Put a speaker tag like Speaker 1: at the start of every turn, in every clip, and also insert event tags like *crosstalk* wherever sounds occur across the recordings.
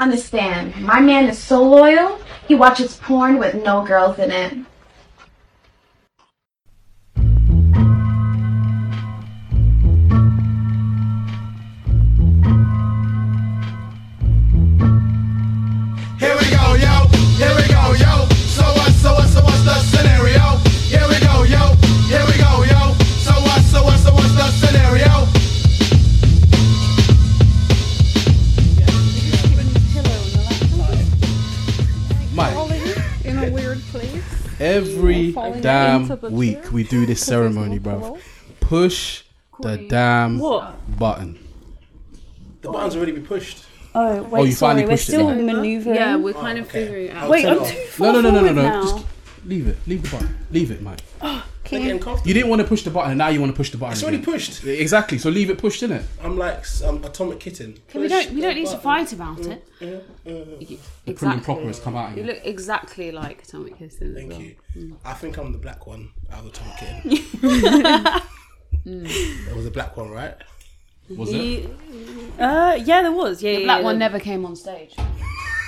Speaker 1: understand. My man is so loyal, he watches porn with no girls in it.
Speaker 2: Here we go, yo. Here we go, yo. So what? So what? So what's the scenario? Here we go, yo. Here we go, yo. So what? So what? So what's the scenario?
Speaker 3: Mike,
Speaker 4: in a weird place.
Speaker 3: every
Speaker 4: Falling
Speaker 3: damn
Speaker 4: into the
Speaker 3: week
Speaker 4: chair?
Speaker 3: we do this ceremony,
Speaker 4: pillow?
Speaker 3: bruv. Push the damn
Speaker 4: What?
Speaker 3: button.
Speaker 5: The button's already been pushed.
Speaker 6: Oh, wait,
Speaker 3: you
Speaker 6: sorry,
Speaker 3: finally
Speaker 6: we're
Speaker 3: pushed it
Speaker 6: still
Speaker 3: down.
Speaker 6: maneuvering.
Speaker 4: Yeah, we're kind
Speaker 5: Oh,
Speaker 4: of
Speaker 5: okay.
Speaker 4: figuring it out.
Speaker 5: I'll
Speaker 6: wait,
Speaker 5: take
Speaker 6: I'm
Speaker 5: off.
Speaker 6: too far
Speaker 3: No, no, no, no, no,
Speaker 6: forward
Speaker 3: no.
Speaker 6: now.
Speaker 3: Just leave it. Leave the button. Leave it, Mike.
Speaker 5: I'm getting
Speaker 6: Can
Speaker 5: comfortable.
Speaker 3: You didn't want to push the button, and now you want to push the button.
Speaker 5: It's already
Speaker 3: again.
Speaker 5: pushed.
Speaker 3: Exactly. So leave it pushed, innit?
Speaker 5: I'm like um, atomic kitten.
Speaker 4: we don't we don't need to fight about it.
Speaker 5: Mm-hmm.
Speaker 4: You-
Speaker 3: The premium
Speaker 4: Exactly.
Speaker 3: proper has come out
Speaker 4: You
Speaker 3: again.
Speaker 4: look exactly like Atomic Kitten.
Speaker 5: Thank you. I think I'm the black one out of the atomic
Speaker 6: *laughs*
Speaker 5: kitten.
Speaker 6: Mm.
Speaker 5: There was a black one, right?
Speaker 3: Was it?
Speaker 6: Uh, yeah, there was. Yeah, yeah,
Speaker 4: That
Speaker 6: yeah,
Speaker 4: one
Speaker 6: there-
Speaker 4: never came on stage.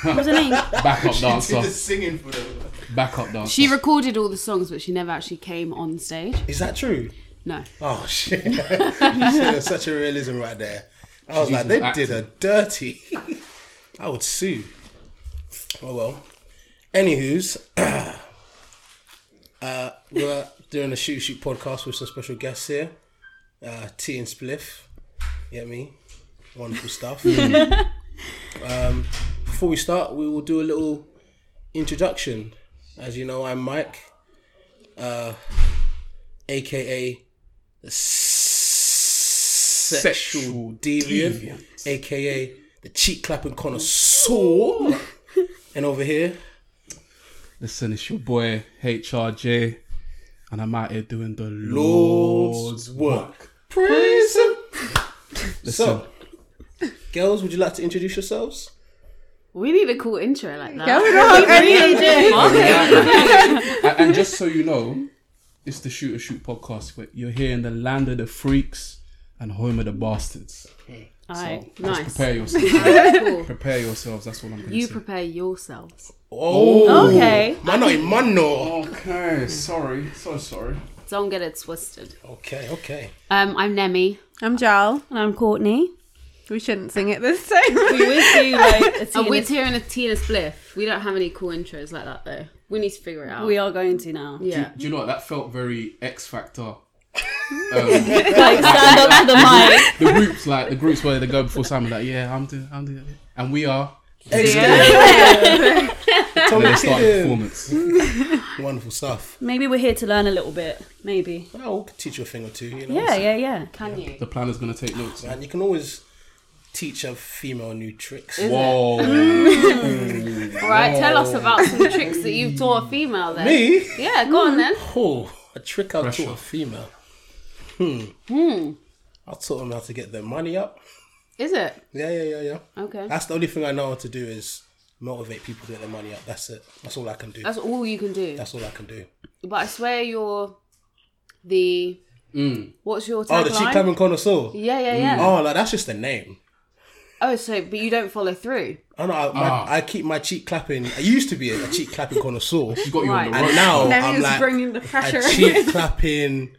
Speaker 6: What was her name?
Speaker 3: Backup dancer.
Speaker 5: Did the singing for them.
Speaker 3: Backup dancer.
Speaker 4: She recorded all the songs, but she never actually came on stage.
Speaker 5: Is that true?
Speaker 4: No.
Speaker 5: Oh shit! *laughs* You said it's such a realism right there. I was like,
Speaker 3: using
Speaker 5: they
Speaker 3: acting.
Speaker 5: did her dirty. I would sue. Oh well. Anywho's, *clears throat* uh, we're doing a shoot shoot podcast with some special guests here. Uh, tea and spliff. You get me? Wonderful
Speaker 3: *laughs*
Speaker 5: stuff. um,
Speaker 3: Mm.
Speaker 5: before we start, we will do a little introduction. As you know, I'm Mike, uh, aka the sexual,
Speaker 3: Sexual
Speaker 5: deviant,
Speaker 3: deviant.
Speaker 5: aka the cheek clapping connoisseur. and over here,
Speaker 3: Listen, it's your boy HRJ, and I'm out here doing the
Speaker 5: Lord's
Speaker 3: Lord's
Speaker 5: work.
Speaker 3: work.
Speaker 5: praise him.
Speaker 3: Listen,
Speaker 5: So, girls, would you like to introduce yourselves?
Speaker 4: We need a cool intro like that.
Speaker 3: and, and
Speaker 4: *laughs*
Speaker 3: just so you know, it's the Shooter Shoot podcast, but you're here in the land of the freaks and home of the bastards.
Speaker 4: Aye,
Speaker 3: Just
Speaker 4: nice.
Speaker 3: prepare
Speaker 4: *laughs*
Speaker 3: yourselves.
Speaker 4: Cool.
Speaker 3: prepare yourselves. That's what I'm going to
Speaker 4: You
Speaker 3: say.
Speaker 4: prepare yourselves.
Speaker 5: Oh,
Speaker 6: Okay.
Speaker 5: man, not in man, no.
Speaker 3: okay, sorry, so sorry.
Speaker 4: Don't get it twisted.
Speaker 5: Okay, okay.
Speaker 4: Um, I'm Nemi.
Speaker 7: I'm Jal.
Speaker 6: And *laughs* I'm Courtney.
Speaker 7: We
Speaker 6: *laughs*
Speaker 7: shouldn't sing it this time.
Speaker 6: We
Speaker 7: *laughs*
Speaker 6: always do *laughs* like a
Speaker 4: Oh,
Speaker 6: tea
Speaker 4: we're
Speaker 6: and a-
Speaker 4: tearing a Tina Spliff. We don't have any cool intros like that though. We need to figure it out.
Speaker 6: We are going to now.
Speaker 4: yeah.
Speaker 3: Do you know what? That felt very X *laughs* Factor. Um,
Speaker 6: Like *laughs* stand up to the mic.
Speaker 3: The groups, like the groups where they go before Simon, like, yeah, I'm doing, I'm doing, and we are.
Speaker 5: Tom
Speaker 3: They start the
Speaker 5: Kiddin.
Speaker 3: performance.
Speaker 5: Wonderful stuff.
Speaker 6: Maybe we're here to learn a little bit. Maybe.
Speaker 5: I'll teach you a thing or two, you know.
Speaker 6: Yeah, yeah, yeah.
Speaker 4: Can you?
Speaker 3: The planner's gonna take notes.
Speaker 5: And you can always teach a female new tricks.
Speaker 3: Whoa.
Speaker 4: All right, tell us about some tricks that you've taught a female then.
Speaker 5: Me?
Speaker 4: Yeah, go on then.
Speaker 5: Oh, a trick I
Speaker 3: Pressure.
Speaker 5: taught a female. Hmm. Hmm. I taught them how to get their money up.
Speaker 4: Is it?
Speaker 5: Yeah, yeah, yeah, yeah.
Speaker 4: Okay.
Speaker 5: That's the only thing I know how to do is motivate people to get their money up. That's it. That's all I can do.
Speaker 4: That's all you can do.
Speaker 5: That's all I can do.
Speaker 4: But I swear you're the. What's your
Speaker 5: Oh, the cheek
Speaker 4: tagline?
Speaker 5: clapping connoisseur.
Speaker 4: yeah, yeah, yeah.
Speaker 5: Oh, like that's just the name.
Speaker 4: Oh, so but you don't follow through.
Speaker 5: I know. I, my, I keep my cheek clapping. I used to be a, a cheek clapping connoisseur,
Speaker 3: She got you on the
Speaker 5: and
Speaker 3: ropes.
Speaker 5: now
Speaker 7: Nemi
Speaker 5: I'm
Speaker 7: is
Speaker 5: like
Speaker 7: bringing the pressure.
Speaker 5: a cheek clapping.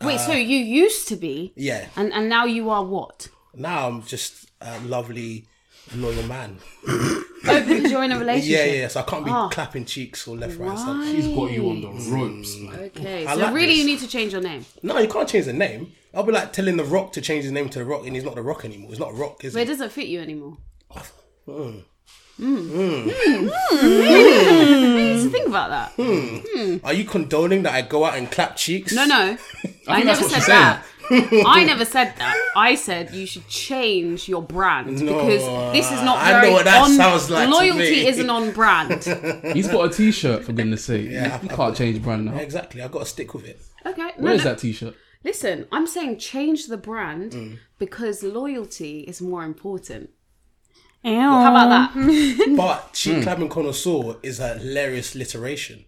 Speaker 4: Wait,
Speaker 5: Uh.
Speaker 4: so you used to be,
Speaker 5: Yeah.
Speaker 4: and and now you
Speaker 5: *laughs*
Speaker 4: are what?
Speaker 5: Now I'm just a lovely, loyal man.
Speaker 4: Oh, but you're in a
Speaker 5: Yeah,
Speaker 4: relationship.
Speaker 5: yeah. So I can't be clapping cheeks or left, right, side.
Speaker 3: She's got you on the ropes,
Speaker 4: Mm.
Speaker 3: man.
Speaker 4: Okay,
Speaker 5: I
Speaker 4: so
Speaker 5: like
Speaker 4: really
Speaker 5: this.
Speaker 4: you need to change your name.
Speaker 5: No, you can't change the name. I'll be like telling the Rock to change his name to the Rock, and he's not the Rock anymore. He's not Rock, is
Speaker 4: But it
Speaker 5: he?
Speaker 4: doesn't fit you anymore.
Speaker 5: Oh. Mm.
Speaker 4: Mm. Really? Think about that.
Speaker 5: *laughs* Are you condoning that I go out and clap cheeks?
Speaker 4: No, no. I,
Speaker 3: think that's
Speaker 4: never
Speaker 3: what
Speaker 4: said
Speaker 3: she's
Speaker 4: that.
Speaker 5: *laughs*
Speaker 4: I never said that. I said you should change your brand because this is not
Speaker 5: I know
Speaker 4: very
Speaker 5: what that
Speaker 4: on-
Speaker 5: sounds like to
Speaker 4: loyalty
Speaker 5: me.
Speaker 4: isn't on
Speaker 5: *laughs*
Speaker 4: brand.
Speaker 3: He's got a T-shirt for goodness sake. Yeah, you can't change brand now.
Speaker 5: Exactly. I've got to stick with it.
Speaker 4: Okay. no,
Speaker 3: Where is
Speaker 4: no.
Speaker 3: that T-shirt?
Speaker 4: Listen, I'm saying change the brand
Speaker 3: Mm.
Speaker 4: because loyalty is more important.
Speaker 6: Ew.
Speaker 4: How about that?
Speaker 5: But cheek clapping connoisseur is a hilarious alliteration.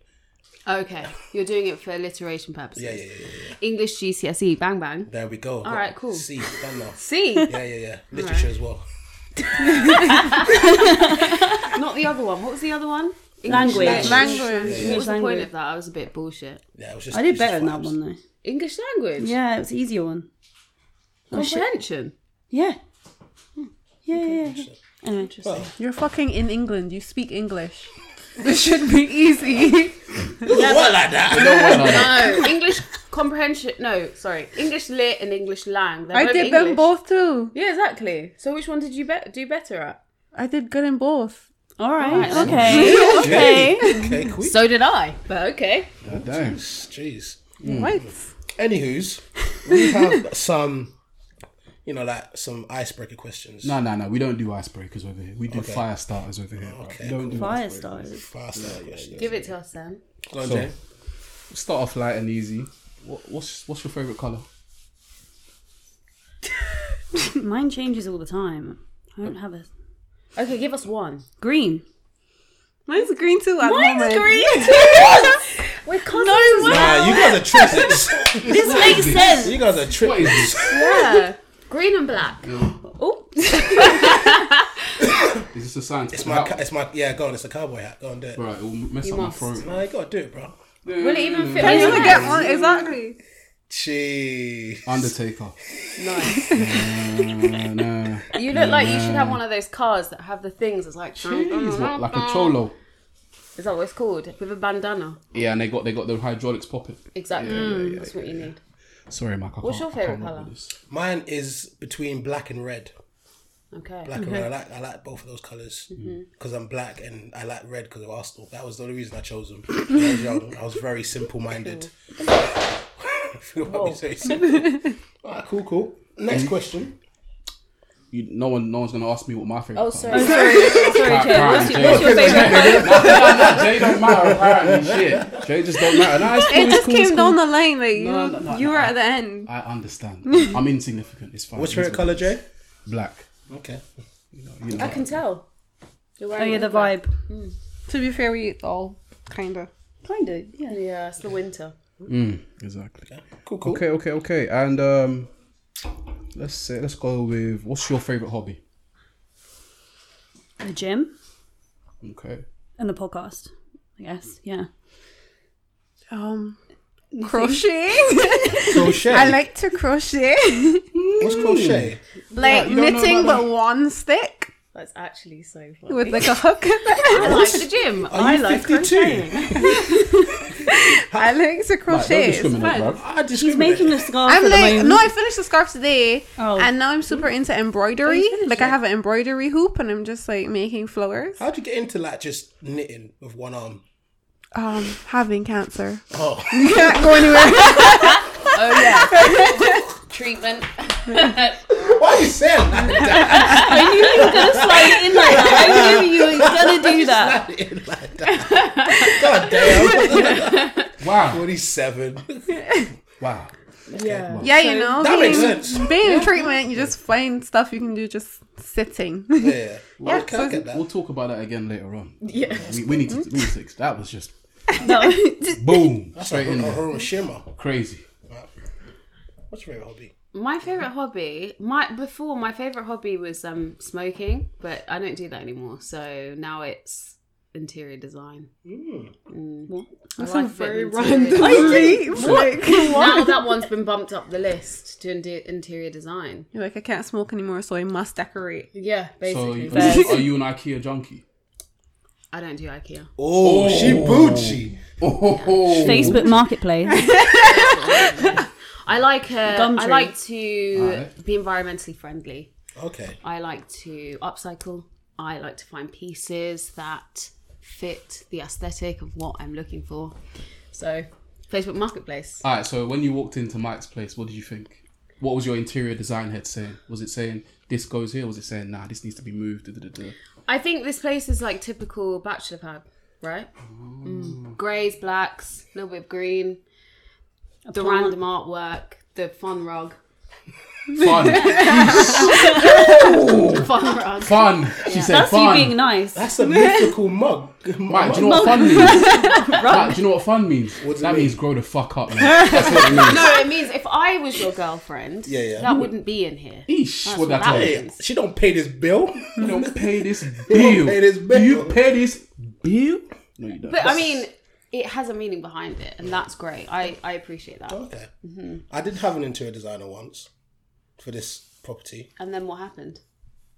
Speaker 4: Okay, you're doing it for alliteration purposes.
Speaker 5: Yeah, yeah, yeah. yeah.
Speaker 4: English GCSE, E, bang bang.
Speaker 5: There we go. All
Speaker 4: right, cool.
Speaker 5: See, done now.
Speaker 3: *laughs*
Speaker 4: See,
Speaker 5: Yeah, yeah, yeah. Literature as well.
Speaker 4: Not the other one. What was the other one?
Speaker 6: Language.
Speaker 7: Language.
Speaker 4: What was the point
Speaker 6: Language.
Speaker 4: of that? I was a bit bullshit.
Speaker 5: Yeah, it was just.
Speaker 6: I did
Speaker 5: just
Speaker 6: better in that
Speaker 5: vibes.
Speaker 6: one though.
Speaker 4: English language.
Speaker 6: Yeah, it was the easier one.
Speaker 3: *laughs*
Speaker 4: Comprehension.
Speaker 6: Yeah. Yeah, yeah, yeah. Anyway,
Speaker 7: You're fucking in England. You speak English. This should be easy.
Speaker 5: What like that?
Speaker 3: *laughs*
Speaker 4: No, English comprehension. No, sorry, English lit and English lang. They're
Speaker 7: I
Speaker 4: both
Speaker 7: did them
Speaker 4: English.
Speaker 7: both too.
Speaker 4: Yeah, exactly. So which one did you bet do better at?
Speaker 7: I did good in both.
Speaker 6: All right. *laughs* Okay.
Speaker 5: Okay. *laughs* Okay, cool.
Speaker 4: So did I. But okay.
Speaker 3: Damn.
Speaker 5: Jeez.
Speaker 3: Hmm.
Speaker 7: What?
Speaker 5: Anywho's, we have some, you know, like some icebreaker questions.
Speaker 3: No, no, no. We don't do icebreakers over here. We do fire starters over here. bruv.
Speaker 5: Okay,
Speaker 3: We don't do
Speaker 6: Fire
Speaker 3: icebreakers.
Speaker 6: starters.
Speaker 5: Faster questions.
Speaker 4: Give it to us, Sam.
Speaker 5: Go on,
Speaker 3: So-
Speaker 5: Jay.
Speaker 3: Start off light and easy. What, what's what's your favorite color?
Speaker 6: Mine changes all the time. I don't have a
Speaker 4: Okay, give us one.
Speaker 6: green.
Speaker 7: Mine's green too. at the moment.
Speaker 4: *laughs* We're cousins. No
Speaker 5: Nah, you guys are triplets.
Speaker 6: This makes *laughs* sense.
Speaker 5: you guys are triplets.
Speaker 4: Yeah. Green and black.
Speaker 6: Oh,
Speaker 3: Is this a sign?
Speaker 5: It's my, ca- it's my, yeah. Go on, it's a cowboy hat. Go on, do it.
Speaker 3: Right, it will mess
Speaker 4: You
Speaker 3: up
Speaker 4: must.
Speaker 3: my throat.
Speaker 5: Nah, you gotta do it, bro.
Speaker 4: Will it even fit?
Speaker 7: I
Speaker 4: on
Speaker 7: need
Speaker 4: your
Speaker 7: to
Speaker 4: head?
Speaker 7: get one exactly.
Speaker 5: Jeez.
Speaker 3: Undertaker.
Speaker 4: Nice.
Speaker 3: Uh, nah.
Speaker 4: *laughs* You look like you should have one of those cars that have the things. It's like
Speaker 3: Jeez, what, like a cholo.
Speaker 4: Is that what it's called? With a bandana.
Speaker 3: Yeah, and they got they got the hydraulics popping.
Speaker 4: Exactly. That's what you need.
Speaker 3: Sorry, Mike. I
Speaker 4: What's
Speaker 3: can't-
Speaker 4: your
Speaker 3: I
Speaker 4: favourite
Speaker 3: can't rock
Speaker 4: colour?
Speaker 3: with this.
Speaker 5: Mine is between black and red.
Speaker 4: Okay.
Speaker 5: Black and red. I like, I like both of those colors because I'm black and I like red because of Arsenal. That was the only reason I chose them. When I was young. I was very simple minded. *laughs* Alright, cool, cool. Next question.
Speaker 3: You, no one, no one's gonna ask me what my favorite. *laughs*
Speaker 4: Oh, sorry.
Speaker 3: Right, apparently, Jay-
Speaker 6: what's your favorite?
Speaker 3: Jay don't matter. Apparently, shit. Jay just don't matter. Nah, it's cool.
Speaker 7: It
Speaker 3: it's
Speaker 7: just
Speaker 3: cool,
Speaker 7: came
Speaker 3: it's cool.
Speaker 7: down the line. Like you,
Speaker 3: No, no, no,
Speaker 7: you
Speaker 3: no.
Speaker 7: were at the end.
Speaker 3: I understand. I'm insignificant. It's fine.
Speaker 5: What's your favorite color, Jay?
Speaker 3: Black.
Speaker 5: Okay.
Speaker 3: You know,
Speaker 4: I can tell. You're
Speaker 6: Oh
Speaker 4: wearing
Speaker 6: yeah,
Speaker 4: it
Speaker 6: the
Speaker 4: all black.
Speaker 6: vibe.
Speaker 7: To be fair, we all kind of.
Speaker 6: Kind of. Yeah.
Speaker 4: Yeah, it's the winter.
Speaker 3: Mm, exactly.
Speaker 5: Cool, cool.
Speaker 3: Okay, okay, okay. And um, let's say let's go with what's your favorite hobby?
Speaker 6: The gym
Speaker 3: Okay.
Speaker 6: and the podcast. I guess. Yeah.
Speaker 7: Um, *laughs* crocheting.
Speaker 5: Crochet.
Speaker 7: I like to crochet,
Speaker 5: What's crochet?
Speaker 7: like
Speaker 3: you don't know
Speaker 7: knitting,
Speaker 3: about
Speaker 7: but one stick
Speaker 4: That's actually so fun.
Speaker 7: with like a hook.
Speaker 3: *laughs*
Speaker 7: at the
Speaker 4: I
Speaker 7: end.
Speaker 4: like the gym. I
Speaker 5: you
Speaker 4: like
Speaker 5: 52?
Speaker 4: crocheting.
Speaker 7: I like to
Speaker 3: Like, don't
Speaker 7: crochet. It's
Speaker 3: discriminate,
Speaker 7: fun.
Speaker 3: bruv.
Speaker 5: I
Speaker 6: He's *laughs* making a scarf
Speaker 7: I'm
Speaker 6: at the
Speaker 7: like,
Speaker 6: moment.
Speaker 7: no, I finished the scarf today,
Speaker 6: Oh.
Speaker 7: and now I'm super into embroidery.
Speaker 6: finished
Speaker 7: Like, I
Speaker 6: it?
Speaker 7: have an embroidery hoop, and I'm just like making flowers.
Speaker 5: How'd you get into like just knitting with one arm? *laughs*
Speaker 7: Um, having cancer, *laughs*
Speaker 5: Oh,
Speaker 7: can't
Speaker 6: *laughs*
Speaker 7: go anywhere.
Speaker 4: Oh yeah. Treatment.
Speaker 5: why are you saying that? *laughs*
Speaker 6: I knew you were gonna slide it in like that. I knew you were gonna do *laughs* that.
Speaker 5: Knitting like that? God damn.
Speaker 3: Wow.
Speaker 5: 47.
Speaker 3: Wow.
Speaker 4: Yeah.
Speaker 7: yeah, you know,
Speaker 5: That
Speaker 7: being,
Speaker 5: makes sense.
Speaker 7: being in treatment, you just find stuff you can do just sitting. *laughs*
Speaker 5: Yeah. Well,
Speaker 7: Yeah,
Speaker 5: okay,
Speaker 7: so-
Speaker 5: I get that.
Speaker 3: We'll talk about that again later on.
Speaker 4: Yeah.
Speaker 3: We, we need to. We need to. That was
Speaker 7: *laughs*
Speaker 3: just
Speaker 6: No.
Speaker 3: boom straight
Speaker 5: Straight
Speaker 3: in there.
Speaker 5: Horror Shimmer.
Speaker 3: Crazy.
Speaker 5: What's your favorite hobby?
Speaker 4: My favorite hobby, my before my favorite hobby was um smoking, but I don't do that anymore. So now it's interior design.
Speaker 3: Mm.
Speaker 4: Mm. I like a bit of interior
Speaker 6: *laughs*
Speaker 4: design. *laughs*
Speaker 7: Like,
Speaker 4: Now that one's been bumped up the list to inte- interior design.
Speaker 7: You're like, I can't smoke anymore, so I must decorate.
Speaker 4: Yeah,
Speaker 3: So,
Speaker 4: basically.
Speaker 3: are you, are you an IKEA junkie?
Speaker 4: I don't do IKEA.
Speaker 5: Oh, she Bucci.
Speaker 3: Oh,
Speaker 6: Facebook *laughs* Marketplace.
Speaker 4: I like uh, I
Speaker 6: Gumtree.
Speaker 4: like to
Speaker 3: Alright.
Speaker 4: be environmentally friendly.
Speaker 5: Okay.
Speaker 4: I like to upcycle. I like to find pieces that fit the aesthetic of what I'm looking for. So, Facebook Marketplace.
Speaker 3: All right. So when you walked into Mike's place, what did you think? What was your interior design head saying? Was it saying this goes here? Was it saying nah, this needs to be moved? Da, da, da, da.
Speaker 4: I think this place is like typical bachelor pad, right? Mm. Greys, blacks, a little bit of green, the
Speaker 6: plant.
Speaker 4: random artwork, the fun rug. *laughs*
Speaker 3: Fun.
Speaker 4: Fun run.
Speaker 3: Fun. She said
Speaker 6: That's
Speaker 3: fun.
Speaker 6: you being nice.
Speaker 5: That's a mythical mug.
Speaker 3: Mike, do you know what fun means? Mike, do you know what fun means? that means grow the fuck up, man. That's what it means.
Speaker 4: No, it means if I was your girlfriend,
Speaker 5: Yeah, yeah.
Speaker 4: that wouldn't be in here.
Speaker 3: Eesh, what
Speaker 4: what
Speaker 3: that
Speaker 4: that
Speaker 3: tell you?
Speaker 4: means.
Speaker 5: Hey, she don't pay this bill.
Speaker 3: *laughs* You don't pay this
Speaker 5: You
Speaker 3: bill.
Speaker 5: don't pay this
Speaker 3: Do you
Speaker 5: bill.
Speaker 3: pay this bill? No, you don't.
Speaker 4: But I mean, it has a meaning behind it, and that's great. I, I appreciate that.
Speaker 5: Okay. I did have an interior designer once for this property.
Speaker 4: And then what happened?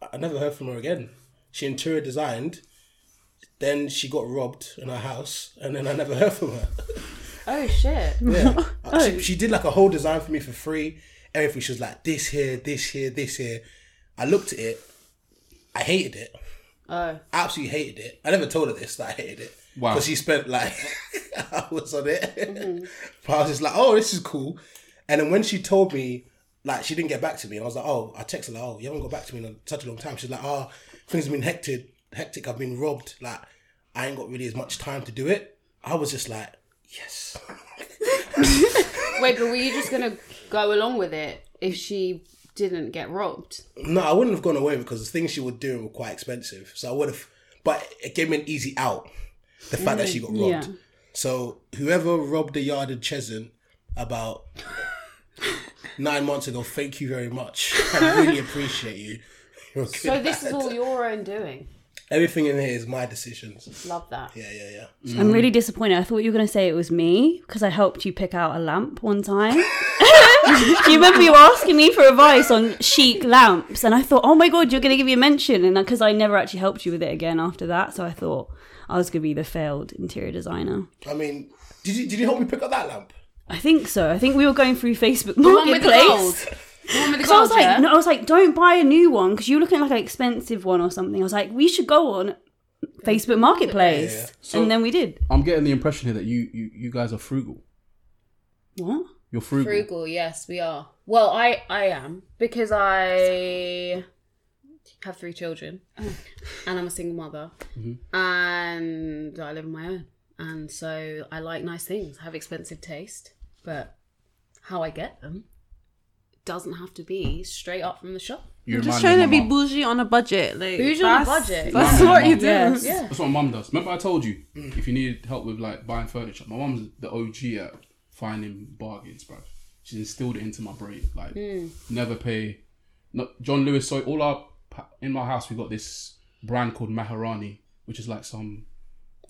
Speaker 5: I- I never heard from her again. She interior designed, then she got robbed in her house, and then I never heard from her.
Speaker 4: Oh shit!
Speaker 5: Yeah. Uh, she, she did like a whole design for me for free. Everything. She was like, this here, this here, this here. I looked at it. I hated it.
Speaker 4: Oh,
Speaker 5: Absolutely hated it. I never told her this that I hated it.
Speaker 3: Wow.
Speaker 5: Because she spent like *laughs* hours on it. *laughs* But I was just like, oh, this is cool. And then when she told me, like, she didn't get back to me, and I was like, oh, I texted her, like, oh, you haven't got back to me in such a long time. She's like, oh, things have been hectic. Hectic. I've been robbed. Like, I ain't got really as much time to do it. I was just like, yes.
Speaker 4: wait, but were you just gonna go along with it if she didn't get robbed?
Speaker 5: No, I wouldn't have gone away because the things she was doing were quite expensive. So I would have, but it gave me an easy out. The fact that she got robbed.
Speaker 7: Yeah.
Speaker 5: So whoever robbed the yard in Cheshunt about nine months ago, thank you very much. I
Speaker 4: *laughs*
Speaker 5: really appreciate you. You're a good
Speaker 4: So this is
Speaker 5: lad.
Speaker 4: all your own doing.
Speaker 5: Everything in here is my decisions.
Speaker 4: Love that.
Speaker 5: Yeah, yeah, yeah.
Speaker 6: I'm really disappointed. I thought you were going to say it was me because I helped you pick out a lamp one *laughs* time. you remember you were asking me for advice on chic lamps, and I thought, oh my god, you're going to give me a mention. And because I never actually helped you with it again after that, so I thought I was going to be the failed interior designer.
Speaker 5: I mean, did you did you help me pick up that lamp?
Speaker 6: I think so. I think we were going through Facebook
Speaker 4: one with the gold.
Speaker 6: Marketplace.
Speaker 4: The one
Speaker 6: *laughs*
Speaker 4: with the
Speaker 6: So I was
Speaker 4: gold,
Speaker 6: like,
Speaker 4: yeah?
Speaker 6: no, I was like, don't buy a new one because you're looking at, like an expensive one or something. I was like, we should go on Facebook Marketplace,
Speaker 3: So-
Speaker 6: and then we did.
Speaker 3: I'm getting the impression here that you, you, you guys are frugal.
Speaker 6: What?
Speaker 3: You're frugal.
Speaker 4: Frugal, yes, we are. Well, I I am because I have three children, and I'm a single mother,
Speaker 5: Mm-hmm.
Speaker 4: and I live on my own, and so I like nice things, have expensive taste, but how I get them doesn't have to be straight up from the shop.
Speaker 3: You
Speaker 7: You're just
Speaker 3: remind
Speaker 7: trying to
Speaker 3: me
Speaker 7: be
Speaker 3: of my mum.
Speaker 7: bougie on a budget. Like,
Speaker 4: Bougie on a
Speaker 7: that's-
Speaker 4: budget.
Speaker 7: That's
Speaker 3: Yeah.
Speaker 7: what you do.
Speaker 6: Yeah.
Speaker 4: Yeah,
Speaker 3: That's what my mum does. Remember, I told you if you needed help with like buying furniture, my mum's the OG at finding bargains, bro. She's instilled it into my brain. Like,
Speaker 4: Hmm.
Speaker 3: never pay. No, John Lewis. So all our pa- in my house, we got this brand called Maharani, which is like some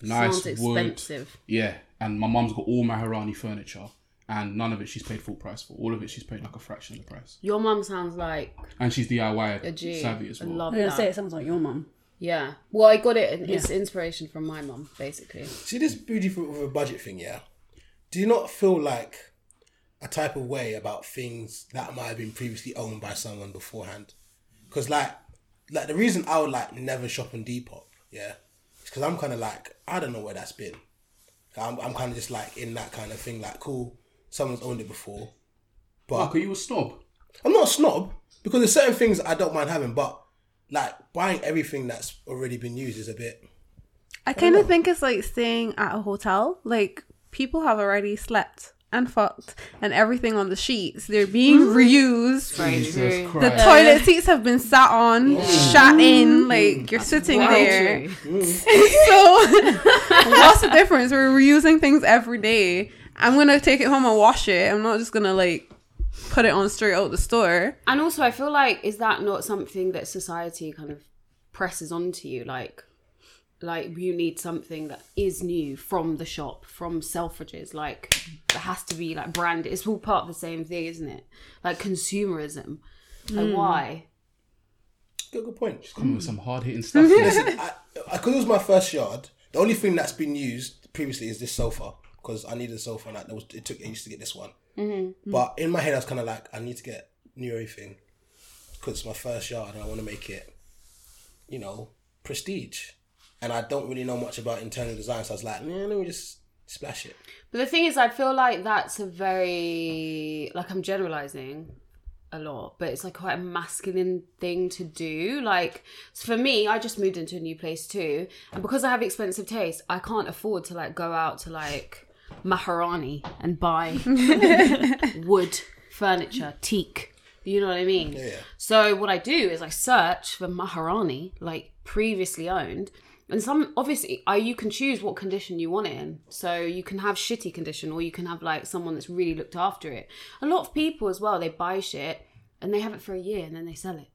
Speaker 3: nice
Speaker 4: Sounds
Speaker 3: wood.
Speaker 4: expensive.
Speaker 3: Yeah, and my mum's got all Maharani furniture, and none of it she's paid full price for. All of it she's paid like a fraction of the price,
Speaker 4: your mum sounds like
Speaker 3: and she's DIY
Speaker 4: a G.
Speaker 3: savvy as
Speaker 4: I
Speaker 3: well.
Speaker 4: love
Speaker 6: I'm going
Speaker 4: that.
Speaker 6: to say it sounds like your mum.
Speaker 4: Yeah. Well, I got it. and It's inspiration from my mum, basically.
Speaker 5: See this bougie for with a budget thing, yeah. Do you not feel like a type of way about things that might have been previously owned by someone beforehand? Because like, like the reason I would like never shop on Depop, yeah, is because I'm kind of like I don't know where that's been. I'm I'm kind of just like in that kind of thing. Like, cool, someone's owned it before, but
Speaker 3: Mark, are you a snob?
Speaker 5: I'm not a snob because there's certain things I don't mind having, but like buying everything that's already been used is a bit.
Speaker 7: I kind of think it's like staying at a hotel. Like people have already slept and fucked and everything on the sheets. They're being reused.
Speaker 3: Jesus
Speaker 7: The
Speaker 3: Christ.
Speaker 7: toilet seats have been sat on, shut in, like you're sitting there. *laughs* So what's the difference? We're reusing things every day. I'm gonna take it home and wash it. I'm not just gonna like put it on straight out the store.
Speaker 4: And also, I feel like is that not something that society kind of presses onto you? Like, like you need something that is new from the shop, from Selfridges. Like, it has to be like branded. It's all part of the same thing, isn't it? Like consumerism. Like,
Speaker 3: Hmm.
Speaker 4: why?
Speaker 5: Good, good point.
Speaker 3: Come
Speaker 4: Mm.
Speaker 3: with some hard hitting
Speaker 4: *laughs*
Speaker 3: stuff. here.
Speaker 5: because it was my first yard. The only thing that's been used previously is this sofa because I needed a sofa and I, that was, it took ages to get this one. Mm-hmm. But in my head, I was kind of like, I need to get new everything because it's my first yard and I want to make it, you know, prestige. And I don't really know much about internal design, so I was like, nah, let me just splash it.
Speaker 4: But the thing is, I feel like that's a very like I'm generalizing a lot, but it's like quite a masculine thing to do. Like so for me, I just moved into a new place too, and because I have expensive taste, I can't afford to like go out to like Maharani and buy wood furniture, teak. You know what I mean?
Speaker 5: Yeah.
Speaker 4: So what I do is I search for Maharani, like previously owned. And some obviously I you can choose what condition you want it in. So you can have shitty condition or you can have like someone that's really looked after it. A lot of people as well, they buy shit and they have it for a year and then they sell it.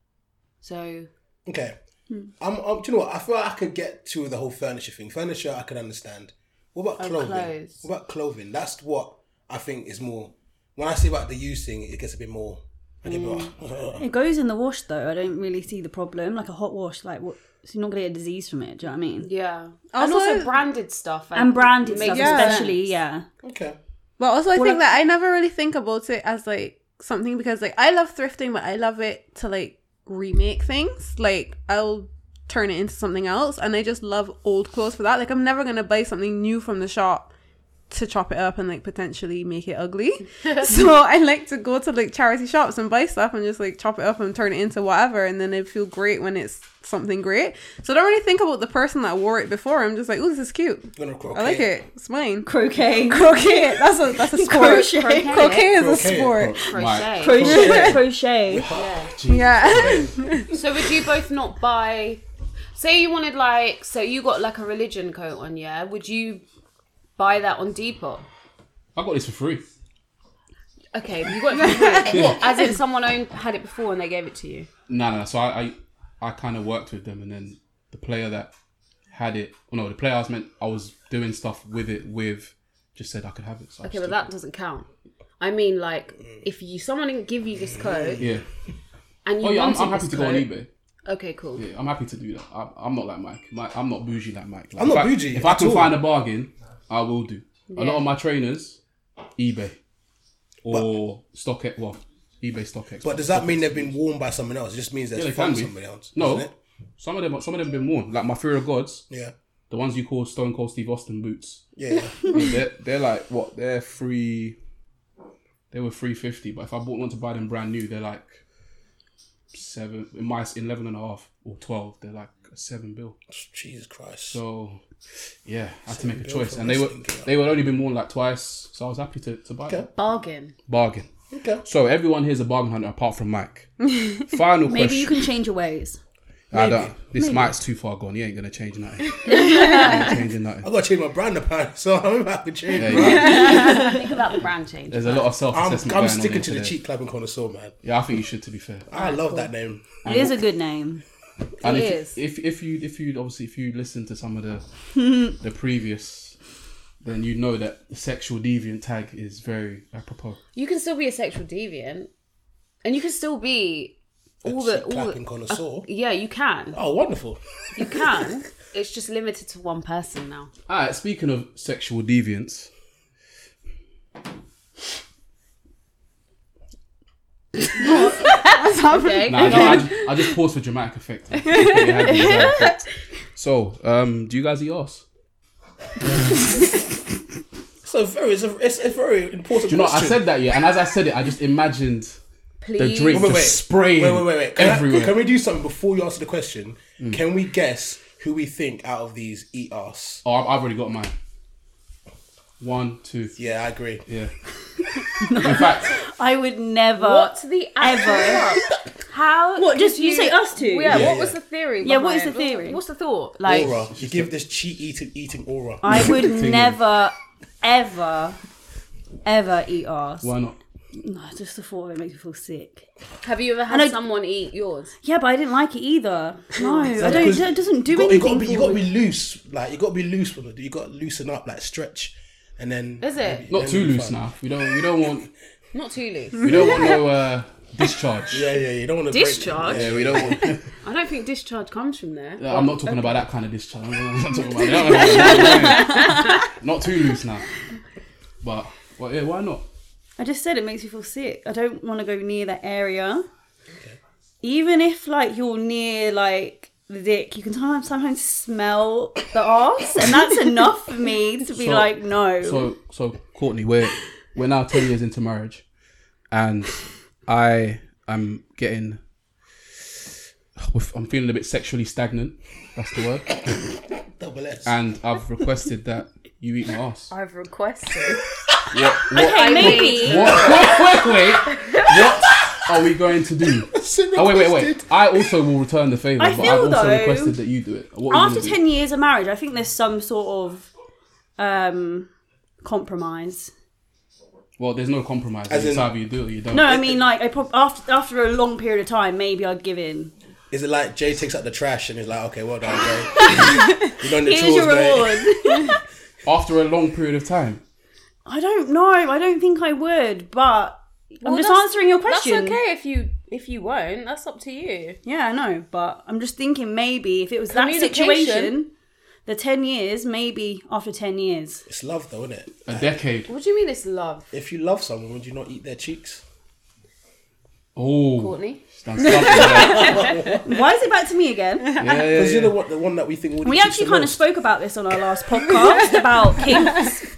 Speaker 4: So
Speaker 5: Okay.
Speaker 4: Hmm.
Speaker 5: I'm, I'm, do you know what? I feel like I could get to the whole furniture thing. Furniture, I could understand. What about
Speaker 4: Oh,
Speaker 5: clothing?
Speaker 4: clothes.
Speaker 5: What about clothing? That's what I think is more. When I say about the use thing, it gets a bit more. I get more.
Speaker 4: Hmm.
Speaker 6: It goes in the wash though. I don't really see the problem. Like a hot wash, like what? So you're not gonna get a disease from it. Do you know what I mean?
Speaker 4: yeah. and
Speaker 7: Also-
Speaker 4: also branded stuff. I-
Speaker 6: And branded
Speaker 4: makes
Speaker 6: stuff,
Speaker 7: sense.
Speaker 6: especially,
Speaker 4: *laughs*
Speaker 6: yeah.
Speaker 5: *laughs* okay.
Speaker 7: But also, I
Speaker 6: Well,
Speaker 7: think
Speaker 6: I-
Speaker 7: that I never really think about it as like something because like I love thrifting, but I love it to like remake things. Like I'll turn it into something else, and I just love old clothes for that. Like I'm never gonna buy something new from the shop to chop it up and like potentially make it ugly.
Speaker 6: *laughs*
Speaker 7: so I like to go to like charity shops and buy stuff and just like chop it up and turn it into whatever and then I feel great when it's something great. So I don't really think about the person that wore it before. I'm just like, oh this is cute.
Speaker 5: Gonna
Speaker 7: I
Speaker 4: *laughs*
Speaker 7: like it. It's mine.
Speaker 6: Croquet.
Speaker 7: *laughs* Croquet. That's a
Speaker 6: *laughs*
Speaker 7: that's a sport.
Speaker 6: Crochet.
Speaker 7: Croquet, is a
Speaker 5: Croquet.
Speaker 7: sport.
Speaker 3: My,
Speaker 4: crochet.
Speaker 6: Crochet. Crochet. *laughs*
Speaker 7: Yeah.
Speaker 4: So would you both not buy? Say you wanted like, so you got like a religion coat on, yeah? Would you buy that on Depot?
Speaker 3: I got this for free.
Speaker 4: Okay, you got
Speaker 3: *laughs*
Speaker 4: it for free. as in someone owned had it before and they gave it to you.
Speaker 3: No, no. no. So I, I, I kind of worked with them, and then the player that had it, oh no, the player I was meant, I was doing stuff with it with, just said I could have it. So I
Speaker 4: Okay,
Speaker 3: just
Speaker 4: but that doesn't count. I mean, like, if you someone didn't give you this coat
Speaker 3: took it. yeah.
Speaker 4: and you
Speaker 3: Oh yeah, I'm,
Speaker 4: wanted
Speaker 3: I'm happy
Speaker 4: this
Speaker 3: to go on
Speaker 4: coat-
Speaker 3: eBay.
Speaker 4: Okay, cool.
Speaker 3: Yeah, I'm happy to do that. I'm, I'm not like Mike. Mike. I'm not bougie like Mike. Like,
Speaker 5: I'm not
Speaker 3: if I-
Speaker 5: bougie
Speaker 3: If I
Speaker 5: at
Speaker 3: can
Speaker 5: all.
Speaker 3: find a bargain, I will do. A
Speaker 4: Yeah.
Speaker 3: lot of my trainers, eBay or StockX. Well, eBay StockX.
Speaker 5: But does that mean they've been worn by someone else? It just means they're
Speaker 3: Yeah, they
Speaker 5: from
Speaker 3: can be.
Speaker 5: somebody else.
Speaker 3: No,
Speaker 5: doesn't it?
Speaker 3: some of them, some of them have been worn. Like my Fear of Gods,
Speaker 5: Yeah.
Speaker 3: the ones you call Stone Cold Steve
Speaker 5: *laughs*
Speaker 3: Austin boots.
Speaker 5: Yeah.
Speaker 4: *laughs*
Speaker 3: I mean, they're, they're like what? They're free. They were three fifty, but if I bought one to buy them brand new, they're like seven in my eleven and a half or twelve. They're like a seven bill.
Speaker 5: Jesus Christ.
Speaker 3: So yeah, I had to make a
Speaker 5: bill
Speaker 3: choice,
Speaker 5: for
Speaker 3: and they were
Speaker 5: wrestling gear.
Speaker 3: they were only been worn like twice, so I was happy to to buy
Speaker 5: Okay.
Speaker 3: them.
Speaker 4: Bargain.
Speaker 3: Bargain.
Speaker 5: okay.
Speaker 3: So everyone here's a bargain hunter apart from
Speaker 5: *laughs*
Speaker 3: Mike. Final
Speaker 6: Maybe
Speaker 3: question.
Speaker 6: you can change your ways.
Speaker 3: I don't. This Mike's too far gone. He ain't gonna
Speaker 6: *laughs*
Speaker 3: change nothing. He ain't changing nothing.
Speaker 5: I gotta change my brand apparently, *laughs* so I remember I could change.
Speaker 3: Yeah,
Speaker 5: brand.
Speaker 3: yeah.
Speaker 4: Think about the brand change.
Speaker 3: There's a lot of
Speaker 5: I'm,
Speaker 3: self-assessment
Speaker 5: I'm
Speaker 3: going on
Speaker 5: sticking
Speaker 3: here
Speaker 5: to the
Speaker 3: today.
Speaker 5: cheek clapping connoisseur, man.
Speaker 3: Yeah, I think you should. To be fair,
Speaker 5: I love that name.
Speaker 6: It is a good name.
Speaker 3: and
Speaker 4: It
Speaker 3: if,
Speaker 4: is.
Speaker 3: if if you if you obviously if you listen to some of the
Speaker 4: *laughs*
Speaker 3: the previous, then you know that the sexual deviant tag is very apropos.
Speaker 4: You can still be a sexual deviant, and you can still be all the
Speaker 5: cheek
Speaker 4: all
Speaker 5: clapping
Speaker 4: the,
Speaker 5: connoisseur.
Speaker 4: yeah. You can,
Speaker 5: oh, wonderful.
Speaker 4: you can. *laughs* It's just limited to one person now.
Speaker 3: All right. Speaking of sexual deviants,
Speaker 4: *laughs* Okay. *laughs*
Speaker 3: Nah, no, I, just, I just paused for dramatic effect. It had the desired effect. So, um, do you guys eat ass?
Speaker 5: It's a very, it's a, it's a very important.
Speaker 3: Do you know, I
Speaker 5: question.
Speaker 3: said that, yeah, and as I said it, I just imagined the
Speaker 4: Please.
Speaker 3: drink
Speaker 5: Wait, wait, wait.
Speaker 3: just spraying
Speaker 5: Wait, wait, wait, wait. Can, I-
Speaker 3: everywhere. Mm.
Speaker 5: can we do something before you answer the question? Can we guess who we think out of these eat us?
Speaker 3: oh, I've I've already got mine. One, two, yeah.
Speaker 5: Yeah, I agree.
Speaker 6: *laughs*
Speaker 3: In fact,
Speaker 6: I would never.
Speaker 4: What the
Speaker 6: Ever.
Speaker 4: How?
Speaker 6: What, just
Speaker 4: could
Speaker 6: you say us two?
Speaker 4: Yeah,
Speaker 5: Yeah,
Speaker 4: What
Speaker 5: yeah.
Speaker 4: was the theory?
Speaker 6: Yeah, what is
Speaker 4: behind-
Speaker 6: the theory?
Speaker 4: What's the thought? Like,
Speaker 6: Like,
Speaker 5: Aura. You give this cheat eating eating aura. *laughs*
Speaker 6: I would never, ever, ever eat ass.
Speaker 3: why not?
Speaker 6: No, just the thought of it makes me feel sick.
Speaker 4: have you ever had
Speaker 6: And I-
Speaker 4: someone eat yours?
Speaker 6: Yeah, but I didn't like it either. No, I don't.
Speaker 5: Because
Speaker 6: It doesn't do
Speaker 5: you got, you
Speaker 6: anything.
Speaker 5: got, to be, you
Speaker 6: for
Speaker 5: got to
Speaker 6: me.
Speaker 5: be loose. Like you got to be loose with it. You got to loosen up, like stretch, and then.
Speaker 4: Is it
Speaker 3: Not
Speaker 5: then
Speaker 3: too
Speaker 5: it'll be
Speaker 3: loose
Speaker 5: fine.
Speaker 3: now. We don't. We don't want.
Speaker 4: not too loose?
Speaker 3: We don't want no uh, discharge.
Speaker 5: Yeah, yeah. You don't want to
Speaker 4: Discharge?
Speaker 5: Break, yeah, we don't want.
Speaker 6: *laughs*
Speaker 4: I don't think discharge comes from there.
Speaker 3: I'm not talking about that kind of discharge. I'm not talking about
Speaker 6: *laughs*
Speaker 3: that. not too loose now. But well, yeah, why not?
Speaker 6: I just said it makes me feel sick. I don't want to go near that area. Even if like you're near like the dick, you can sometimes sometimes smell the ass, and that's
Speaker 5: *laughs*
Speaker 6: enough for me to be
Speaker 3: So-
Speaker 6: like, no.
Speaker 3: So, so Courtney, we're we're now ten years into marriage, and I am getting. I'm feeling a bit sexually stagnant. That's the word.
Speaker 5: Double S.
Speaker 3: And I've requested that you eat my ass.
Speaker 4: I've *laughs* requested.
Speaker 3: What? What?
Speaker 6: okay,
Speaker 4: I
Speaker 6: maybe
Speaker 3: What? Wait, wait, wait. What? are we going to do?
Speaker 5: Sin
Speaker 3: Oh wait, wait, wait!
Speaker 5: requested.
Speaker 3: I also will return the favor,
Speaker 6: I
Speaker 3: but
Speaker 6: feel
Speaker 3: I've also
Speaker 6: though-
Speaker 3: requested that you do it. What are we
Speaker 6: After
Speaker 3: gonna do?
Speaker 6: ten years of marriage, I think there's some sort of um compromise.
Speaker 3: well, there's no compromise.
Speaker 5: As
Speaker 3: it's
Speaker 5: in-
Speaker 3: either you do it or you don't.
Speaker 6: No, I mean like I prob- after after a long period of time, maybe I'd give in.
Speaker 5: Is it like Jay takes out the trash and he's like, okay, well done, Jay.
Speaker 6: *laughs*
Speaker 5: you done the
Speaker 6: Here's your
Speaker 5: chores, mate.
Speaker 6: reward.
Speaker 3: after a long period of time.
Speaker 6: *laughs* I don't know. I don't think I would, but I'm just answering your question.
Speaker 4: That's okay if you if you won't. That's up to you.
Speaker 6: Yeah, I know, but I'm just thinking maybe if it was that
Speaker 4: Communication.
Speaker 6: situation, the 10 years, maybe after 10 years.
Speaker 5: It's love, though, isn't it?
Speaker 3: A decade.
Speaker 4: What do you mean it's love,
Speaker 5: If you love someone, would you not eat their cheeks?
Speaker 3: Oh,
Speaker 4: Courtney?
Speaker 3: done something there.
Speaker 6: Why is it back to me again?
Speaker 3: Yeah, yeah,
Speaker 5: Because
Speaker 3: yeah.
Speaker 5: you're the one, the one that we think would.
Speaker 6: We actually kind of spoke about this on our last podcast *laughs* about kinks.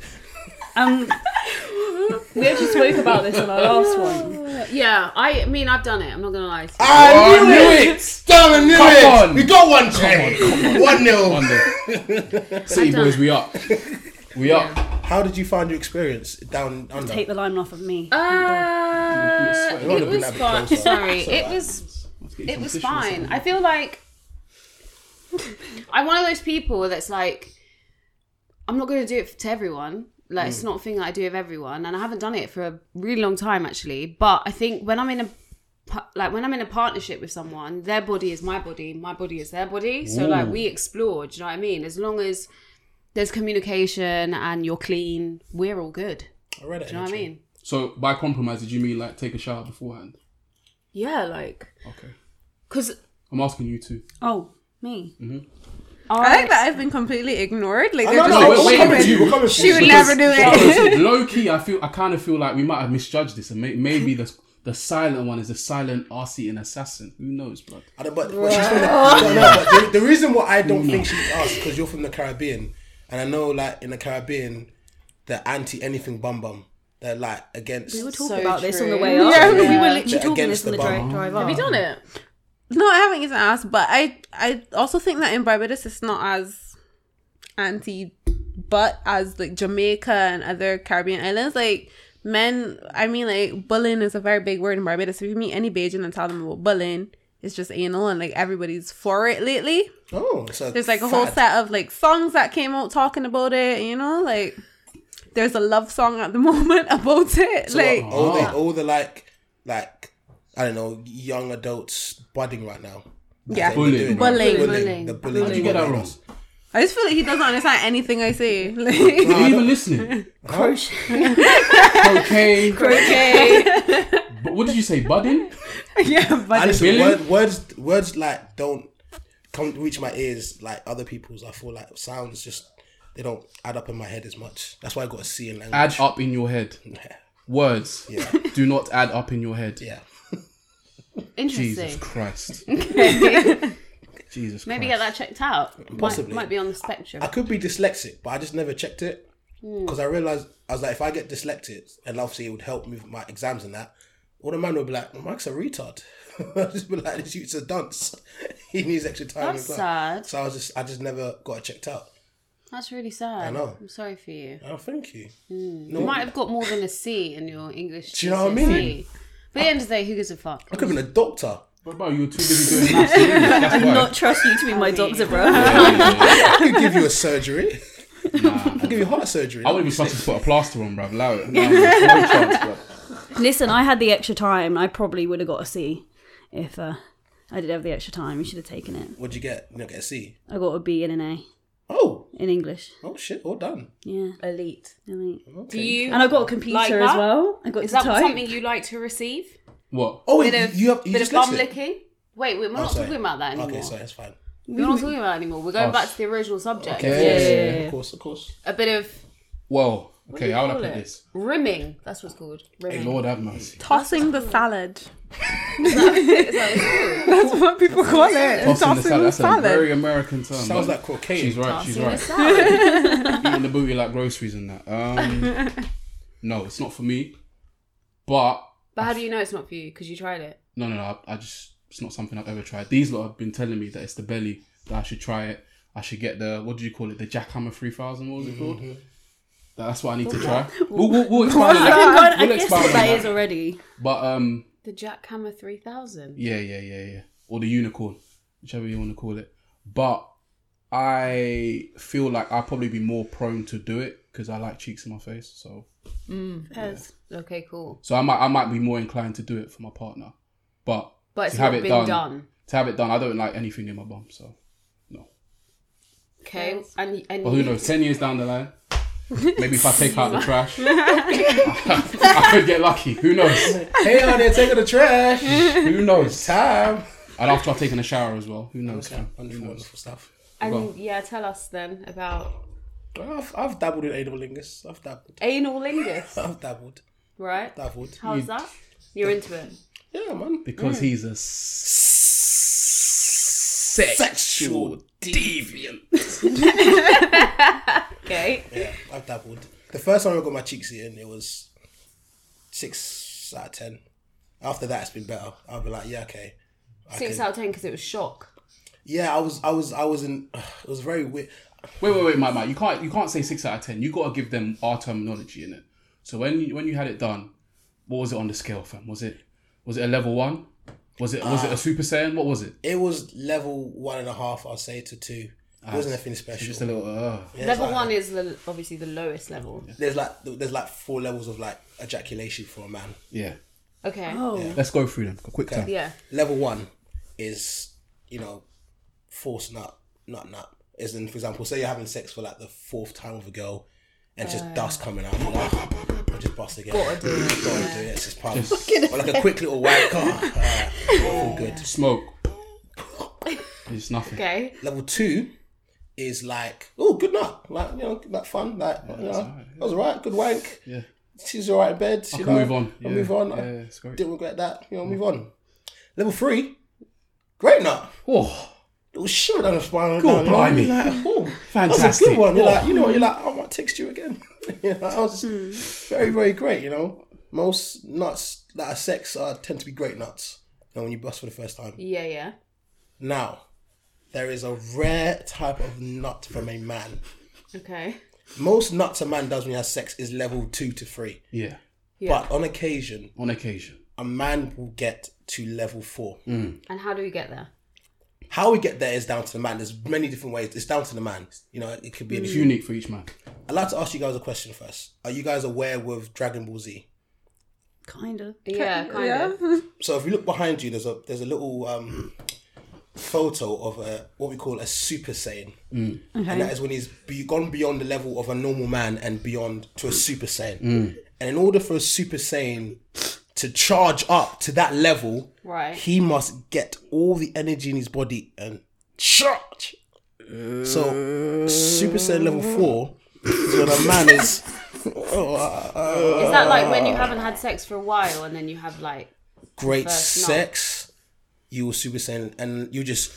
Speaker 6: Um, we actually spoke about this on our last one.
Speaker 4: Yeah, I mean I've done it. I'm not gonna lie. To you.
Speaker 5: I
Speaker 3: Oh, I
Speaker 5: knew
Speaker 3: knew
Speaker 5: it.
Speaker 3: it.
Speaker 5: Damn, I knew
Speaker 3: Come
Speaker 5: it.
Speaker 3: on.
Speaker 5: We got one. Jay. One nil.
Speaker 3: One day. City boys, we up. We up.
Speaker 5: How did you find your experience down under?
Speaker 6: Take the limelight off of me.
Speaker 4: Uh,
Speaker 3: It
Speaker 4: it
Speaker 5: would've been
Speaker 4: was
Speaker 5: that bit
Speaker 4: fine.
Speaker 5: closer.
Speaker 4: Sorry,
Speaker 5: It's
Speaker 4: it
Speaker 5: alright.
Speaker 4: was
Speaker 3: Let's get you
Speaker 4: it
Speaker 3: some
Speaker 4: was
Speaker 3: tissue or
Speaker 4: fine.
Speaker 3: something.
Speaker 4: I feel like I'm one of those people that's like, I'm not going to do it to everyone. Like
Speaker 3: Mm.
Speaker 4: it's not a thing that I do with everyone, and I haven't done it for a really long time actually. But I think when I'm in a pa- like when I'm in a partnership with someone, their body is my body, my body is their body. So like
Speaker 3: Ooh.
Speaker 4: we explore. Do you know what I mean? As long as there's communication and you're clean, we're all good.
Speaker 5: I read it.
Speaker 4: Do you know what I mean?
Speaker 3: So by compromise, did you mean like take a shower beforehand?
Speaker 4: Yeah, like
Speaker 3: Okay.
Speaker 4: because
Speaker 3: I'm asking you too.
Speaker 6: Oh, me.
Speaker 4: Oh,
Speaker 7: I like that I've been completely ignored. Like, they're
Speaker 5: Oh, no,
Speaker 7: just
Speaker 5: no,
Speaker 7: like,
Speaker 5: we're
Speaker 7: she
Speaker 5: coming
Speaker 7: would-
Speaker 5: to you. We're coming
Speaker 7: she
Speaker 5: for
Speaker 7: would
Speaker 5: you.
Speaker 7: never do it.
Speaker 3: Low key, I feel I kind of feel like we might have misjudged this, and may, maybe the the silent one is the silent RC and assassin. Who knows, blood?
Speaker 5: I don't, but, but she's from the, no, no, but the, the reason why I don't think she's us because you're from the Caribbean, and I know like in the Caribbean, they're anti anything bum bum. They're like against.
Speaker 6: We were talking
Speaker 4: So
Speaker 6: about this on the
Speaker 4: true.
Speaker 6: way up.
Speaker 7: *laughs* Yeah,
Speaker 6: we
Speaker 7: yeah.
Speaker 6: were literally
Speaker 5: They're
Speaker 6: talking
Speaker 5: against
Speaker 6: this on
Speaker 5: the
Speaker 6: the
Speaker 5: bar.
Speaker 6: direct drive up.
Speaker 4: have you done it?
Speaker 7: No, I haven't even asked, but I I also think that in Barbados it's not as anti but as like Jamaica and other Caribbean islands. Like men I mean like bullying is a very big word in Barbados. If you meet any Bajan and tell them about bullying, it's just anal and like everybody's for it lately.
Speaker 5: Oh, so
Speaker 7: There's like a whole set of like songs that came out talking about it, you know, like there's a love song at the *laughs* moment about it.
Speaker 3: Ah,
Speaker 7: like
Speaker 3: uh,
Speaker 5: all the all the like like I don't know young adults budding right now.
Speaker 7: yeah.
Speaker 3: Bullying.
Speaker 5: Doing it.
Speaker 7: Bullying.
Speaker 4: Bullying.
Speaker 5: The bullying.
Speaker 3: How'd you get that
Speaker 5: *laughs*
Speaker 3: wrong?
Speaker 7: I just feel like he doesn't understand anything I say. *laughs* Like
Speaker 3: *laughs* Are you even listening? Crochet.
Speaker 6: Okay.
Speaker 3: But what did you say? Budding?
Speaker 7: *laughs* yeah, but
Speaker 5: I listen,
Speaker 3: Really?
Speaker 5: word, words words like don't come reach my ears like other people's. I feel like sounds just they don't add up in my head as much. That's why I got a C in language.
Speaker 3: Add up in your head. Words do not add up in your head.
Speaker 5: Yeah.
Speaker 4: Interesting.
Speaker 3: Jesus Christ.
Speaker 6: *laughs*
Speaker 3: Jesus
Speaker 4: Maybe
Speaker 3: Christ.
Speaker 4: get that checked out. Might-
Speaker 5: Possibly.
Speaker 4: Might, be on the spectrum.
Speaker 5: I could be dyslexic, but I just never checked it
Speaker 4: Hmm.
Speaker 5: because I realized I was like, if I get dyslexic, and obviously it would help me with my exams and that. All the man would be like, "Oh, Mike's a retard. *laughs* I'd just be like, this youth's a dunce. *laughs* he needs extra time.
Speaker 4: That's
Speaker 5: in class.
Speaker 4: sad.
Speaker 5: So I was just, I just never got it checked out.
Speaker 4: That's really sad. I
Speaker 5: know.
Speaker 4: am sorry for you.
Speaker 5: Oh, thank you.
Speaker 4: You might have got more than a C in your English.
Speaker 5: Do you know what I
Speaker 4: GCSE.
Speaker 5: mean?
Speaker 4: But at the end of the day, who gives a fuck?
Speaker 5: I could have been a doctor.
Speaker 3: But bro, you were too busy doing
Speaker 6: *laughs*
Speaker 3: maths. and English, That's
Speaker 6: I
Speaker 3: why.
Speaker 6: do not trust you to be my doctor, bro.
Speaker 5: I could give you a *laughs* surgery. I could give you heart surgery.
Speaker 3: I wouldn't be fucking put a plaster on,
Speaker 6: *laughs*
Speaker 3: bruv. Allow it. No, no chance, bruv.
Speaker 6: Listen, I had the extra time. I probably would have got a C if uh, I did have the extra time. You should have taken it.
Speaker 5: What'd you get? You know, get a C.
Speaker 6: I got a B and an A
Speaker 5: Oh,
Speaker 6: in English.
Speaker 5: oh shit! All done.
Speaker 6: Yeah.
Speaker 4: Elite.
Speaker 6: I mean-
Speaker 4: Do you?
Speaker 6: And I got a computer
Speaker 4: Like that?
Speaker 6: as well. I got
Speaker 4: is
Speaker 6: to
Speaker 4: that
Speaker 6: type.
Speaker 4: something you like to receive?
Speaker 3: What?
Speaker 5: Oh, wait,
Speaker 4: Bit of,
Speaker 5: you have you
Speaker 4: bit
Speaker 5: just
Speaker 4: of bum
Speaker 5: left it.
Speaker 4: licking? Wait, wait, we're
Speaker 5: Oh,
Speaker 4: not
Speaker 5: sorry.
Speaker 4: talking about that anymore.
Speaker 5: Okay, sorry, that's fine.
Speaker 4: We're not talking about that anymore. We're going
Speaker 3: Oh,
Speaker 4: back to the original subject.
Speaker 6: yeah, yeah.
Speaker 5: of course, of course.
Speaker 4: A bit of
Speaker 3: Well, okay,
Speaker 4: do
Speaker 3: how would I
Speaker 4: call
Speaker 3: put
Speaker 4: it?
Speaker 3: this?
Speaker 4: rimming. That's what's called. Rimming.
Speaker 3: Lord have mercy.
Speaker 7: tossing the salad.
Speaker 4: Is that what it's called?
Speaker 7: That's what people call it.
Speaker 3: Tossing the salad. That's a very American term.
Speaker 5: Sounds
Speaker 3: man.
Speaker 5: like cocaine.
Speaker 3: Um, She's right, she's
Speaker 4: Tossing the
Speaker 3: right.
Speaker 4: salad.
Speaker 3: Eating the booty like groceries and that.
Speaker 6: *laughs*
Speaker 3: Um, no, it's not for me. But,
Speaker 4: But how do you know it's not for you? Because you tried it.
Speaker 3: no, no, no, I, I just, it's not something I've ever tried. These lot have been telling me that it's the belly, that I should try it. I should get the, what do you call it? The Jackhammer 3000, what was it called?
Speaker 5: Mm-hmm.
Speaker 3: That's what I need to try. We'll, we'll, we'll
Speaker 6: I,
Speaker 3: expand on
Speaker 6: think
Speaker 3: that.
Speaker 6: I, I
Speaker 3: We'll
Speaker 6: guess *laughs*
Speaker 3: expand
Speaker 6: what
Speaker 3: on
Speaker 6: that
Speaker 3: that.
Speaker 6: is already.
Speaker 3: But um,
Speaker 4: The Jackhammer 3000.
Speaker 3: Yeah, yeah, yeah, yeah. Or the unicorn, whichever you want to call it. But I feel like I'd probably be more prone to do it because I like cheeks in my face. So,
Speaker 4: Yes. Okay, cool.
Speaker 3: so I might I might be more inclined to do it for my partner. But
Speaker 4: But it's
Speaker 3: to have
Speaker 4: not
Speaker 3: it
Speaker 4: been
Speaker 3: done,
Speaker 4: done.
Speaker 3: to have it done, I don't like anything in my bum. So, no.
Speaker 4: Okay. And, and
Speaker 3: But who knows? Ten years down the line, maybe if I take out the trash, *laughs* I could get lucky. Who knows?
Speaker 5: *laughs* Hey, out there, take out the
Speaker 3: *laughs*
Speaker 5: trash.
Speaker 3: Who knows?
Speaker 5: Time.
Speaker 3: And after I've taken a shower as well. Who knows?
Speaker 5: Okay,
Speaker 3: fam? Who
Speaker 5: wonderful,
Speaker 3: knows?
Speaker 5: wonderful stuff.
Speaker 4: and yeah, tell us then about
Speaker 5: Well, I've, I've dabbled in anal lingus. I've dabbled.
Speaker 4: anal lingus,
Speaker 5: I've dabbled.
Speaker 4: right?
Speaker 5: Dabbled.
Speaker 4: How's that? You're into it.
Speaker 5: Yeah, man.
Speaker 3: Because he's a sexual deviant.
Speaker 4: Okay.
Speaker 5: Yeah, I've dabbled. The first time I got my cheeks eaten, it was six out of ten. After that, it's been better. I'll be like, yeah, okay. I
Speaker 4: Six
Speaker 5: can-
Speaker 4: out of ten because it was shock.
Speaker 5: Yeah, I was, I was, I was in. *sighs* It was very weird.
Speaker 3: Wait, wait, wait, Mike, Mike. You can't, you can't say six out of ten. You got to give them our terminology in it. So when, you- when you had it done, what was it on the scale, fam? Was it, was it a level one? Was it, was it a Super Saiyan? What was it?
Speaker 5: It was level one and a half, I'd say, to two. It wasn't anything special.
Speaker 3: Just a little. Uh,
Speaker 5: Yeah, it's
Speaker 4: level
Speaker 5: like-
Speaker 4: one is the, obviously the lowest level.
Speaker 5: There's like, there's like four levels of like ejaculation for a man.
Speaker 3: yeah.
Speaker 4: Okay.
Speaker 6: Oh.
Speaker 3: Let's go through them. A quick time.
Speaker 4: Yeah.
Speaker 5: level one is you know force nut nut nut is in for example say you're having sex for like the fourth time with a girl and it's just dust coming out you're like, "Oh, just bust again Uh. gotta do it do it it's just part of or like a quick little white car uh, all good
Speaker 3: Smoke. It's nothing.
Speaker 4: Okay.
Speaker 5: level two is like oh good nut like you know that fun like you know that was alright good wank
Speaker 3: Yeah.
Speaker 5: she's alright in bed you
Speaker 3: can
Speaker 5: know,
Speaker 3: move on.
Speaker 5: I
Speaker 3: Yeah.
Speaker 5: move on
Speaker 3: Yeah,
Speaker 5: I
Speaker 3: it's great.
Speaker 5: didn't regret that you know move on level three great nut
Speaker 3: Oh,
Speaker 5: little shiver down the spine. down, you
Speaker 3: God
Speaker 5: know,
Speaker 3: blimey.
Speaker 5: you're
Speaker 3: *laughs*
Speaker 5: like, oh, That's a
Speaker 3: Fantastic. Mm.
Speaker 5: good one. You're like, you know, you're like, I might text you again. *laughs* you know, I was very, very great. You know, most nuts that are sex are tend to be great nuts. You know, when you bust for the first time.
Speaker 4: Yeah, yeah.
Speaker 5: Now, there is a rare type of nut from a man.
Speaker 4: Okay.
Speaker 5: Most nuts a man does when he has sex is level two to three.
Speaker 3: yeah.
Speaker 5: But on occasion,
Speaker 3: On occasion.
Speaker 5: a man will get to level four.
Speaker 4: And how do we get there?
Speaker 5: How we get there is down to the man. There's many different ways. It's down to the man. You know, it could be an
Speaker 3: It's unique for each man.
Speaker 5: I'd like to ask you guys a question first. Are you guys aware with Dragon Ball Z?
Speaker 6: Kind of.
Speaker 4: Yeah, kind of.
Speaker 5: So if you look behind you, there's a there's a little um, photo of a what we call a Super Saiyan, and that is when he's be, gone beyond the level of a normal man and beyond to a Super Saiyan. And in order for a Super Saiyan to charge up to that level,
Speaker 4: Right.
Speaker 5: he must get all the energy in his body and charge. So Super Saiyan level four is when a man is.
Speaker 4: Is that like when you haven't had sex for a while and then you have like
Speaker 5: great
Speaker 4: First night.
Speaker 5: sex, you will Super Saiyan, and you just.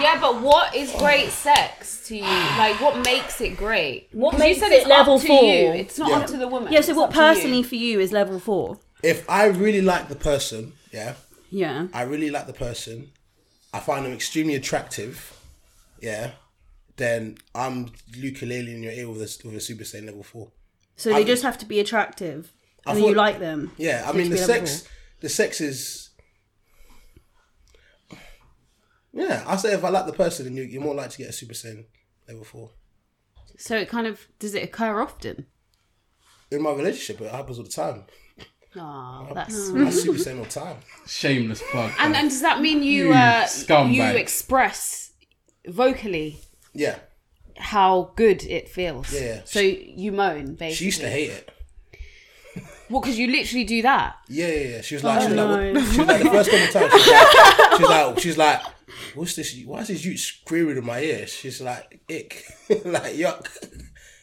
Speaker 4: Yeah, but what is great sex to you? Like what makes it great?
Speaker 6: What
Speaker 4: 'Cause
Speaker 6: makes
Speaker 4: you said
Speaker 6: it
Speaker 4: it's
Speaker 6: level
Speaker 4: up to
Speaker 6: four?
Speaker 4: you. It's not
Speaker 5: Yeah.
Speaker 4: up to the woman.
Speaker 6: Yeah, so
Speaker 4: It's
Speaker 6: what
Speaker 4: up to you.
Speaker 6: personally for you is level four?
Speaker 5: If I really like the person, yeah,
Speaker 6: Yeah.
Speaker 5: I really like the person, I find them extremely attractive, yeah, then I'm ukulele in your ear with a, with a Super Saiyan level four.
Speaker 6: So they just have to be attractive. And
Speaker 5: thought-
Speaker 6: you like them.
Speaker 5: Yeah, I
Speaker 6: They
Speaker 5: mean the
Speaker 6: have to be level
Speaker 5: sex, the sex is. Yeah, I say if I like the person, then you, you're more likely to get a Super Saiyan level four.
Speaker 4: So it kind of does it occur often?
Speaker 5: In my relationship, it happens all the time.
Speaker 4: Oh, that's
Speaker 5: I Super Saiyan all the time.
Speaker 3: Shameless plug.
Speaker 4: and, and does that mean you uh, you
Speaker 3: scumbag.
Speaker 4: express vocally
Speaker 5: Yeah.
Speaker 4: how good it feels?
Speaker 5: Yeah.
Speaker 4: So you moan basically.
Speaker 5: She used to hate it.
Speaker 4: Well, because you literally do that.
Speaker 5: Yeah, yeah, yeah. She was
Speaker 6: Oh,
Speaker 5: like, she was like, what- *laughs* she was like the first couple of times, she was like, she was like, she was like, what's this? Why is this you screaming in my ear? She's like, ick, *laughs* like yuck.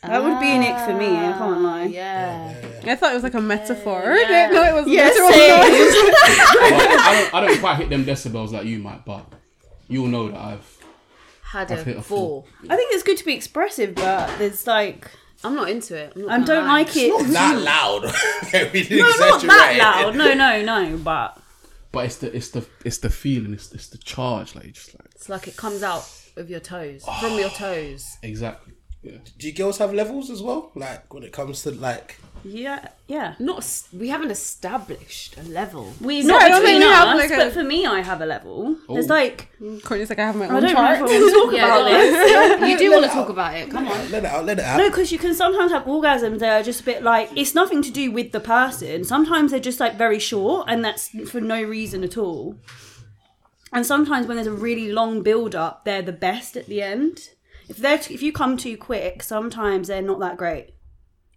Speaker 6: That would be an ick for me, I can't lie.
Speaker 4: Ah, Yeah.
Speaker 7: I thought it was like a metaphor. I *laughs* didn't know it was
Speaker 6: Yes,
Speaker 7: literal.
Speaker 6: same.
Speaker 3: Well, I, don't, I don't quite hit them decibels like you might, but you'll know that I've.
Speaker 4: Had
Speaker 3: I've hit
Speaker 4: a
Speaker 3: a
Speaker 4: fall.
Speaker 3: four.
Speaker 6: I think it's good to be expressive, but there's like
Speaker 4: I'm not into it. I'm not
Speaker 6: I
Speaker 4: gonna
Speaker 6: don't
Speaker 4: lie.
Speaker 5: *laughs*
Speaker 6: like it.
Speaker 5: Not loud. we didn't
Speaker 6: *laughs* no, not that
Speaker 5: exaggerate.
Speaker 6: loud. No, no, no. But
Speaker 3: But it's the it's the it's the feeling. It's it's the charge. Like it's just like
Speaker 4: It's like it comes out of your toes, from your
Speaker 5: Oh.
Speaker 4: toes.
Speaker 3: exactly. Yeah.
Speaker 5: *laughs* Do you girls have levels as well? Like when it comes to like
Speaker 6: Yeah, yeah.
Speaker 4: Not s- we haven't established a *laughs* level.
Speaker 6: We
Speaker 7: No,
Speaker 6: not
Speaker 7: I don't
Speaker 6: between
Speaker 7: think we
Speaker 6: us,
Speaker 7: have, like, a-
Speaker 6: but for me, I have a level. There's like
Speaker 7: Courtney's like, I have my
Speaker 6: I don't
Speaker 7: own
Speaker 6: know if I
Speaker 7: chart.
Speaker 6: want to
Speaker 7: *laughs*
Speaker 6: talk about this.
Speaker 4: You do want to talk about it. Come on.
Speaker 5: let it out, let it out.
Speaker 6: No, because you can sometimes have orgasms that are just a bit like it's nothing to do with the person. Sometimes they're just like very short, and that's for no reason at all. And sometimes when there's a really long build up, they're the best at the end. If they're t- if you come too quick, sometimes they're not that great.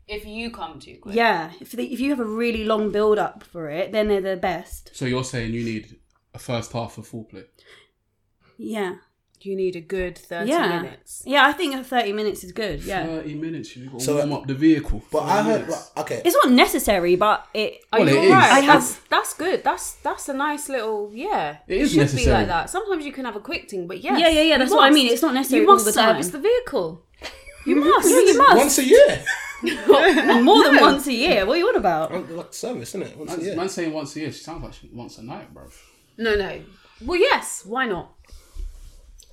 Speaker 8: If you come too quick.
Speaker 6: Yeah, if they, if you have a really long build up for it, then they're the best.
Speaker 3: So you're saying you need a first half of foreplay.
Speaker 6: Yeah,
Speaker 4: You need a good thirty
Speaker 6: yeah,
Speaker 4: minutes.
Speaker 6: yeah. I think thirty minutes is good. Yeah,
Speaker 3: Thirty minutes. You got to
Speaker 5: So-
Speaker 3: warm up the vehicle.
Speaker 5: But I
Speaker 3: 30
Speaker 5: heard
Speaker 3: minutes.
Speaker 5: well, okay.
Speaker 6: it's not necessary, but it.
Speaker 4: Are
Speaker 3: Well,
Speaker 4: you
Speaker 3: it
Speaker 4: all right?
Speaker 3: is.
Speaker 4: I
Speaker 3: I
Speaker 4: have, that's, that's good. That's that's a nice little yeah.
Speaker 3: It is
Speaker 4: should be
Speaker 3: necessary.
Speaker 4: like that. Sometimes you can have a quick thing, but yes,
Speaker 6: Yeah, yeah, yeah,
Speaker 4: you
Speaker 6: that's what I
Speaker 4: must.
Speaker 6: mean. It's not necessary
Speaker 4: You
Speaker 6: all
Speaker 4: must
Speaker 6: the
Speaker 4: service
Speaker 6: time. *laughs*
Speaker 4: the vehicle. You must. you
Speaker 3: *laughs*
Speaker 4: must.
Speaker 5: Once a year. *laughs*
Speaker 6: More than once a year. What are you on about?
Speaker 5: like service, isn't it? Once a
Speaker 3: Man's,
Speaker 5: year.
Speaker 3: man's saying once a year. She sounds like she, once a night, bro.
Speaker 4: *laughs* No, no. Well, yes. Why not?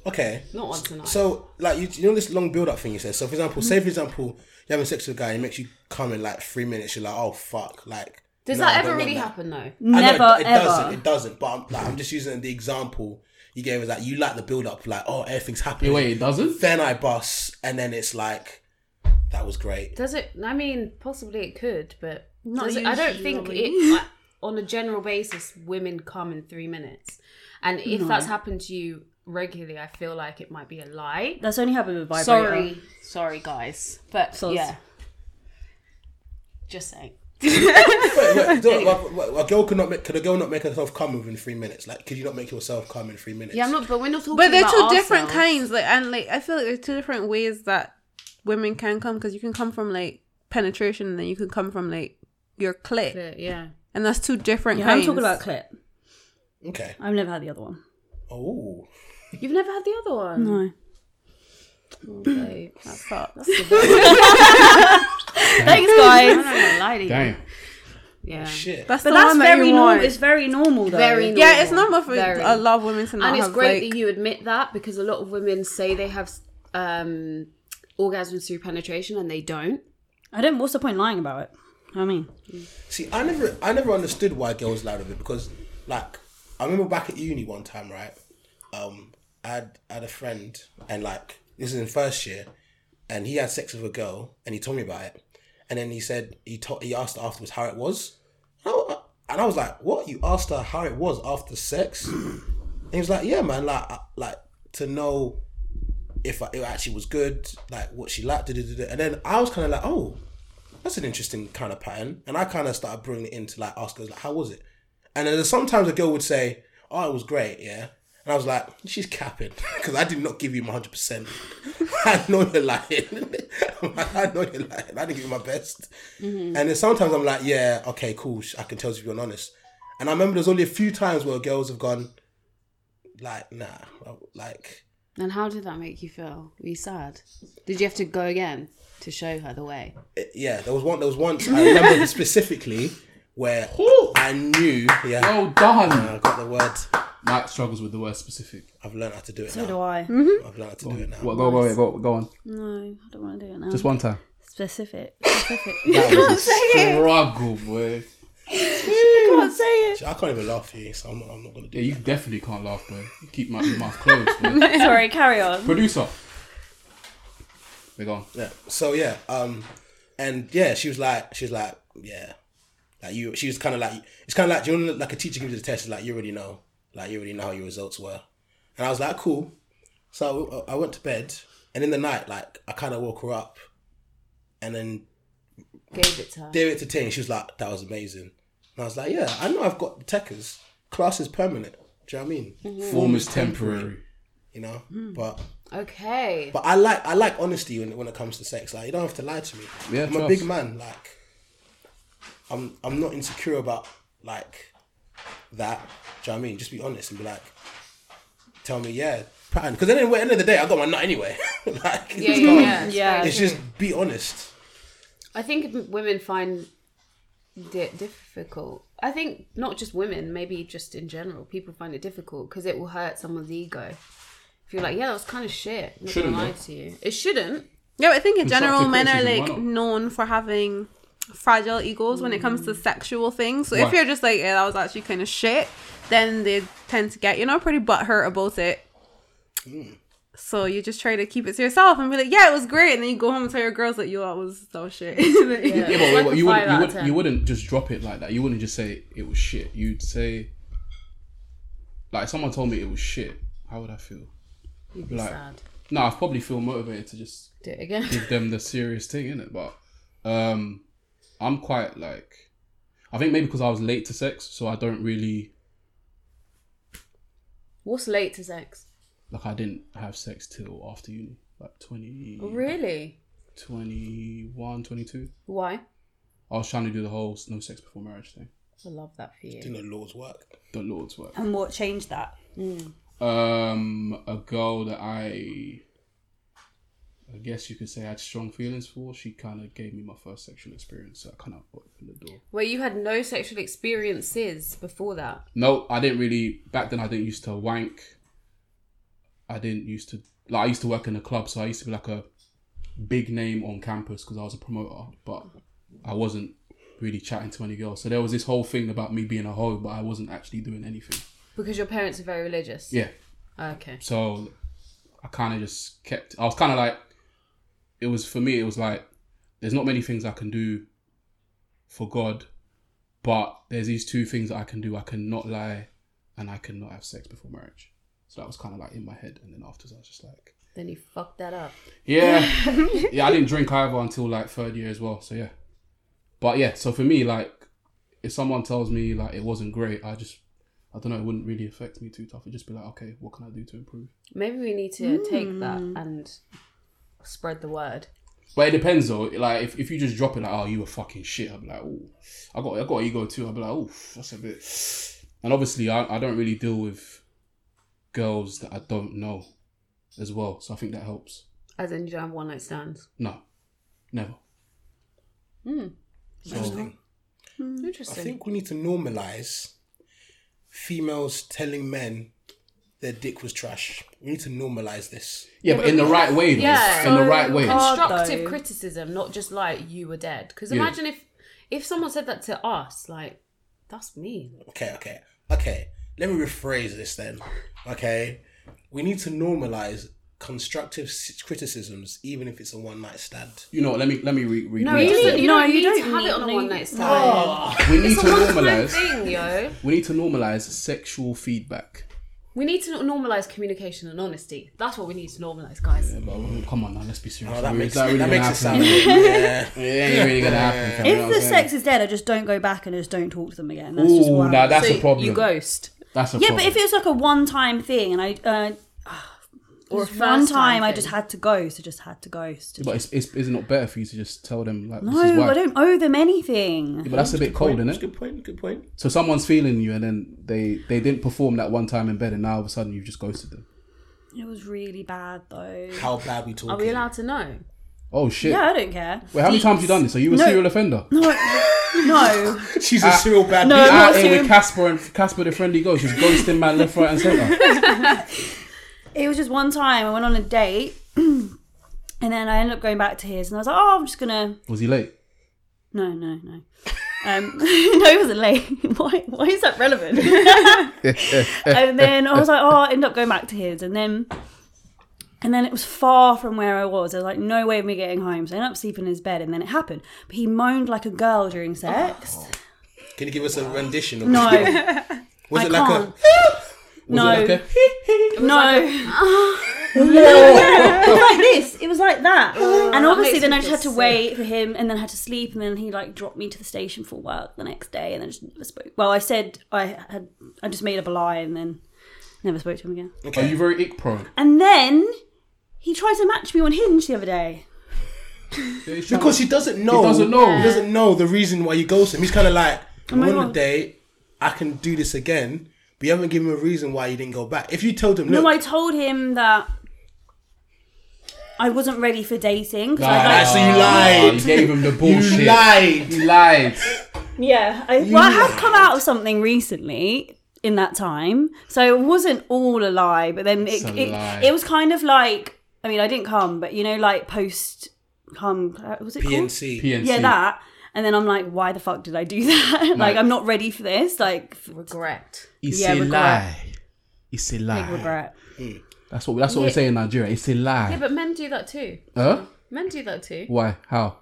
Speaker 5: Okay.
Speaker 4: Not once a night.
Speaker 5: So, like, you, you know this long build-up thing you said. So, for example, say for example, you're having sex with a guy, and he makes you come in like three minutes. You're like, oh fuck, like.
Speaker 4: Does
Speaker 5: no, I
Speaker 4: that
Speaker 5: don't
Speaker 4: ever
Speaker 5: want
Speaker 4: really
Speaker 5: that.
Speaker 4: happen though?
Speaker 5: I know
Speaker 6: Never,
Speaker 5: it, it
Speaker 6: ever.
Speaker 5: doesn't. It doesn't. But I'm, like, I'm just using the example you gave. Is like you like the build-up, like oh everything's happening.
Speaker 3: Yeah, wait, it doesn't.
Speaker 5: Then I bust, and then it's like that was great.
Speaker 4: *laughs* Does it? I mean, possibly it could, but
Speaker 6: Not
Speaker 4: does it- I don't think it. I- on a general basis, women come in three minutes, and if that's happened to you regularly, I feel like it might be a lie.
Speaker 6: That's only happened with vibrator.
Speaker 8: Sorry. Sorry, guys. But
Speaker 6: Soz.
Speaker 8: yeah. Just saying.
Speaker 5: Wait, wait, do you know what? a girl could not make could a girl not make herself come within three minutes? Like, could you not make yourself come in three minutes?
Speaker 4: Yeah, I'm not. But we're not talking.
Speaker 7: But they're two
Speaker 4: about
Speaker 7: different
Speaker 4: ourselves.
Speaker 7: kinds, like, and like I feel like there's two different ways that women can come because you can come from like penetration, and then you can come from like your clit,
Speaker 4: Yeah.
Speaker 7: and that's two different
Speaker 6: Yeah, I'm
Speaker 7: kinds.
Speaker 6: talking about clip.
Speaker 5: Okay.
Speaker 6: I've never had the other one.
Speaker 5: Oh.
Speaker 4: You've never had the other one.
Speaker 6: No.
Speaker 4: Okay. That's hot. That's the
Speaker 6: Thanks, *laughs* guys.
Speaker 3: Damn.
Speaker 4: Yeah.
Speaker 5: Shit.
Speaker 7: That's
Speaker 6: but
Speaker 7: the
Speaker 6: that's
Speaker 7: one that
Speaker 6: very
Speaker 7: you
Speaker 6: normal.
Speaker 7: want.
Speaker 6: It's very normal, though.
Speaker 4: Very normal.
Speaker 7: yeah, it's normal for
Speaker 4: Very.
Speaker 7: a lot of women to not
Speaker 4: and it's
Speaker 7: have,
Speaker 4: great
Speaker 7: like-
Speaker 4: that you admit that because a lot of women say they have um, orgasms through penetration and they don't.
Speaker 6: I don't. What's the point lying about it? I mean,
Speaker 5: See, I never, I never understood why girls lied with it because, like, I remember back at uni one time, right? Um, I had, I had a friend, and like, this is in first year, and he had sex with a girl, and he told me about it, and then he said he told, he asked afterwards how it was, and I, and I was like, what? You asked her how it was after sex? and he was like, yeah, man, like, I- like to know if I, it actually was good, like what she liked, da-da-da-da. and then I was kind of like, oh that's an interesting kind of pattern. And I kind of started bringing it into like ask girls, like, how was it? And then sometimes a girl would say, oh, it was great, yeah. And I was like, she's capping *laughs* because I did not give you my 100%. *laughs* I know you're lying. *laughs* I'm like, I know you're lying. I didn't give you my best. And then sometimes I'm like, yeah, okay, cool. sh- I can tell if you're honest. And I remember there's only a few times where girls have gone, like, nah, like,
Speaker 4: And how did that make you feel? Were you sad? Did you have to go again to show her the way?
Speaker 5: it- eh, yeah, there was one, there was once I remember specifically where I knew, yeah,
Speaker 3: Well done.
Speaker 5: I got the word.
Speaker 3: Mike struggles with the word specific.
Speaker 5: I've learned how to do it
Speaker 6: so
Speaker 5: now. Mm-hmm.
Speaker 6: do I.
Speaker 5: I've learned how to do it now.
Speaker 3: Go, go, go, go, go on.
Speaker 6: No, I don't want to do it now.
Speaker 3: Just one time.
Speaker 6: Specific. Specific.
Speaker 3: That was a struggle, boy.
Speaker 5: I can't even laugh at you, so I'm not, I'm not gonna do
Speaker 3: Yeah,
Speaker 5: it.
Speaker 3: you definitely can't laugh, boy. You keep my your mouth closed,
Speaker 9: *laughs*
Speaker 3: boy.
Speaker 6: Sorry, carry on.
Speaker 3: Producer. They're gone.
Speaker 5: Yeah. So yeah, um, and yeah, she was like, she was like, yeah, like you. She was kind of like, it's kind of like, do you know, like a teacher gives you the test, it's like you already know, like you already know how your results were, and I was like, cool. So I I went to bed, and in the night, like I kind of woke her up, and then
Speaker 4: Gave it to her.
Speaker 5: gave it to Ting. She was like, that was amazing, and I was like, yeah, I know I've got the techers. Class is permanent. Do you know what I mean?
Speaker 4: Mm.
Speaker 3: Form is temporary.
Speaker 5: You know, but
Speaker 4: Okay.
Speaker 5: But I like I like honesty when, when it comes to sex. Like you don't have to lie to me.
Speaker 3: Yeah,
Speaker 5: I'm a
Speaker 3: trust.
Speaker 5: big man. Like I'm I'm not insecure about like that. Do you know what I mean? Just be honest and be like, tell me yeah, pattern. Because then at the end of the day, I got my nut anyway. *laughs* like
Speaker 4: Yeah,
Speaker 5: it's,
Speaker 4: yeah,
Speaker 5: gone.
Speaker 4: yeah.
Speaker 6: Yeah.
Speaker 5: it's just be honest.
Speaker 4: I think women find
Speaker 9: di- difficult. I think not just women, maybe just in general, people find it difficult because it will hurt someone's ego. If you're like, yeah, that was kind of shit. I'm not
Speaker 3: Shouldn't,
Speaker 9: gonna lie
Speaker 3: though.
Speaker 9: to you. It shouldn't.
Speaker 7: Yeah, but I think in general,
Speaker 3: Constructive
Speaker 7: men are
Speaker 3: criticism,
Speaker 7: like
Speaker 3: why not?
Speaker 7: known for having fragile egos when it comes to sexual things. So if
Speaker 3: Right.
Speaker 7: you're just like, yeah, that was actually kind of shit, then they tend to get, you know, pretty butthurt about it.
Speaker 3: Hmm.
Speaker 7: So you just try to keep it to yourself and be like, yeah, it was great, and then you go home and tell your girls that you that was that was shit. *laughs*
Speaker 3: Yeah, but wait,
Speaker 9: Like
Speaker 3: what,
Speaker 9: a five
Speaker 3: you wouldn't, you,
Speaker 9: out of
Speaker 3: would,
Speaker 9: ten.
Speaker 3: you wouldn't just drop it like that. You wouldn't just say it was shit. You'd say, like, if someone told me it was shit. How would I feel?
Speaker 9: You'd be
Speaker 3: Like-
Speaker 9: sad.
Speaker 3: No, I'd probably feel motivated to just
Speaker 9: Do it again. *laughs*
Speaker 3: give them the serious thing, innit? But um, I'm quite like, I think maybe because I was late to sex, so I don't really
Speaker 9: What's late to sex?
Speaker 3: like I didn't have sex till after uni, like 20,
Speaker 4: Oh,
Speaker 9: Really?
Speaker 3: 21, 22.
Speaker 9: Why?
Speaker 3: I was trying to do the whole no sex before marriage thing,
Speaker 9: I love that for you.
Speaker 5: You know, Lord's work.
Speaker 3: the Lord's work.
Speaker 6: And what changed that?
Speaker 3: Um, a girl that I, I guess you could say I had strong feelings for. She kind of gave me my first sexual experience, so I kind of opened the door.
Speaker 9: Well, you had no sexual experiences before that.
Speaker 3: No, I didn't really. Back then, I didn't used to wank. I didn't used to like. I used to work in a club, so I used to be like a big name on campus because I was a promoter. But I wasn't really chatting to any girls. So there was this whole thing about me being a hoe, but I wasn't actually doing anything.
Speaker 9: Because your parents are very religious. Ah,
Speaker 3: Yeah.
Speaker 9: Okay.
Speaker 3: So I kind of just kept. I was kind of like, it was for me. It was like, there's not many things I can do for God, but there's these two things that I can do. I cannot lie, and I cannot have sex before marriage. So that was kind of like in my head, and then afterwards I was just like,
Speaker 9: Then you fucked that up.
Speaker 3: yeah, yeah. I didn't drink either until like third year as well. So yeah, but yeah. So for me, like, if someone tells me like it wasn't great, I just, I don't know. It wouldn't really affect me too tough. It'd just be like, okay, what can I do to improve?
Speaker 9: Maybe we need to take that and spread the word.
Speaker 3: But it depends though. Like if, if you just drop it like, oh you were fucking shit, I'd be like, oh I got I got ego too. I'd be like, oh that's a bit and obviously I, I don't really deal with girls that I don't know as well. So I think that helps.
Speaker 9: As in, you don't have one night stands.
Speaker 3: No. Never.
Speaker 9: Hmm.
Speaker 5: Interesting.
Speaker 9: Mm.
Speaker 5: I
Speaker 9: Interesting.
Speaker 5: think we need to normalize females telling men their dick was trash. We need to normalize this.
Speaker 3: Yeah, but in the right way though.
Speaker 9: Yeah.
Speaker 3: in the right way.
Speaker 6: Hard,
Speaker 9: Constructive
Speaker 6: though.
Speaker 9: criticism, not just like you were dead. Because
Speaker 3: Yeah.
Speaker 9: imagine if if someone said that to us, like that's mean.
Speaker 5: Okay, okay, okay. Let me rephrase this then. Okay, we need to normalize constructive s- criticisms, even if it's a one night stand.
Speaker 3: You know, what, let me let me re- read.
Speaker 9: No,
Speaker 3: read
Speaker 9: you,
Speaker 3: that.
Speaker 9: don't, you
Speaker 6: No,
Speaker 9: don't
Speaker 6: you
Speaker 9: need
Speaker 6: don't
Speaker 9: to have
Speaker 6: need-
Speaker 9: it on
Speaker 6: no,
Speaker 9: a
Speaker 6: you-
Speaker 9: one night stand.
Speaker 3: we need to
Speaker 9: One-time
Speaker 3: normalize
Speaker 9: thing, yo.
Speaker 3: we need to normalize sexual feedback.
Speaker 9: We need to normalize communication and honesty. That's what we need to normalize, guys.
Speaker 3: But, well, come on now, let's be serious.
Speaker 5: Oh, that
Speaker 3: Is
Speaker 5: makes that
Speaker 3: really gonna
Speaker 5: makes it sound.
Speaker 3: happen?
Speaker 5: yeah.
Speaker 3: *laughs* It ain't really gonna happen. fam, you know
Speaker 6: If
Speaker 3: what
Speaker 6: the
Speaker 3: I'm saying?
Speaker 6: sex is dead, I just don't go back and I just don't talk to them again. That's just
Speaker 3: Ooh,
Speaker 6: one.
Speaker 3: now that's
Speaker 9: So
Speaker 3: a problem.
Speaker 9: You ghost.
Speaker 3: That's a
Speaker 6: yeah,
Speaker 3: problem.
Speaker 6: but if it was like a one-time thing, and I uh,
Speaker 9: Or
Speaker 6: one time I
Speaker 9: thing.
Speaker 6: just had to go, so just had to ghost.
Speaker 3: But it's, it's, is it not better for you to just tell them like this is
Speaker 6: No,
Speaker 3: why?
Speaker 6: I don't owe them anything.
Speaker 3: But that's a bit cold, isn't it?
Speaker 5: Good point. Good point.
Speaker 3: So someone's feeling you, and then they they didn't perform that one time in bed, and now all of a sudden you've just ghosted them.
Speaker 6: It was really bad though.
Speaker 5: How bad we talking?
Speaker 9: Are we allowed to know?
Speaker 3: Oh shit!
Speaker 6: Yeah, I don't care.
Speaker 3: Wait, how many times you done this? Are you a
Speaker 6: No.
Speaker 3: serial offender? No,
Speaker 6: No,
Speaker 5: She's
Speaker 3: Ah.
Speaker 5: a serial bad
Speaker 6: No,
Speaker 5: bitch.
Speaker 6: I'm not
Speaker 3: out here
Speaker 6: serial-
Speaker 3: with Casper and Casper the friendly ghost, just ghosting man left, right, and
Speaker 6: *laughs*
Speaker 3: center.
Speaker 6: it was just one time. I went on a date, *clears throat* and then I ended up going back to his, and I was like, "Oh, I'm just gonna."
Speaker 3: Was he late?
Speaker 6: No, no, no. Um, *laughs* no, it wasn't late. *laughs* Why? Why is that relevant? and then I was like, "Oh, I ended up going back to his," and then. And then it was far from where I was. I was like, no way of me getting home. So I ended up sleeping in his bed, and then it happened. But he moaned like a girl during sex.
Speaker 5: Can you give us a
Speaker 3: Ah.
Speaker 5: rendition of
Speaker 6: No,
Speaker 5: this? Was
Speaker 6: I
Speaker 5: *laughs* it like
Speaker 6: can't.
Speaker 5: a
Speaker 6: no, *laughs*
Speaker 3: Okay.
Speaker 6: no.
Speaker 3: Oh!
Speaker 6: it was like this. It was like that. and obviously,
Speaker 9: makes
Speaker 6: then
Speaker 9: me
Speaker 6: I just
Speaker 9: feel
Speaker 6: had to wait for him, and then had to sleep, and then he like dropped me to the station for work the next day, and then just never spoke. Well, I said I had, I just made up a lie, and then never spoke to him again.
Speaker 3: Are you very ick prone?
Speaker 6: And then he tried to match me on Hinge the other day.
Speaker 5: because he doesn't know.
Speaker 3: He doesn't know.
Speaker 5: He doesn't know the reason why you ghost him. He's kind of like, I'm
Speaker 6: my
Speaker 5: on a
Speaker 6: God.
Speaker 5: date. I can do this again. But you haven't given him a reason why you didn't go back. If you told him, look,
Speaker 6: No, I told him that I wasn't ready for dating because
Speaker 3: Nah,
Speaker 6: I like.
Speaker 5: so you lied.
Speaker 3: you gave him the
Speaker 5: you
Speaker 3: bullshit.
Speaker 5: lied.
Speaker 3: He lied.
Speaker 6: Yeah. I, well, I had come out of something recently in that time. So it wasn't all a lie, but then it,
Speaker 3: a lie.
Speaker 6: it, it was kind of like, I mean, I didn't come, but you know, like post come, uh, was it called?
Speaker 5: PNC.
Speaker 3: PNC.
Speaker 6: Yeah, that. And then I'm like, why the fuck did I do *laughs* that? like, I'm not ready for this. Like, f-
Speaker 4: Regret.
Speaker 3: It's
Speaker 6: Yeah,
Speaker 3: a
Speaker 6: regret.
Speaker 3: lie. It's a lie.
Speaker 6: big regret.
Speaker 3: That's what that's what we say in Nigeria. It's a lie.
Speaker 4: Yeah, but men do that too.
Speaker 3: huh?
Speaker 4: Men do that too.
Speaker 3: Why? How?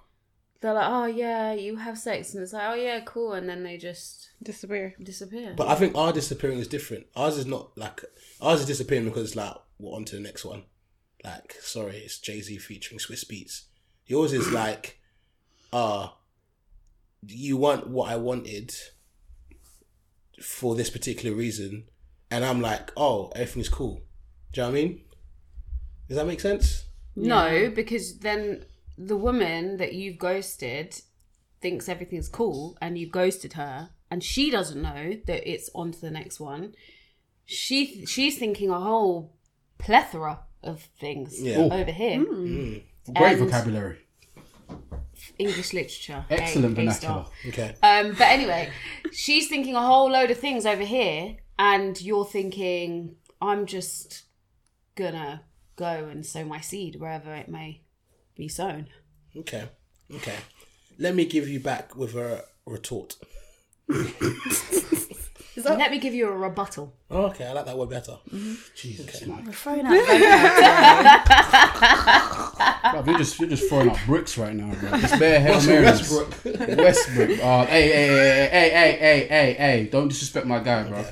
Speaker 4: They're like, oh yeah, you have sex, and it's like, oh yeah, cool, and then they just
Speaker 7: Disappear.
Speaker 4: disappear.
Speaker 5: But I think our disappearing is different. Ours is not like ours is disappearing because it's like we're on to the next one. Like, sorry, it's Jay Z featuring Swiss Beats. Yours is like, uh you want what I wanted for this particular reason, and I'm like, oh, everything's cool. Do you know what I mean? Does that make sense?
Speaker 4: No, because then the woman that you've ghosted thinks everything's cool and you've ghosted her and she doesn't know that it's on to the next one. She she's thinking a whole plethora of things
Speaker 5: Yeah. Ooh.
Speaker 4: over here.
Speaker 3: Great
Speaker 4: And-
Speaker 3: vocabulary.
Speaker 4: English literature. A-
Speaker 3: Excellent
Speaker 4: A
Speaker 3: vernacular.
Speaker 4: star.
Speaker 5: Okay.
Speaker 4: Um, but anyway, she's thinking a whole load of things over here, and you're thinking, I'm just gonna go and sow my seed wherever it may be sown.
Speaker 5: Okay. Okay. Let me give you back with a retort.
Speaker 4: Let me give you a rebuttal.
Speaker 5: Oh, okay, I like that word better. Jesus. Okay.
Speaker 6: Throwing out vocab-
Speaker 3: Bruv, you're just you're just throwing up bricks right now, bro.
Speaker 5: *laughs*
Speaker 3: It's bare hail marys. Westbrook. Westbrook. Uh, hey, hey, hey, hey, hey, hey, hey, hey! Don't disrespect my guy, bro.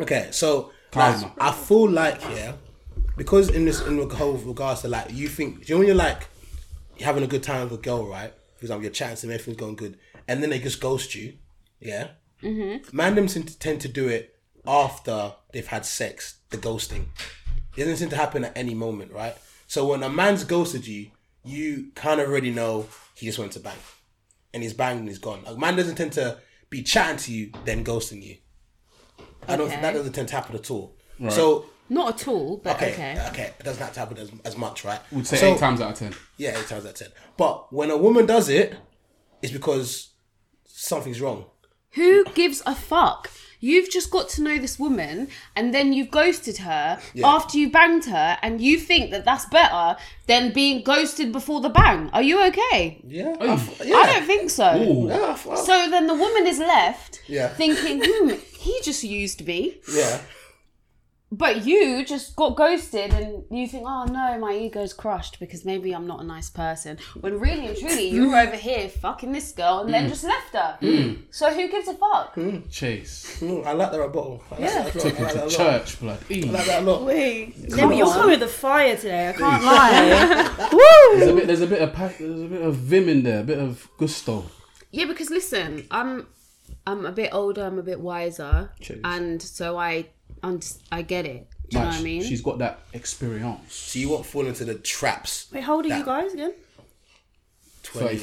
Speaker 5: Okay, so
Speaker 3: Karma.
Speaker 5: like, I feel like yeah, because in this in reg- whole regards to like you think do you know when you're like you're having a good time with a girl, right? For example, you're chatting to them, everything's going good, and then they just ghost you. Yeah. Mm-hmm. Man, them seem to tend to do it after they've had sex. The ghosting it doesn't seem to happen at any moment, right? So when a man's ghosted you, you kind of already know he just went to bang, and he's banged and he's gone. A man doesn't tend to be chatting to you then ghosting you. I don't. That doesn't tend to happen at all. So
Speaker 4: Not at all, but
Speaker 5: okay,
Speaker 4: okay.
Speaker 5: okay, it doesn't have to happen as, as much, right?
Speaker 3: Would say
Speaker 5: So-
Speaker 3: eight times out of ten.
Speaker 5: Yeah, eight times out of ten. But when a woman does it, it's because something's wrong.
Speaker 4: Who gives a fuck? You've just got to know this woman, and then you've ghosted her after you banged her, and you think that that's better than being ghosted before the bang. Are you okay?
Speaker 5: Yeah, I f- yeah.
Speaker 4: I don't think so.
Speaker 5: Yeah, I f- I-
Speaker 4: So then the woman is left
Speaker 5: Yeah.
Speaker 4: thinking, hmm, he just used me.
Speaker 5: yeah.
Speaker 4: But you just got ghosted and you think, oh no, my ego's crushed because maybe I'm not a nice person. When really and truly, you were over here fucking this girl and then just left her. So who gives a fuck?
Speaker 5: *laughs*
Speaker 3: Chase.
Speaker 5: Mm, I like that rebuttal. I like that a lot.
Speaker 3: Took
Speaker 5: I
Speaker 3: him
Speaker 5: like that a
Speaker 3: to
Speaker 5: lot.
Speaker 3: church, blood. Eee.
Speaker 5: I like that a lot.
Speaker 6: You're coming with the fire today. I can't lie. Woo!
Speaker 3: There's a bit. There's a bit of pa- there's a bit of vim in there. A bit of gusto.
Speaker 4: Yeah, because listen, I'm I'm a bit older, I'm a bit wiser,
Speaker 3: Cheers.
Speaker 4: and so I und- I get it. Do you know
Speaker 3: Like,
Speaker 4: what I mean?
Speaker 3: She's got that experience.
Speaker 5: So you won't fall into the traps.
Speaker 6: Wait, how old are
Speaker 5: Nah.
Speaker 6: you guys again?
Speaker 5: 28.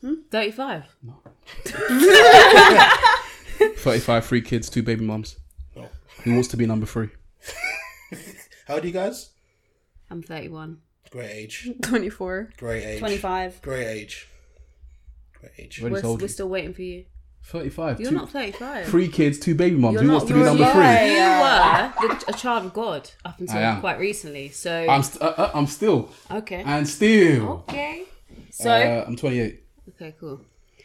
Speaker 3: Thirty-five.
Speaker 4: Hmm? 35. *laughs*
Speaker 3: 35, three kids, two baby mums.
Speaker 5: Oh.
Speaker 3: Who wants to be number three?
Speaker 5: How old are you guys?
Speaker 4: I'm 31.
Speaker 5: Great age.
Speaker 7: 24.
Speaker 5: Great age.
Speaker 6: 25.
Speaker 5: Great age. Great age.
Speaker 3: Already
Speaker 4: We're,
Speaker 3: told you.
Speaker 4: we're still waiting for you.
Speaker 3: 35.
Speaker 4: You're
Speaker 3: two-
Speaker 4: not 35.
Speaker 3: Three kids, two baby mums.
Speaker 4: You're
Speaker 3: Who
Speaker 4: not-
Speaker 3: wants to be
Speaker 4: you're
Speaker 3: number
Speaker 4: not-
Speaker 3: three?
Speaker 4: You were the, a child of God up
Speaker 3: I
Speaker 4: until
Speaker 3: am.
Speaker 4: quite recently. So
Speaker 3: I'm, st- uh, uh, I'm still.
Speaker 4: okay,
Speaker 3: And still.
Speaker 4: okay. Oh, So
Speaker 3: Uh, I'm 28.
Speaker 4: okay, cool.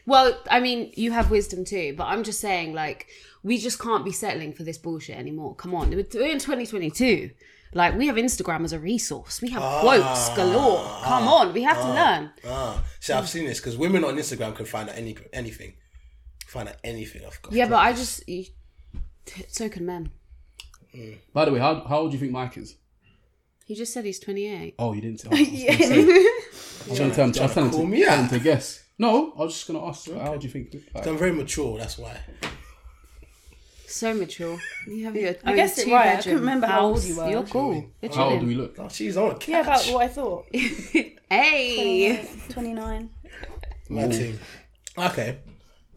Speaker 4: Well, I mean, you have wisdom too, but I'm just saying, like, we just can't be settling for this bullshit anymore. Come on, we're we're in 2022. Like, we have Instagram as a resource. We have
Speaker 6: Ah.
Speaker 4: quotes galore. Come on, we have to learn.
Speaker 5: Ah, see, I've seen this because women on Instagram can find out any anything. Find out anything. I've got.
Speaker 4: Yeah, but I just you, so can men.
Speaker 3: By the way, how, how old do you think Mike is?
Speaker 4: He just said he's 28.
Speaker 3: Oh, you didn't tell.
Speaker 4: *laughs*
Speaker 3: I was going to tell him to, I was telling him
Speaker 5: Call
Speaker 3: to,
Speaker 5: me
Speaker 3: telling him
Speaker 5: out.
Speaker 3: *laughs* to guess. No, I was just going to ask, how old do you think? Like,
Speaker 5: I'm very mature. That's why.
Speaker 4: So mature. You have your.
Speaker 6: I guessed it right. I couldn't remember how old you were.
Speaker 4: are cool. You're
Speaker 3: how old do
Speaker 4: chilling.
Speaker 3: we look?
Speaker 5: Oh, jeez, I want to catch.
Speaker 6: Yeah, about what I thought.
Speaker 4: Hey.
Speaker 6: 29.
Speaker 5: My team. Okay,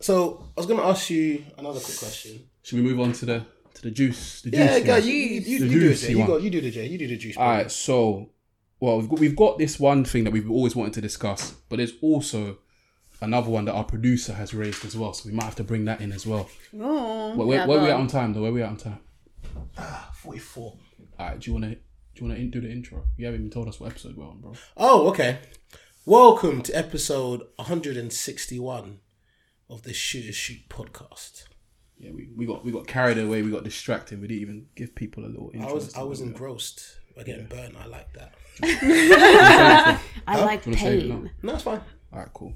Speaker 5: so I was gonna ask you another quick question.
Speaker 3: Should we move on to the to the juice? The juice
Speaker 5: Yeah,
Speaker 3: one?
Speaker 5: guys, you you, you,
Speaker 3: The
Speaker 5: you do it.
Speaker 3: juicy
Speaker 5: Jay. You
Speaker 3: one.
Speaker 5: go. You do the J. You do the juice.
Speaker 3: All right, so well, we've got, we've got this one thing that we've always wanted to discuss, but there's also another one that our producer has raised as well. So we might have to bring that in as well.
Speaker 7: Oh.
Speaker 3: Where, where, where we at on time though? Where we at on time?
Speaker 5: Ah, Forty-four.
Speaker 3: Alright, do you wanna do you wanna in- do the intro? You haven't even told us what episode we're on, bro.
Speaker 5: Oh, okay. Welcome to episode 161 of the Shoot a Shoot podcast.
Speaker 3: Yeah, we, we got we got carried away, we got distracted, we didn't even give people a little intro.
Speaker 5: I was
Speaker 3: as to
Speaker 5: I was
Speaker 3: where we are.
Speaker 5: engrossed by getting burnt. I like that.
Speaker 10: I
Speaker 7: Oh,
Speaker 10: like
Speaker 3: Do you wanna save it now?
Speaker 10: pain.
Speaker 5: No, it's fine.
Speaker 3: *laughs*
Speaker 5: *laughs*
Speaker 3: Alright, cool.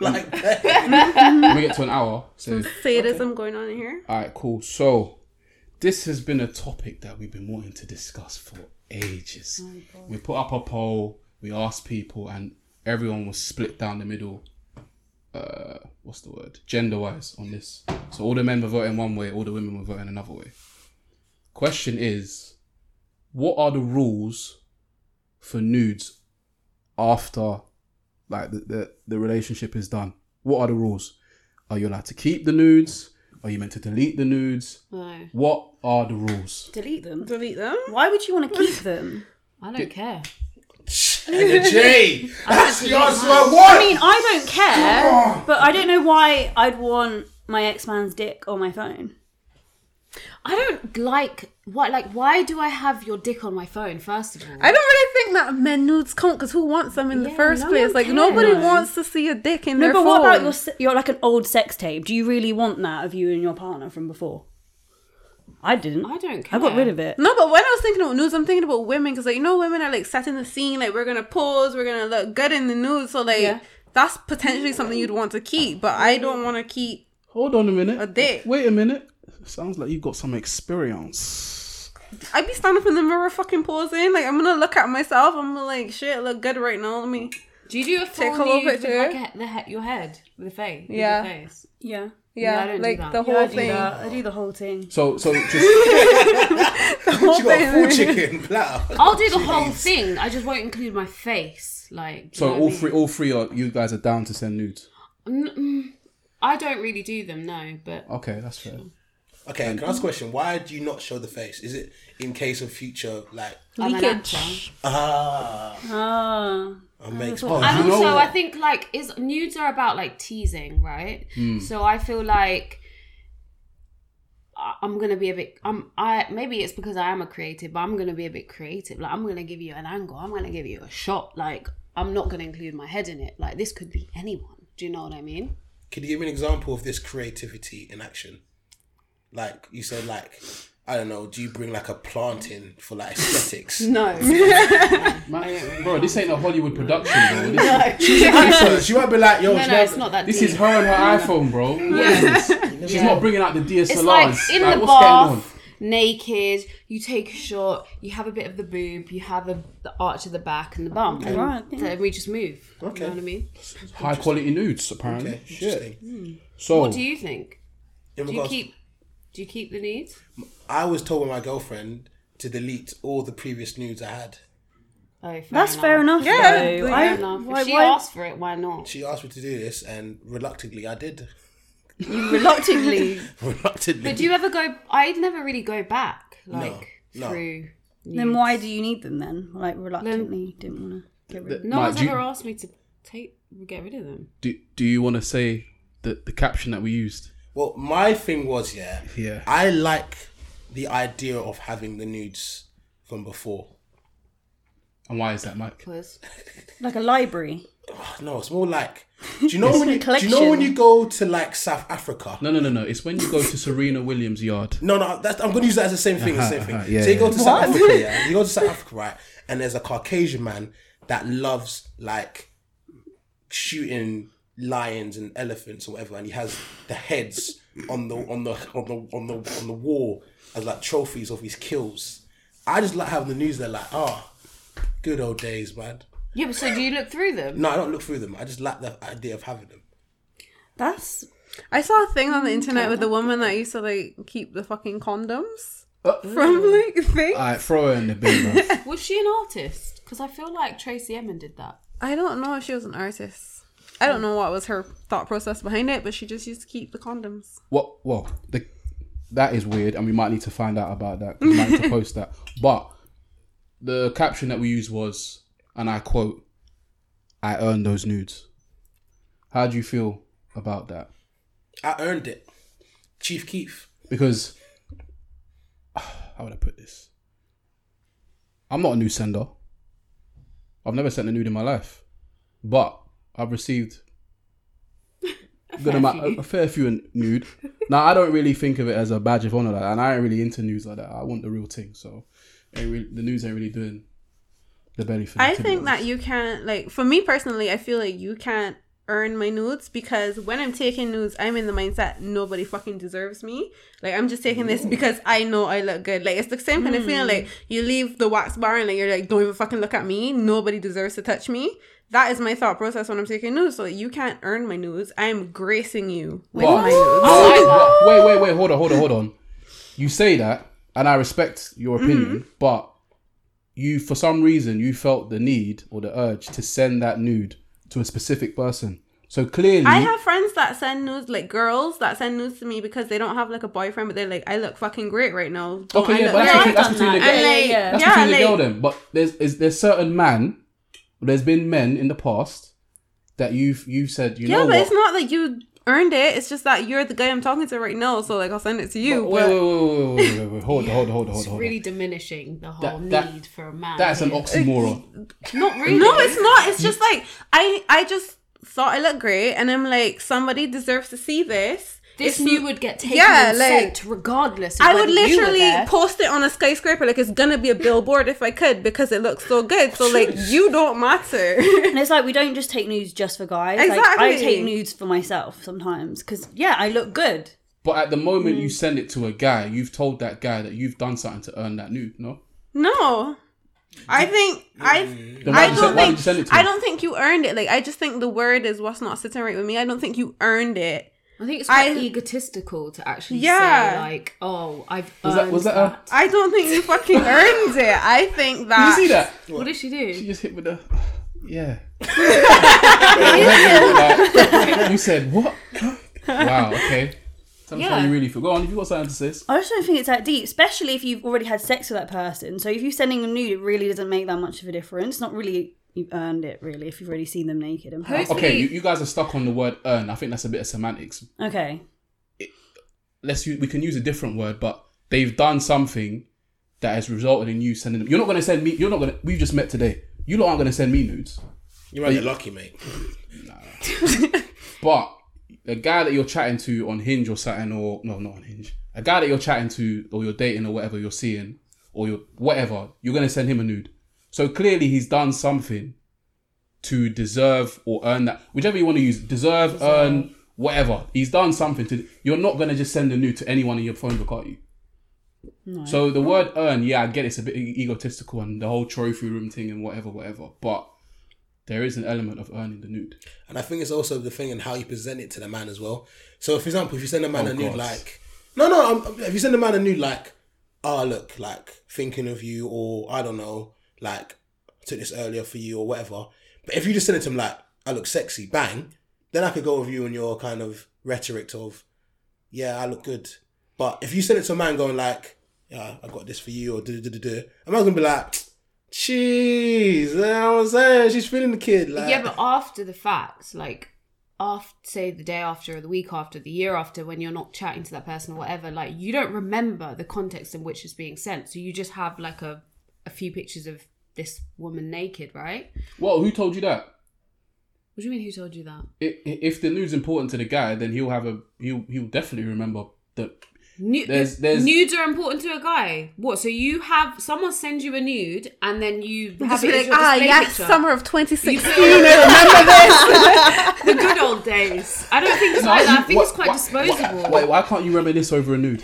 Speaker 5: Like
Speaker 3: When we get to an hour, so
Speaker 7: Sadism going on in here.
Speaker 3: Alright, cool. So this has been a topic that we've been wanting to discuss for ages. we put up a poll, we asked people, and everyone was split down the middle. Uh, what's the word? Gender wise on this. So all the men were voting one way, all the women were voting another way. Question is, what are the rules for nudes after like the, the, the relationship is done? What are the rules? Are you allowed to keep the nudes? Are you meant to delete the nudes?
Speaker 4: No,
Speaker 3: What are
Speaker 6: *laughs*
Speaker 3: the rules?
Speaker 6: Delete them.
Speaker 7: Delete them.
Speaker 6: Why would you want to keep
Speaker 3: *laughs*
Speaker 6: them?
Speaker 4: I don't care.
Speaker 5: *laughs* and the
Speaker 4: *laughs*
Speaker 5: J. That's the answer I
Speaker 6: I
Speaker 5: want.
Speaker 6: mean, I don't care, but I don't know why I'd want my ex man's dick on my phone.
Speaker 10: I don't like what. Like, why do I have your dick on my phone? First of all,
Speaker 7: I don't really think that men nudes count because who wants them in the
Speaker 10: Yeah,
Speaker 7: first
Speaker 10: no
Speaker 7: place?
Speaker 10: one
Speaker 7: Like nobody
Speaker 10: cares.
Speaker 7: wants to see a dick in
Speaker 6: No,
Speaker 7: their
Speaker 6: but
Speaker 7: phone.
Speaker 6: what about your se- your like an old sex tape? Do you really want that of you and your partner from before? I didn't.
Speaker 4: I don't
Speaker 6: I
Speaker 4: care.
Speaker 6: got rid of it.
Speaker 7: No, but when I was thinking about nudes, I'm thinking about women because like you know women are like setting the scene, like we're gonna pose, we're gonna look good in the nudes, so like that's potentially something you'd want to keep. But I don't want to keep.
Speaker 3: Hold on a minute.
Speaker 7: A dick.
Speaker 3: Wait a minute. Sounds like you've got some experience.
Speaker 7: I'd be standing up in the mirror, fucking posing. Like I'm gonna look at myself. I'm gonna, like, shit, I look good right now. Let me.
Speaker 4: Do you do a full
Speaker 7: Take a little
Speaker 4: nude with
Speaker 7: picture.
Speaker 4: like a, he- the he- your head with the face?
Speaker 7: Yeah.
Speaker 4: With your face?
Speaker 6: Yeah.
Speaker 7: Yeah,
Speaker 4: I don't do
Speaker 7: like
Speaker 4: that.
Speaker 7: the
Speaker 6: Yeah, I
Speaker 7: whole
Speaker 6: do
Speaker 7: thing.
Speaker 6: that. I do the whole thing.
Speaker 3: So,
Speaker 4: *laughs*
Speaker 3: so
Speaker 5: *laughs*
Speaker 3: just
Speaker 5: She got a full
Speaker 4: *laughs*
Speaker 5: chicken platter.
Speaker 4: I'll do the whole thing. I just won't include my face. Like, do you
Speaker 3: so
Speaker 4: know what I
Speaker 3: all
Speaker 4: mean?
Speaker 3: three, all three are you guys are down to send nudes.
Speaker 4: Mm, mm. I don't really do them, no. But
Speaker 7: Oh.
Speaker 3: Okay, that's fair.
Speaker 5: Okay, can I ask a question? Why do you not show the face? Is it in case of future like
Speaker 4: I'm an
Speaker 6: Leakage.
Speaker 4: actor.
Speaker 5: ah?
Speaker 6: Ah.
Speaker 5: I make
Speaker 4: And
Speaker 3: Oh, You know
Speaker 4: Oh, also,
Speaker 3: what?
Speaker 4: I think like is nudes are about like teasing, right?
Speaker 3: Hmm.
Speaker 4: So I feel like I- I'm gonna be a bit. I'm. I maybe it's because I am a creative, but I'm gonna be a bit creative. Like I'm gonna give you an angle. I'm gonna give you a shot. Like I'm not gonna include my head in it. Like this could be anyone. Do you know what I mean?
Speaker 5: Can you give me an example of this creativity in action? Like you said, like I don't know. Do you bring like a plant in for like
Speaker 4: *laughs*
Speaker 5: aesthetics?
Speaker 4: Mm.
Speaker 3: *laughs*
Speaker 4: No.
Speaker 3: Man, bro, this ain't a Hollywood production,
Speaker 4: *laughs*
Speaker 3: bro. This,
Speaker 5: She's an actor. She might be like, yo,
Speaker 4: No,
Speaker 5: she
Speaker 4: no,
Speaker 5: might
Speaker 4: it's not that.
Speaker 3: this
Speaker 4: deep.
Speaker 3: is her and her iPhone, bro. What is this?
Speaker 4: *laughs*
Speaker 3: She's not bringing out the DSLRs.
Speaker 4: It's like in the
Speaker 3: what's going on?
Speaker 4: bath, naked. You take a shot. You have a bit of the boob. You have a, the arch of the back and the bum. And
Speaker 6: Right, yeah.
Speaker 4: then we just move. You know what I mean?
Speaker 3: High quality nudes, apparently.
Speaker 5: Okay,
Speaker 3: Shit.
Speaker 5: interesting.
Speaker 3: So,
Speaker 4: What do you think?
Speaker 5: In
Speaker 4: Do you
Speaker 5: regards-
Speaker 4: keep? Do you keep the nudes?
Speaker 5: I was told by my girlfriend to delete all the previous nudes I had.
Speaker 4: Oh, fair
Speaker 6: That's fair enough.
Speaker 7: Yeah,
Speaker 6: though.
Speaker 7: fair
Speaker 6: I,
Speaker 4: enough.
Speaker 6: Why,
Speaker 4: if she
Speaker 6: why-
Speaker 4: asked for it, why not?
Speaker 5: She asked me to do this, and reluctantly, I did. *laughs*
Speaker 6: reluctantly.
Speaker 5: reluctantly.
Speaker 4: But do you ever go? I never really go back. Like
Speaker 5: no.
Speaker 4: through.
Speaker 6: then why do you need them then? Like reluctantly, didn't want to get rid. of
Speaker 4: No
Speaker 3: Mike,
Speaker 4: one's
Speaker 3: do you-
Speaker 4: ever asked me to take get rid of them.
Speaker 3: do, do you want to say the, the caption that we used?
Speaker 5: Well, my thing was, yeah,
Speaker 3: Yeah.
Speaker 5: I like the idea of having the nudes from before.
Speaker 3: And why is that, Mike?
Speaker 4: Because
Speaker 6: Like a library.
Speaker 5: Ah, No, it's more like, do you know when you,
Speaker 6: It's a
Speaker 5: do you know when
Speaker 6: collection.
Speaker 5: you go to like South Africa?
Speaker 3: No, no, no, no. It's when you go to Serena Williams' yard.
Speaker 5: No, no, that's, I'm going to use that as the same thing. the same thing.
Speaker 3: Uh-huh, yeah,
Speaker 5: so you go
Speaker 3: yeah.
Speaker 5: to South
Speaker 3: *laughs*
Speaker 5: Africa, yeah, you go to South Africa, right? And there's a Caucasian man that loves like shooting lions and elephants or whatever, and he has the heads on the on the on the on the on the wall as like trophies of his kills. I just like having the news. They're like, ah, good old days, man.
Speaker 4: yeah, but so do you look through them?
Speaker 5: No, I don't look through them. I just like the idea of having them.
Speaker 6: That's
Speaker 7: I saw a thing on the internet with a woman that used to like keep the fucking condoms
Speaker 4: Uh,
Speaker 7: from like *laughs* thing.
Speaker 3: All right, throw her in the bin, bro.
Speaker 4: *laughs* Was she an artist? Because I feel like Tracy Emin did that.
Speaker 7: I don't know if she was an artist. I don't know what was her thought process behind it, but she just used to keep the condoms.
Speaker 3: what? Well, the, that is weird, and we might need to find out about that. 'cause We might need to post that. But the caption that we used was, and I quote, "I earned those nudes." How do you feel about that?
Speaker 5: I earned it. Chief Keef.
Speaker 3: Because *sighs* how would I put this? I'm not a new sender. I've never sent a nude in my life, but I've received a good amount, a, a fair few n- nude. now I don't really think of it as a badge of honor, like, and I ain't really into nudes like that. I want the real thing, so ain't really, the news ain't really doing the belly for me,
Speaker 7: I
Speaker 3: to be
Speaker 7: think that
Speaker 3: honest.
Speaker 7: you can't like for me personally, I feel like you can't earn my nudes because when I'm taking nudes, I'm in the mindset nobody fucking deserves me. Like I'm just taking this because I know I look good. Like it's the same kind of feeling
Speaker 3: Hmm.
Speaker 7: like you leave the wax bar and like you're like, don't even fucking look at me. Nobody deserves to touch me. That is my thought process when I'm taking nudes. So like, you can't earn my nudes. I'm gracing you with
Speaker 3: But-
Speaker 7: my nudes.
Speaker 3: Oh, wait, wait, wait, hold on, hold on, hold on. You say that, and I respect your
Speaker 7: Mm-hmm.
Speaker 3: opinion, but you, for some reason, you felt the need or the urge to send that nude to a specific person. So clearly,
Speaker 7: I have friends that send nudes, like girls that send nudes to me because they don't have like a boyfriend, but they're like, I look fucking great right now. Don't
Speaker 3: Okay,
Speaker 7: I
Speaker 3: yeah,
Speaker 7: look
Speaker 3: but that's
Speaker 7: great?"
Speaker 3: between- that's between the
Speaker 7: And,
Speaker 3: girl-
Speaker 7: like,
Speaker 6: yeah.
Speaker 3: that's
Speaker 7: yeah,
Speaker 3: between the girl
Speaker 7: like-
Speaker 3: then. But there's is there's certain man, there's been men in the past that you've you've said you
Speaker 7: Yeah,
Speaker 3: know
Speaker 7: but
Speaker 3: what.
Speaker 7: it's not that you earned it. It's just that you're the guy I'm talking to right now, so like I'll send it to you.
Speaker 3: wait, wait,
Speaker 7: but
Speaker 3: wait, wait, wait, wait, wait, hold on, hold on, hold on, hold on.
Speaker 4: It's
Speaker 3: hold on.
Speaker 4: really diminishing the whole
Speaker 3: That- that-
Speaker 4: need for a man.
Speaker 3: That's an
Speaker 4: here.
Speaker 3: oxymoron.
Speaker 4: Not really.
Speaker 7: no, it's not. It's just like I, I just thought I looked great, and I'm like, somebody deserves to see this.
Speaker 4: This
Speaker 7: It's-
Speaker 4: new would get taken
Speaker 7: Yeah,
Speaker 4: and
Speaker 7: like-
Speaker 4: sent regardless. Of
Speaker 7: I would
Speaker 4: whether you were
Speaker 7: literally
Speaker 4: there.
Speaker 7: post it on a skyscraper, like it's gonna be a billboard if I could because it looks so good. So
Speaker 3: *laughs*
Speaker 7: like you don't matter. *laughs*
Speaker 6: And it's like we don't just take nudes just for guys. Like I
Speaker 7: Exactly.
Speaker 6: take nudes for myself sometimes because yeah, I look good.
Speaker 3: But at the moment
Speaker 7: Mm.
Speaker 3: you send it to a guy, you've told that guy that you've done something to earn that nude. No,
Speaker 7: No. I think I
Speaker 3: Then why
Speaker 7: I
Speaker 3: did you send-
Speaker 7: don't
Speaker 3: why did you
Speaker 7: think
Speaker 3: send it to
Speaker 7: I
Speaker 3: him?
Speaker 7: don't think you earned it. Like I just think the word is what's not sitting right with me. I don't think you earned it.
Speaker 4: I think it's quite
Speaker 7: I-
Speaker 4: egotistical to actually
Speaker 7: Yeah.
Speaker 4: say like, "Oh, I've
Speaker 3: was
Speaker 4: earned
Speaker 3: that was that? A,
Speaker 7: I don't think you fucking earned it. I think
Speaker 3: Did *laughs*
Speaker 7: that
Speaker 3: you see
Speaker 7: *laughs*
Speaker 3: that?
Speaker 4: What did she
Speaker 3: She
Speaker 4: do?
Speaker 3: just hit with the yeah. Like, you said what? wow. Okay. Tell us how
Speaker 4: Yeah.
Speaker 3: you really feel. Go on. If you got something to say.
Speaker 6: I just don't think it's that deep, especially if you've already had sex with that person. So if you're sending a nude, it really doesn't make that much of a difference. Not really, you've earned it really if you've already seen them naked and
Speaker 4: Post
Speaker 3: Okay,
Speaker 4: me.
Speaker 3: you, you guys are stuck on the word earn. I think that's a bit of semantics.
Speaker 6: Okay,
Speaker 3: Let's use, we can use a different word, but they've done something that has resulted in you sending them. You're not going to send me. You're not going to. We've just met today. You lot aren't going to send me nudes.
Speaker 5: You might get lucky, mate.
Speaker 3: But a guy that you're chatting to on Hinge or something, or no, not on Hinge, a guy that you're chatting to or you're dating or whatever you're seeing or you're whatever, you're gonna send him a nude. So clearly he's done something to deserve or earn that, whichever you want to use, deserve, earn, whatever. He's done something to. You're not gonna just send a nude to anyone in your phone book, are you? So the word earn, yeah, I get it's a bit e- egotistical and the whole trophy room thing and whatever, whatever. But there is an element of earning the nude.
Speaker 5: And I think it's also the thing in how you present it to the man as well. So, for example, if you send a man
Speaker 3: Oh,
Speaker 5: a nude
Speaker 3: God.
Speaker 5: like, no, no, um, if you send a man a nude like, ah, look, like thinking of you, or I don't know, like I took this earlier for you, or whatever. But if you just send it to him like, I look sexy, bang, then I could go with you and your kind of rhetoric of, yeah, I look good. But if you send it to a man going like, yeah, I got this for you, or do do do do, a man's gonna be like, jeez, you know what I'm saying? She's feeling the kid, like,
Speaker 4: yeah, but after the fact, like after say the day after or the week after the year after when you're not chatting to that person or whatever like you don't remember the context in which it's being sent so you just have like a a few pictures of this woman naked right
Speaker 3: Well, who told you that?
Speaker 4: what do you mean who told you that
Speaker 3: i- i- if the nude's important to the guy, then he'll have a he'll he'll definitely remember that.
Speaker 4: Nu-
Speaker 3: There's- there's-
Speaker 4: nudes are important to a guy. What? So you have someone sends you a nude, and then *laughs* you have
Speaker 7: Just
Speaker 4: it
Speaker 7: be
Speaker 4: as
Speaker 7: like,
Speaker 4: your
Speaker 7: ah,
Speaker 4: display
Speaker 7: yes,
Speaker 4: picture.
Speaker 7: summer of 2016.
Speaker 3: *laughs*
Speaker 4: the good old days. I don't think it's like that. I think it's quite disposable
Speaker 3: Wait, why can't you reminisce over a nude?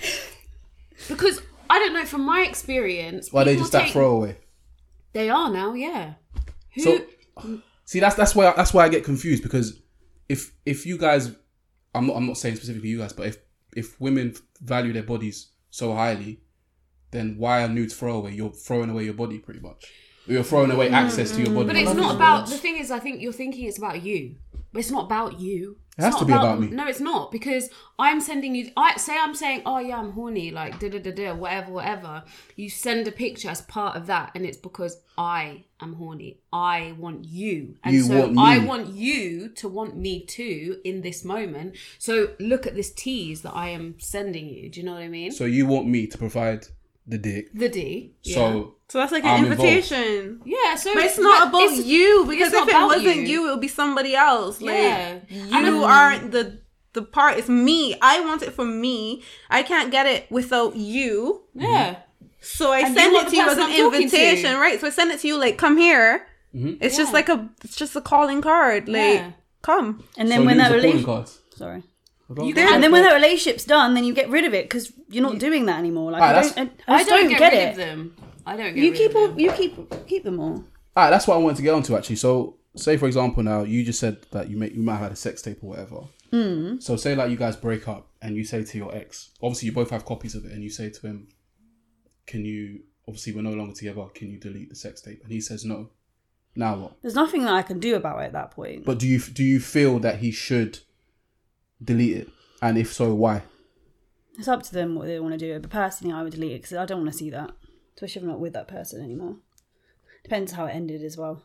Speaker 4: because I don't know from my experience.
Speaker 3: Why are they
Speaker 4: people
Speaker 3: just that
Speaker 4: take-
Speaker 3: throwaway?
Speaker 4: They are now, yeah. Who?
Speaker 3: So, see, that's that's why that's why I get confused because if if you guys, I'm not I'm not saying specifically you guys, but if if women value their bodies so highly, then why are nudes throwaway? You're throwing away your body pretty much. You're throwing
Speaker 4: Mm.
Speaker 3: away access to your body.
Speaker 4: but it's not about the thing is. I think you're thinking it's about you. But It's not about you.
Speaker 3: It has
Speaker 4: not
Speaker 3: to be about, me.
Speaker 4: No, it's not because I'm sending you. I say I'm saying, oh yeah, I'm horny, like da da da da, whatever, whatever. You send a picture as part of that, and it's because I am horny. I want you, and
Speaker 3: You
Speaker 4: so
Speaker 3: want me.
Speaker 4: I want you to want me too in this moment. So look at this tease that I am sending you. Do you know what I mean?
Speaker 3: So you want me to provide the dick.
Speaker 4: the D. Yeah.
Speaker 3: So
Speaker 7: So that's like
Speaker 3: I'm
Speaker 7: an
Speaker 3: involved.
Speaker 7: invitation.
Speaker 4: yeah, so
Speaker 7: But it's not about
Speaker 4: it's-
Speaker 7: you because
Speaker 4: not
Speaker 7: if it
Speaker 4: about
Speaker 7: wasn't you.
Speaker 4: you.
Speaker 7: it would be somebody else. Like
Speaker 4: Yeah. And
Speaker 7: you aren't the the part. It's me. I want it for me. I can't get it without you.
Speaker 4: Yeah.
Speaker 7: So I
Speaker 4: And
Speaker 7: send
Speaker 4: you
Speaker 7: it
Speaker 4: are
Speaker 7: to
Speaker 4: the
Speaker 7: you as
Speaker 4: person
Speaker 7: an
Speaker 4: I'm talking to.
Speaker 7: invitation, right? So I send it to you like, come here.
Speaker 3: Mm-hmm.
Speaker 7: It's just like a, it's just a calling card, like,
Speaker 4: Yeah.
Speaker 7: come.
Speaker 6: And
Speaker 3: so
Speaker 6: then when
Speaker 3: use
Speaker 6: that
Speaker 3: the calling
Speaker 6: relationship,
Speaker 3: cards.
Speaker 6: sorry.
Speaker 3: You
Speaker 6: And then when that relationship's done, then you get rid of it because you're not doing that anymore. Like
Speaker 3: Ah,
Speaker 6: I,
Speaker 3: that's-
Speaker 6: don't, I, I just don't, get,
Speaker 4: rid of
Speaker 6: it.
Speaker 4: them. I don't get
Speaker 6: You
Speaker 4: rid
Speaker 6: keep
Speaker 4: of them.
Speaker 6: all, you keep keep them all.
Speaker 3: Ah, that's what I wanted to get onto actually. So, say for example, now you just said that you may, you might have had a sex tape or whatever. Mm. So, say like you guys break up and you say to your ex, obviously you both have copies of it, and you say to him, "Can you? Obviously, we're no longer together. Can you delete the sex tape?" And he says, "No." Now what?
Speaker 6: There's nothing that I can do about it at that point.
Speaker 3: But do you do you feel that he should delete it? And if so, why?
Speaker 6: It's up to them what they want to do. But personally, I would delete it because I don't want to see that, especially if I'm not with that person anymore. Depends how it ended as well.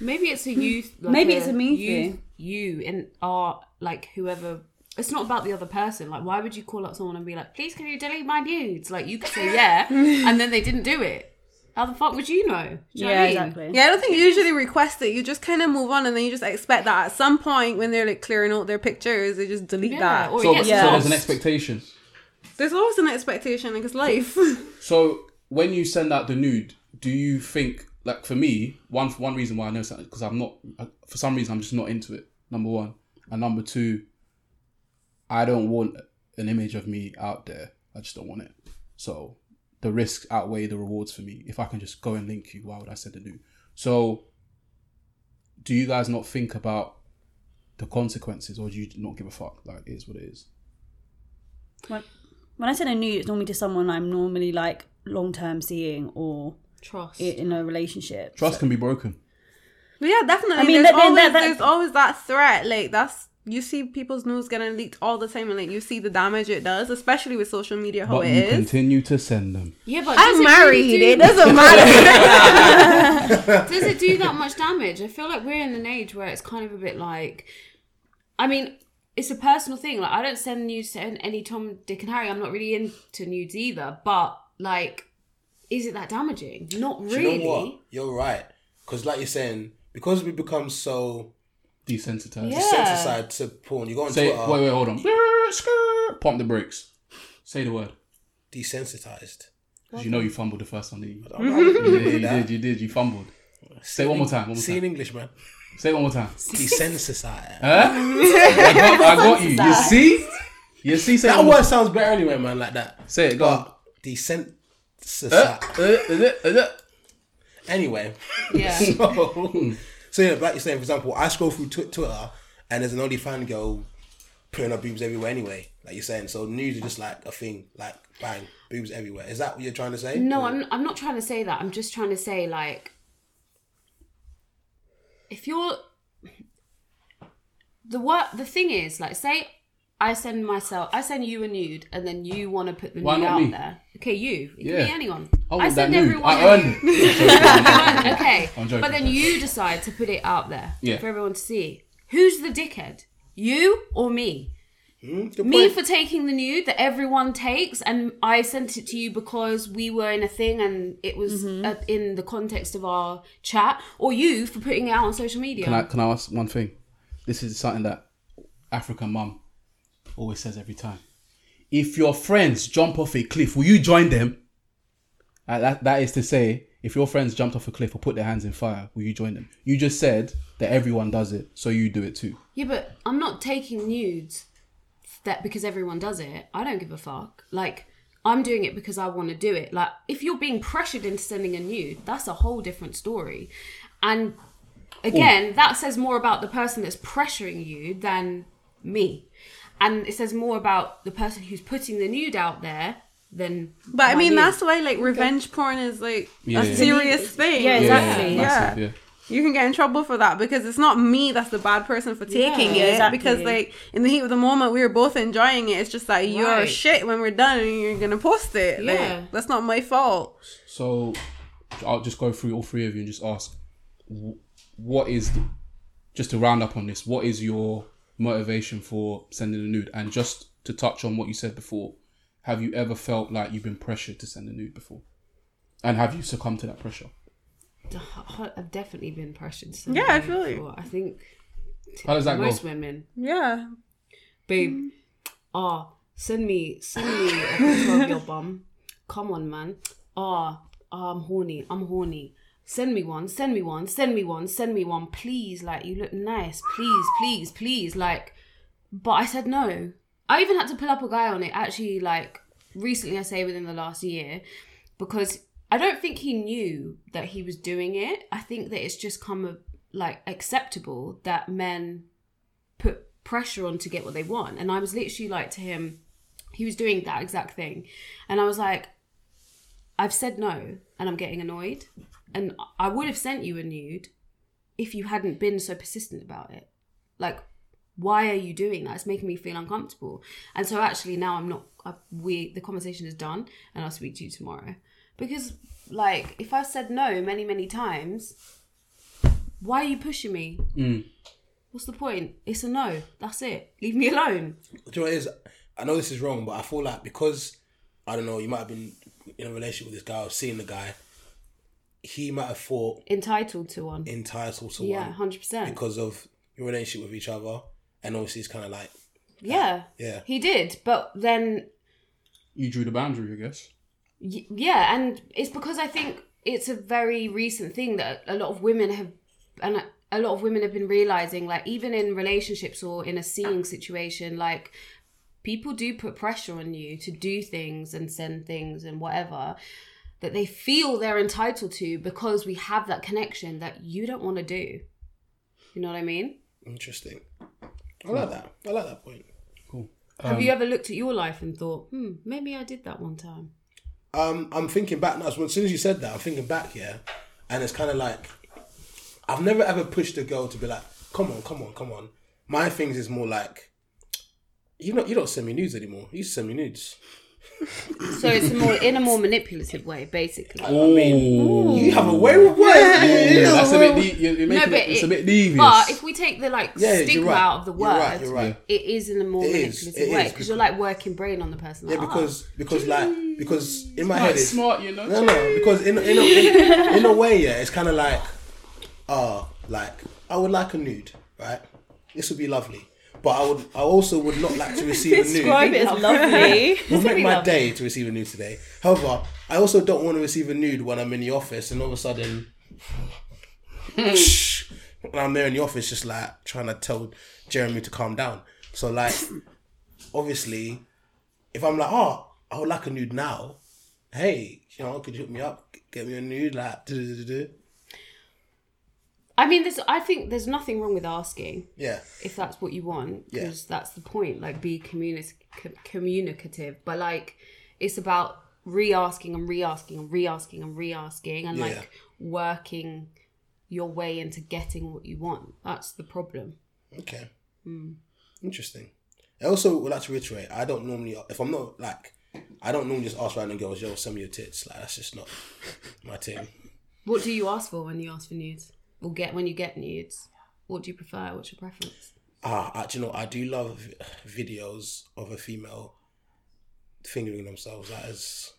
Speaker 4: Maybe it's a youth. Like
Speaker 6: Maybe it's a me
Speaker 4: you-
Speaker 6: thing.
Speaker 4: You and are like whoever. It's not about the other person. Like, why would you call up someone and be like, "Please, can you delete my nudes?" Like, you could
Speaker 6: *laughs*
Speaker 4: say yeah, and then they didn't do it. How the fuck would you know? Do you know what I mean?
Speaker 7: Yeah, I don't think you usually request it. You just kind of move on and then you just expect that at some point when they're like clearing out their pictures, they just delete
Speaker 4: Yeah,
Speaker 7: that.
Speaker 4: Or
Speaker 3: So,
Speaker 4: it gets
Speaker 3: so
Speaker 4: lost.
Speaker 3: there's an expectation.
Speaker 7: There's always an expectation, like it's life. *laughs*
Speaker 3: So when you send out the nude, do you think like for me one one reason why I know something because I'm not for some reason I'm just not into it. Number one and number two, I don't want an image of me out there. I just don't want it. So the risks outweigh the rewards for me. If I can just go and link you, why would I send a nude? So do you guys not think about the consequences, or do you not give a fuck? Like it is what it is.
Speaker 6: When, when I send a nude, it's normally to someone I'm normally like long term seeing or
Speaker 4: trust.
Speaker 6: i- in a relationship.
Speaker 3: Trust can be broken.
Speaker 7: But yeah, definitely.
Speaker 6: I mean,
Speaker 7: there's,
Speaker 6: that- then
Speaker 7: always,
Speaker 6: that- that-
Speaker 7: there's always that threat. Like that's you see people's news getting leaked all the time, and like you see the damage it does, especially with social media, how
Speaker 3: but
Speaker 7: Oh, it
Speaker 3: you
Speaker 7: is.
Speaker 3: continue to send them.
Speaker 4: yeah, but *laughs* does
Speaker 7: I'm
Speaker 4: it
Speaker 7: married.
Speaker 4: really do-
Speaker 7: It doesn't matter.
Speaker 4: does it do that much damage? I feel like we're in an age where it's kind of a bit like, I mean, it's a personal thing. Like, I don't send nudes to an- any Tom, Dick, and Harry. I'm not really into nudes either. But like, is it that damaging? Not
Speaker 5: Do
Speaker 4: really.
Speaker 5: You know what? You're right. Because, like you're saying, because we become so
Speaker 3: Desensitized.
Speaker 4: Yeah.
Speaker 5: sensitized to porn, you go on
Speaker 3: Say,
Speaker 5: Twitter,
Speaker 3: wait, wait, hold on. Skirt. Pump the brakes. Say the word. *laughs*
Speaker 5: desensitized.
Speaker 3: 'Cause you know you fumbled the first time, didn't you?
Speaker 5: I'm not
Speaker 3: You did,
Speaker 5: doing
Speaker 3: you
Speaker 5: that.
Speaker 3: did, you did, you fumbled. Say it one more time, one more
Speaker 5: See in
Speaker 3: time. Um,
Speaker 5: English, man.
Speaker 3: Say it one more time. *laughs*
Speaker 5: Desensitized.
Speaker 3: Huh? I, got, I got you. You see? You see? Say, it
Speaker 5: that
Speaker 3: one more-
Speaker 5: word sounds better anyway, man, like that.
Speaker 3: say it, go on.
Speaker 5: But desensitized.
Speaker 3: Uh, uh, uh, uh, *laughs* uh.
Speaker 5: Anyway.
Speaker 4: Yeah.
Speaker 5: *laughs*
Speaker 3: Oh.
Speaker 5: So, so yeah, like you're saying, for example, I scroll through tw- Twitter and there's an OnlyFan girl putting her boobs everywhere anyway, like you're saying. So news is just like a thing, like bang, boobs everywhere. Is that what you're trying to say?
Speaker 4: No,
Speaker 5: Or-
Speaker 4: I'm I'm not trying to say that. I'm just trying to say like if you're the what the thing is like say I send myself I send you a nude and then you want to put the
Speaker 3: Why
Speaker 4: nude
Speaker 3: not
Speaker 4: out
Speaker 3: me?
Speaker 4: there. Okay, you. It
Speaker 3: Yeah.
Speaker 4: can be anyone.
Speaker 3: I
Speaker 4: I
Speaker 3: want that
Speaker 4: send
Speaker 3: nude.
Speaker 4: everyone
Speaker 3: I
Speaker 5: *laughs*
Speaker 4: a
Speaker 3: earned it.
Speaker 4: nude. *laughs* Okay.
Speaker 3: *laughs* I'm joking,
Speaker 4: But then
Speaker 3: I'm joking.
Speaker 4: you decide to put it out there
Speaker 3: Yeah.
Speaker 4: for everyone to see. Who's the dickhead? You or me?
Speaker 5: Good
Speaker 4: me
Speaker 5: point.
Speaker 4: for taking the nude that everyone takes and i sent it to you because we were in a thing and it was
Speaker 3: Mm-hmm.
Speaker 4: uh, in the context of our chat or you for putting it out on social media
Speaker 3: Can I, can I ask one thing? This is something that African mum always says every time. If your friends jump off a cliff, will you join them? Uh, that, that is to say, if your friends jumped off a cliff or put their hands in fire, will you join them? You just said that everyone does it, so you do it too.
Speaker 4: yeah but i'm not taking nudes that because everyone does it i don't give a fuck like i'm doing it because i want to do it like if you're being pressured into sending a nude that's a whole different story and again that says more about the person that's pressuring you than me and it says more about the person who's putting the nude out there than
Speaker 7: *laughs* but I
Speaker 4: my
Speaker 7: mean,
Speaker 4: nude.
Speaker 7: that's why like revenge porn is like
Speaker 3: Yeah,
Speaker 7: a
Speaker 3: yeah.
Speaker 7: serious thing.
Speaker 6: Yeah, exactly.
Speaker 3: massive, yeah.
Speaker 7: You can get in trouble for that because it's not me that's the bad person for taking it.
Speaker 6: exactly.
Speaker 7: Because like in the heat of the moment, we were both enjoying it. It's just like you're
Speaker 4: Right.
Speaker 7: shit when we're done and you're gonna post it.
Speaker 4: Yeah.
Speaker 7: Like that's not my fault.
Speaker 3: So I'll just go through all three of you and just ask wh- what is, the, just to round up on this, what is your motivation for sending a nude? And just to touch on what you said before, have you ever felt like you've been pressured to send a nude before? And have you succumbed to that pressure?
Speaker 4: I've definitely been pressured. so
Speaker 7: Yeah, I
Speaker 4: much
Speaker 7: feel you.
Speaker 4: before. I think
Speaker 3: How does that
Speaker 4: most
Speaker 3: go?
Speaker 4: women,
Speaker 7: Yeah.
Speaker 4: babe, ah, send me, send me a picture of your bum. Come on, man. Ah, ah, I'm horny. I'm horny. Send me one. Send me one. Send me one. Send me one. Please, like you look nice. Please, please, please, like. But I said no. I even had to pull up a guy on it actually, like recently, I say within the last year, because I don't think he knew that he was doing it. I think that it's just come of, like acceptable that men put pressure on to get what they want. And I was literally like to him, he was doing that exact thing. And I was like, I've said no and I'm getting annoyed. And I would have sent you a nude if you hadn't been so persistent about it. Like, why are you doing that? It's making me feel uncomfortable. And so actually now I'm not. I, we the conversation is done, and I'll speak to you tomorrow. Because like if I've said no many many times, why are you pushing me? What's the point? It's a no. That's it. Leave me alone.
Speaker 5: Do you know what it is? I know this is wrong, but I feel like because I don't know, you might have been in a relationship with this guy or seeing the guy, he might have thought
Speaker 4: Entitled to one.
Speaker 5: entitled to
Speaker 4: Yeah,
Speaker 5: one
Speaker 4: hundred percent.
Speaker 5: because of your relationship with each other, and obviously it's kind of like
Speaker 4: Yeah.
Speaker 5: Yeah.
Speaker 4: He did, but then
Speaker 3: You drew the boundary, I guess.
Speaker 4: Y- yeah and it's because i think it's a very recent thing that a lot of women have and a lot of women have been realizing like even in relationships or in a seeing situation like people do put pressure on you to do things and send things and whatever that they feel they're entitled to because we have that connection that you don't want to do you know what i mean
Speaker 5: interesting. I like that. I like that point.
Speaker 3: Cool. Um,
Speaker 4: have you ever looked at your life and thought hmm maybe i did that one time
Speaker 5: Um, I'm thinking back now. As soon as you said that, I'm thinking back, yeah, and it's kind of like I've never ever pushed a girl to be like, "Come on, come on, come on." My things is more like, you know, you don't send me nudes anymore. You send me nudes.
Speaker 4: so it's a more in a more manipulative way basically
Speaker 5: You have a way with words.
Speaker 3: Yeah, that's a bit. De- you're you're making
Speaker 4: but
Speaker 3: it, it's a
Speaker 4: it-
Speaker 3: bit devious.
Speaker 4: But if we take the like
Speaker 5: Yeah, you're
Speaker 4: stigma
Speaker 5: right.
Speaker 4: out of the
Speaker 5: You're
Speaker 4: word,
Speaker 5: right, you're right.
Speaker 4: it is in a more
Speaker 5: It is,
Speaker 4: manipulative
Speaker 5: it
Speaker 4: way
Speaker 5: is,
Speaker 4: because you're like working brain on the person.
Speaker 5: Yeah,
Speaker 4: like, ah.
Speaker 5: because because like because in my
Speaker 3: Quite
Speaker 5: head it's
Speaker 3: smart, you know.
Speaker 5: No, no, because in in a, in, in a way, yeah, it's kind of like, uh, like I would like a nude, right? This would be lovely, but I would, I also would not like to receive a
Speaker 6: Describe
Speaker 5: nude.
Speaker 6: it as lovely.
Speaker 5: Would make my day to receive a nude today. However, I also don't want to receive a nude when I'm in the office and all of a sudden, *laughs* when I'm there in the office, just like trying to tell Jeremy to calm down. So like, obviously, if I'm like, oh, I would like a nude now. Hey, you know, could you hook me up? Get me a nude, like, *laughs* do, do, do, do.
Speaker 4: I mean, there's. I think there's nothing wrong with asking
Speaker 5: yeah,
Speaker 4: if that's what you want
Speaker 5: Yeah.
Speaker 4: because that's the point. Like, be communi- c- communicative, but like, it's about re-asking and re-asking and re-asking and re-asking and
Speaker 5: Yeah.
Speaker 4: like working your way into getting what you want. That's the problem.
Speaker 5: okay,
Speaker 6: Hmm.
Speaker 5: interesting. I also would like to reiterate, I don't normally, if I'm not like, I don't normally just ask random girls, yo, send me your tits. Like, that's just not my thing.
Speaker 4: What do you ask for when you ask for nudes? Or get when you get nudes? What do you prefer? What's your preference?
Speaker 5: Ah, I, do you know, I do love v- videos of a female fingering themselves. That is,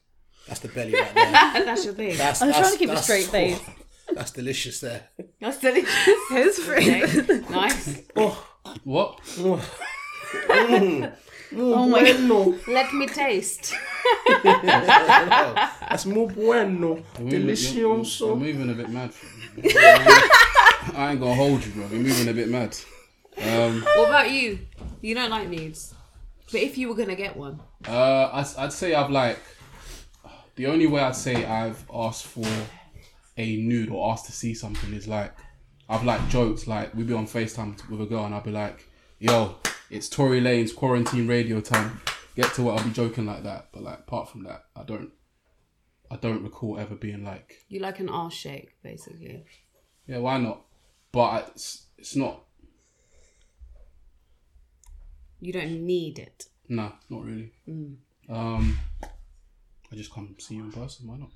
Speaker 5: that's the belly right
Speaker 6: *laughs*
Speaker 5: there.
Speaker 4: *laughs* That's your thing.
Speaker 5: That's,
Speaker 6: I was trying
Speaker 5: that's-
Speaker 6: to keep a
Speaker 5: that's-
Speaker 6: straight face.
Speaker 5: *laughs* that's delicious
Speaker 6: *laughs*
Speaker 5: there.
Speaker 4: *laughs* *laughs* That's delicious.
Speaker 7: His friend.
Speaker 4: nice.
Speaker 3: what?
Speaker 5: oh my bueno.
Speaker 4: Let me taste.
Speaker 5: *laughs* That's muy bueno.
Speaker 3: You're moving- you're- you're- You're
Speaker 5: Delicioso.
Speaker 3: moving a bit mad. fam. I ain't gonna hold you, bro. You're moving a bit mad. Um,
Speaker 4: What about you? You don't like nudes. But if you were gonna get one,
Speaker 3: uh, I'd, I'd say I've like the only way I'd say I've asked for a nude or asked to see something is like I've like joked like we'd be on Facetime t- with a girl and I'd be like, "Yo, it's Tory Lane's quarantine radio time. Get to what I'll be joking like that." But like apart from that, I don't. I don't recall ever being like
Speaker 4: you like an arse shake, basically.
Speaker 3: Yeah, why not? But it's, it's not.
Speaker 4: You don't need it.
Speaker 3: Nah, not really. Um, I just come see you in person. Why not?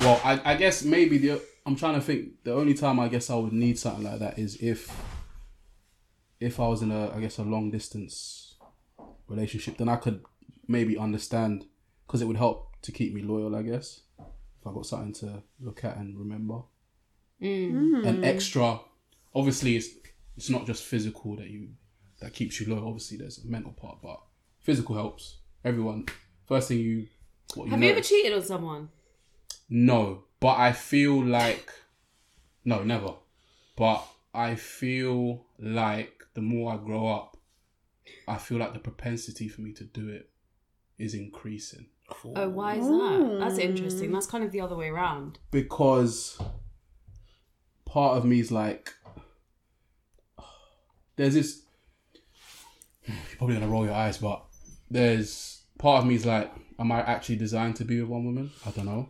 Speaker 3: Well, I, I guess maybe the I'm trying to think. The only time I guess I would need something like that is if if I was in a I guess a long distance relationship, then I could maybe understand because it would help to keep me loyal. I guess if I got something to look at and remember, an extra. Obviously, it's it's not just physical that you that keeps you loyal. Obviously, there's a mental part, but physical helps everyone. First thing you what you
Speaker 4: Have you ever
Speaker 3: notice-
Speaker 4: cheated on someone?
Speaker 3: no, but I feel like no, never. But I feel like the more I grow up, I feel like the propensity for me to do it is increasing
Speaker 4: Oh, why is that? That's interesting. That's kind of the other way around.
Speaker 3: because part of me is like there's this you're probably gonna roll your eyes but there's part of me is like am i actually designed to be with one woman i don't know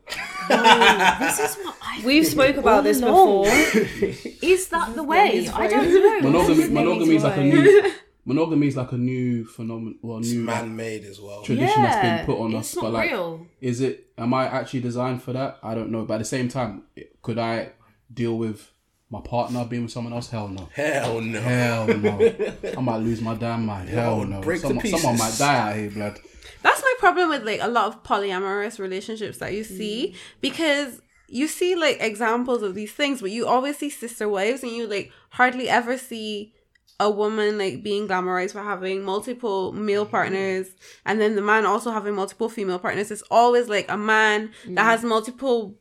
Speaker 4: This is what I.
Speaker 6: We've spoke about this before.
Speaker 4: Is that the way? I don't know.
Speaker 3: *laughs* monogamy, monogamy is like a new *laughs* monogamy is like a new phenomenon well a new
Speaker 5: Man made as well.
Speaker 3: tradition that's been put on
Speaker 4: it's
Speaker 3: us
Speaker 4: not
Speaker 3: but like
Speaker 4: real.
Speaker 3: is it am i actually designed for that i don't know but at the same time it- could i deal with my partner being with someone else hell no
Speaker 5: Hell no.
Speaker 3: Hell no. *laughs* I might lose my damn mind. Hell no.
Speaker 5: break to
Speaker 3: someone, someone might
Speaker 5: pieces.
Speaker 3: die out here, blood.
Speaker 7: That's my problem with like a lot of polyamorous relationships that you see because you see like examples of these things, but you always see sister wives and you like hardly ever see a woman like being glamorized for having multiple male partners and then the man also having multiple female partners. It's always like a man that has multiple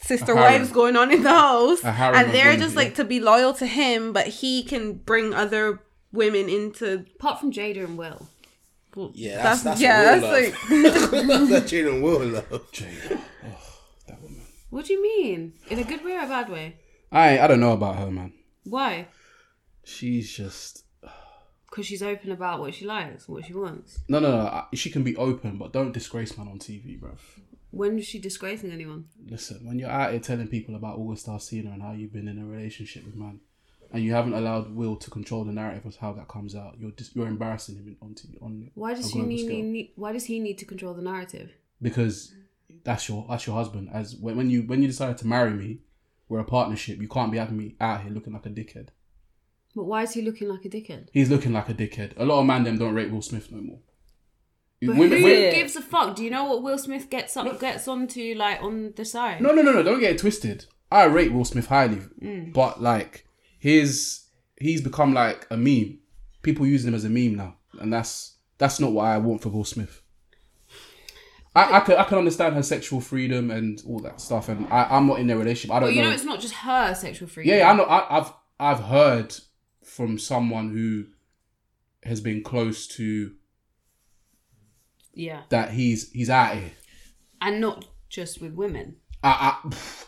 Speaker 7: sister
Speaker 3: A harem.
Speaker 7: wives going on in the house
Speaker 3: A harem
Speaker 7: and
Speaker 3: of
Speaker 7: they're
Speaker 3: women,
Speaker 7: just
Speaker 3: yeah.
Speaker 7: like to be loyal to him, but he can bring other women into
Speaker 4: Apart from Jada and Will.
Speaker 5: Yeah, that's, that's,
Speaker 7: yeah,
Speaker 5: yeah,
Speaker 7: that's
Speaker 5: that's like *laughs* that's that Jaden Will love.
Speaker 3: Jada. Oh, that woman.
Speaker 4: What do you mean? In a good way or a bad way?
Speaker 3: I I don't know about her, man.
Speaker 4: Why?
Speaker 3: She's just
Speaker 4: Because she's open about what she likes, what she wants.
Speaker 3: no, no, no. I- She can be open, but don't disgrace man on TV, bruv.
Speaker 4: When is she disgracing anyone?
Speaker 3: Listen, when you're out here telling people about August Arcina and how you've been in a relationship with man, and you haven't allowed Will to control the narrative of how that comes out, you're dis- you're embarrassing him in- on TV, on
Speaker 4: Why does
Speaker 3: a
Speaker 4: she
Speaker 3: global
Speaker 4: need,
Speaker 3: scale.
Speaker 4: need? Why does he need to control the narrative?
Speaker 3: because that's your that's your husband. As when, when you when you decided to marry me, we're a partnership. You can't be having me out here looking like a dickhead.
Speaker 4: But why is he looking like a dickhead?
Speaker 3: He's looking like a dickhead. A lot of man them don't rate Will Smith no more.
Speaker 4: But
Speaker 3: Women-
Speaker 4: who
Speaker 3: women-
Speaker 4: gives a fuck? Do you know what Will Smith gets up gets onto like on the side?
Speaker 3: no, no, no, no. Don't get it twisted. I rate Will Smith highly,
Speaker 4: Mm.
Speaker 3: but like his he's become like a meme. People using him as a meme now, and that's that's not what I want for Will Smith. I, I can I can understand her sexual freedom and all that stuff, and I, I'm not in their relationship. I don't
Speaker 4: But you
Speaker 3: know.
Speaker 4: know, it's not just her sexual freedom.
Speaker 3: Yeah, yeah, I know. I, I've I've heard from someone who has been close to
Speaker 4: Yeah,
Speaker 3: that he's he's out here.
Speaker 4: and not just with women.
Speaker 3: I I, pff,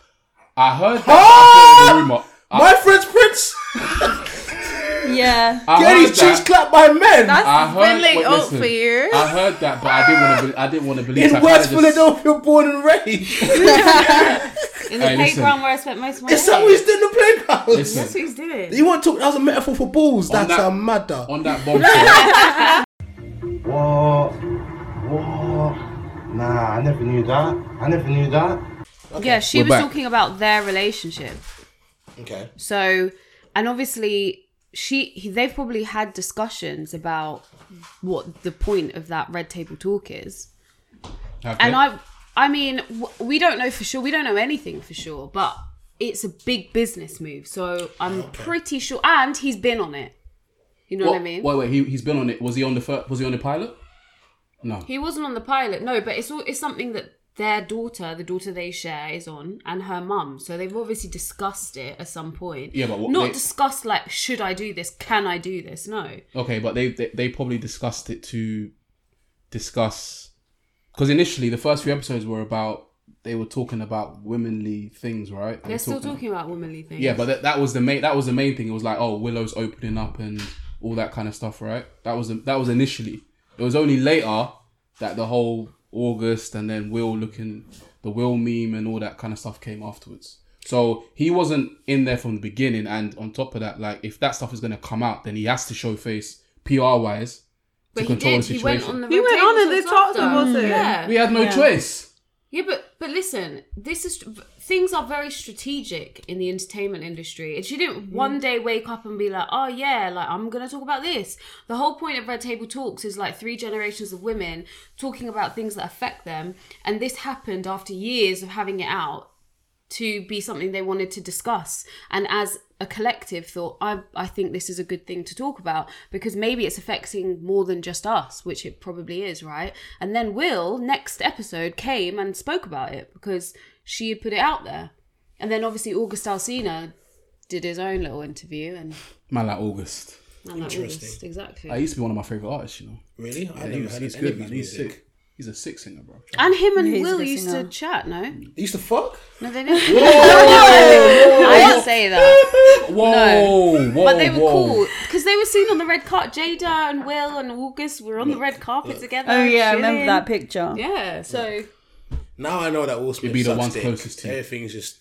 Speaker 3: I heard that. I thought it was a rumor. I,
Speaker 5: My French Prince
Speaker 6: yeah.
Speaker 3: I
Speaker 5: getting
Speaker 3: heard
Speaker 5: his cheeks
Speaker 3: that.
Speaker 5: clapped by men
Speaker 3: I
Speaker 7: that's
Speaker 3: heard.
Speaker 7: been like
Speaker 3: wait,
Speaker 7: out
Speaker 3: listen,
Speaker 7: for years.
Speaker 3: I heard that, but I didn't want to. Be, I didn't want to believe.
Speaker 5: in
Speaker 3: that.
Speaker 5: West
Speaker 3: I kinda just-
Speaker 5: Philadelphia, born and raised. *laughs*
Speaker 4: In the
Speaker 3: Hey, listen.
Speaker 4: playground where I spent most of my
Speaker 5: Is that what he's doing in the playground?
Speaker 3: Listen.
Speaker 4: That's what he's doing.
Speaker 5: You want to talk? That was a metaphor for balls. That's
Speaker 3: that-
Speaker 5: a matter.
Speaker 3: on that
Speaker 4: *laughs*
Speaker 3: bombshell.
Speaker 11: What? What? Nah, I never knew that. I never knew that.
Speaker 4: Yeah, she
Speaker 3: We're
Speaker 4: was
Speaker 3: back.
Speaker 4: talking about their relationship.
Speaker 5: Okay.
Speaker 4: So, and obviously, she he, they've probably had discussions about what the point of that red table talk is. And I, I mean, w- we don't know for sure. We don't know anything for sure, but it's a big business move. So I'm pretty sure. And he's been on it. You know what, I mean?
Speaker 3: Wait, wait. He he's been on it. Was he on the first? Was he on the pilot? No.
Speaker 4: He wasn't on the pilot, no, but it's all, it's something that their daughter, the daughter they share, is on, and her mum. So they've obviously discussed it at some point.
Speaker 3: Yeah, but what
Speaker 4: not
Speaker 3: they-
Speaker 4: discussed like, should I do this? Can I do this? No.
Speaker 3: Okay, but they they, they probably discussed it to discuss because initially the first few episodes were about they were talking about womanly things, right?
Speaker 4: They're still talking about womanly things.
Speaker 3: Yeah, but that, that was the main that was the main thing. It was like oh Willow's opening up and all that kind of stuff, right? That was that was initially. It was only later that the whole August and then Will looking the Will meme and all that kind of stuff came afterwards. So he wasn't in there from the beginning. And on top of that, like if that stuff is going to come out, then he has to show face PR wise to
Speaker 4: But he
Speaker 3: control
Speaker 4: did.
Speaker 3: the
Speaker 4: He went on
Speaker 3: situation.
Speaker 4: the.
Speaker 7: He went on and they
Speaker 4: rotations
Speaker 7: talked
Speaker 4: after.
Speaker 7: about it.
Speaker 4: Yeah.
Speaker 3: We had no choice.
Speaker 4: Yeah, but but listen, this is things are very strategic in the entertainment industry. And she
Speaker 7: Mm.
Speaker 4: didn't one day wake up and be like, "Oh yeah, like I'm gonna talk about this." The whole point of Red Table Talks is like three generations of women talking about things that affect them, and this happened after years of having it out to be something they wanted to discuss and as a collective thought I, I think this is a good thing to talk about because maybe it's affecting more than just us which it probably is right and then will next episode came and spoke about it because she had put it out there and then obviously august alsina did his own little interview and,
Speaker 3: Man, like August.
Speaker 4: and that
Speaker 5: Interesting.
Speaker 4: was exactly
Speaker 3: I used to be one of my favorite artists. You know,
Speaker 5: Really? I
Speaker 3: yeah,
Speaker 5: never
Speaker 3: he was,
Speaker 5: heard
Speaker 3: he's
Speaker 5: of any
Speaker 3: good,
Speaker 5: of
Speaker 3: man.
Speaker 5: his
Speaker 3: He's
Speaker 5: music.
Speaker 3: sick. He's a sick singer, bro.
Speaker 4: and him and
Speaker 6: He's a
Speaker 4: will
Speaker 6: good
Speaker 4: used to
Speaker 6: singer.
Speaker 4: chat no
Speaker 5: He used to fuck?
Speaker 4: no they didn't *laughs* i didn't say that
Speaker 3: Whoa, whoa,
Speaker 4: But they were
Speaker 3: Oh, whoa.
Speaker 4: cool because they were seen on the red carpet. Jada and Will and August were on the red carpet together.
Speaker 6: Oh yeah, I remember
Speaker 4: chilling.
Speaker 6: that picture.
Speaker 4: Yeah, so
Speaker 5: Now I know that Will Smith
Speaker 3: be the
Speaker 5: sucks
Speaker 3: ones
Speaker 5: dick.
Speaker 3: closest to you.
Speaker 5: Everything's just.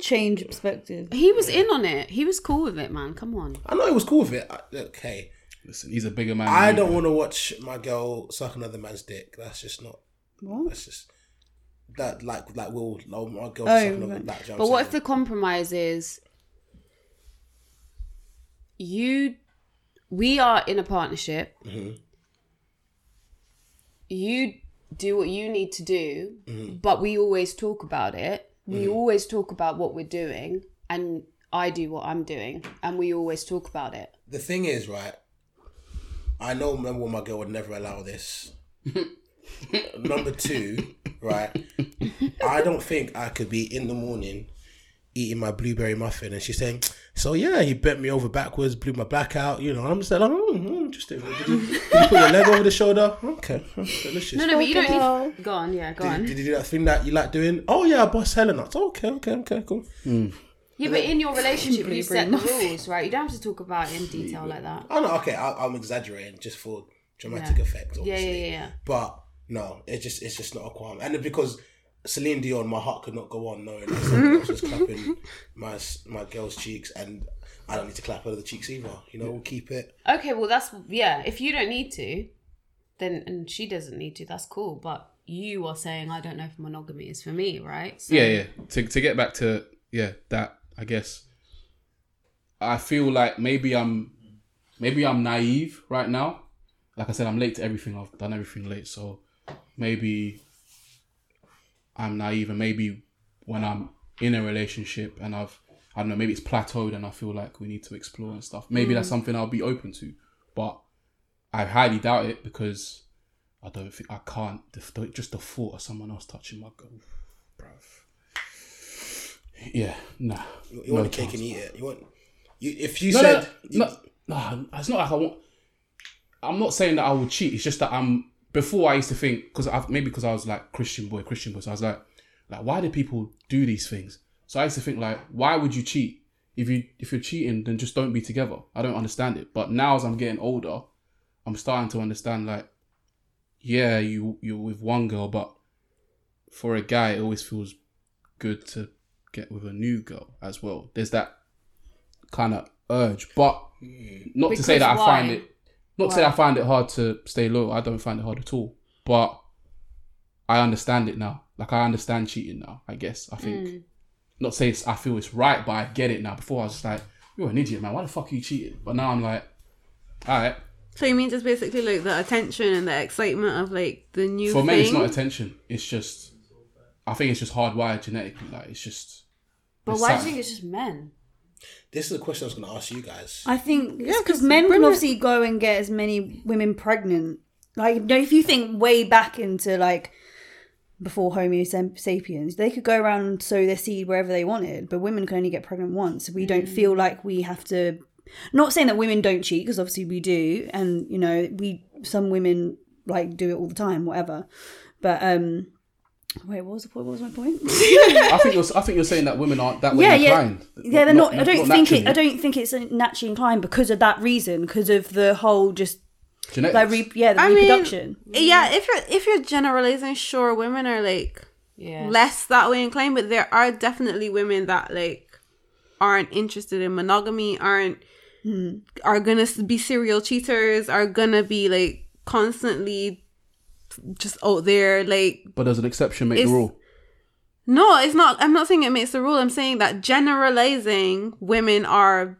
Speaker 6: Change perspective.
Speaker 4: he was in on it. He was cool with it, man. Come on.
Speaker 5: I know it was cool with it. I, look, hey,
Speaker 3: Listen, he's a bigger man.
Speaker 5: I
Speaker 3: than you.
Speaker 5: don't want to watch my girl suck another man's dick. That's just not. That's just that like like Will. Like, my girl
Speaker 6: Oh,
Speaker 5: suck another
Speaker 6: right.
Speaker 5: that.
Speaker 4: But what if the compromise is you, we are in a partnership. You do what you need to do, but we always talk about it. We always talk about what we're doing, and I do what I'm doing, and we always talk about it.
Speaker 5: the thing is right? I know number one, my girl would never allow this. number two, right? I don't think I could be in the morning eating my blueberry muffin and she's saying, So yeah, he bent me over backwards, blew my back out, you know. I'm just like, oh, mm, *laughs* interesting. Did you, did you put your leg over the shoulder? Okay, that's delicious.
Speaker 4: No, no, but you don't. Need, go on, yeah, go
Speaker 5: Did,
Speaker 4: on.
Speaker 5: did you do that thing that you like doing? Oh yeah, I bust hella nuts. Okay, okay, okay, cool.
Speaker 4: Yeah, but in your relationship, you set the rules, right? You don't have to talk about it in detail like that.
Speaker 5: Oh no, okay, I, I'm exaggerating just for dramatic
Speaker 4: Yeah.
Speaker 5: effect, obviously.
Speaker 4: Yeah, yeah, yeah, yeah.
Speaker 5: But no, it's just it's just not a qualm, and because Celine Dion, my heart could not go on knowing that someone else was
Speaker 4: *laughs*
Speaker 5: clapping my s- my girl's cheeks, and I don't need to clap her other cheeks either. You know, we'll keep it.
Speaker 4: Okay, well that's yeah. If you don't need to, then and she doesn't need to, that's cool. But you are saying I don't know if monogamy is for me, right? So,
Speaker 3: yeah, yeah. To to get back to yeah that I guess I feel like maybe I'm maybe I'm naive right now. Like I said, I'm late to everything. I've done everything late, so maybe I'm naive, and maybe when I'm in a relationship and I've I don't know, maybe it's plateaued, and I feel like we need to explore and stuff. Maybe that's something I'll be open to, but I highly doubt it because I don't think I can't. the- Just the thought of someone else touching my girl, bruv. Yeah, nah.
Speaker 5: You, you want a
Speaker 3: No
Speaker 5: cake
Speaker 3: chance.
Speaker 5: and eat it. You want you if you
Speaker 3: No,
Speaker 5: said
Speaker 3: no, no, no, no, it's not like I want. I'm not saying that I would cheat. It's just that I'm. Before I used to think because I maybe because I was like Christian boy, Christian boy. So I was like, like why do people do these things? So I used to think like, why would you cheat? If you if you're cheating, then just don't be together. I don't understand it. But now as I'm getting older, I'm starting to understand like, yeah, you you're with one girl, but for a guy, it always feels good to get with a new girl as well. There's that kind of urge, but not to say
Speaker 4: Because
Speaker 3: that I find
Speaker 4: why?
Speaker 3: it not to say I find it hard to stay loyal. I don't find it hard at all, but I understand it now. Like I understand cheating now. I guess I think
Speaker 4: Mm.
Speaker 3: not to say it's, I feel it's right, but I get it now. Before I was just like, you're an idiot, man. Why the fuck are you cheating? But now I'm like, all right.
Speaker 7: So you mean just basically like the attention and the excitement of like the new
Speaker 3: For
Speaker 7: thing?
Speaker 3: me, it's not attention. It's just, I think it's just hardwired genetically. Like it's just.
Speaker 4: but
Speaker 3: it's
Speaker 4: why do you
Speaker 3: something-
Speaker 4: think it's just men?
Speaker 5: this is a question I was going to ask you guys.
Speaker 6: I think yeah,
Speaker 7: 'cause
Speaker 6: because men
Speaker 7: women-
Speaker 6: can obviously go and get as many women pregnant. Like, you know, if you think way back into like before Homo sam- sapiens, they could go around and sow their seed wherever they wanted, but women can only get pregnant once. We don't feel like we have to. Not saying that women don't cheat, because obviously we do, and you know, we some women like do it all the time, whatever. But um, wait, what was the point? What was my point? *laughs*
Speaker 3: I think you're. I think you're saying that women aren't that way
Speaker 6: yeah, yeah,
Speaker 3: inclined.
Speaker 6: yeah. They're not. I don't think it. I
Speaker 3: naturally,
Speaker 6: don't think it's naturally inclined because of that reason. Because of the whole just
Speaker 3: genetics.
Speaker 6: like re- yeah, the
Speaker 7: I mean-
Speaker 6: reproduction.
Speaker 7: Yeah, if you're if you're generalizing, sure, women are like
Speaker 4: Yeah.
Speaker 7: less that way inclined, but there are definitely women that like aren't interested in monogamy, aren't are gonna s- be serial cheaters, are gonna be like constantly just out there like
Speaker 3: But does an exception make
Speaker 7: It's-
Speaker 3: the rule?
Speaker 7: no, it's not. I'm not saying it makes the rule. I'm saying that generalizing women are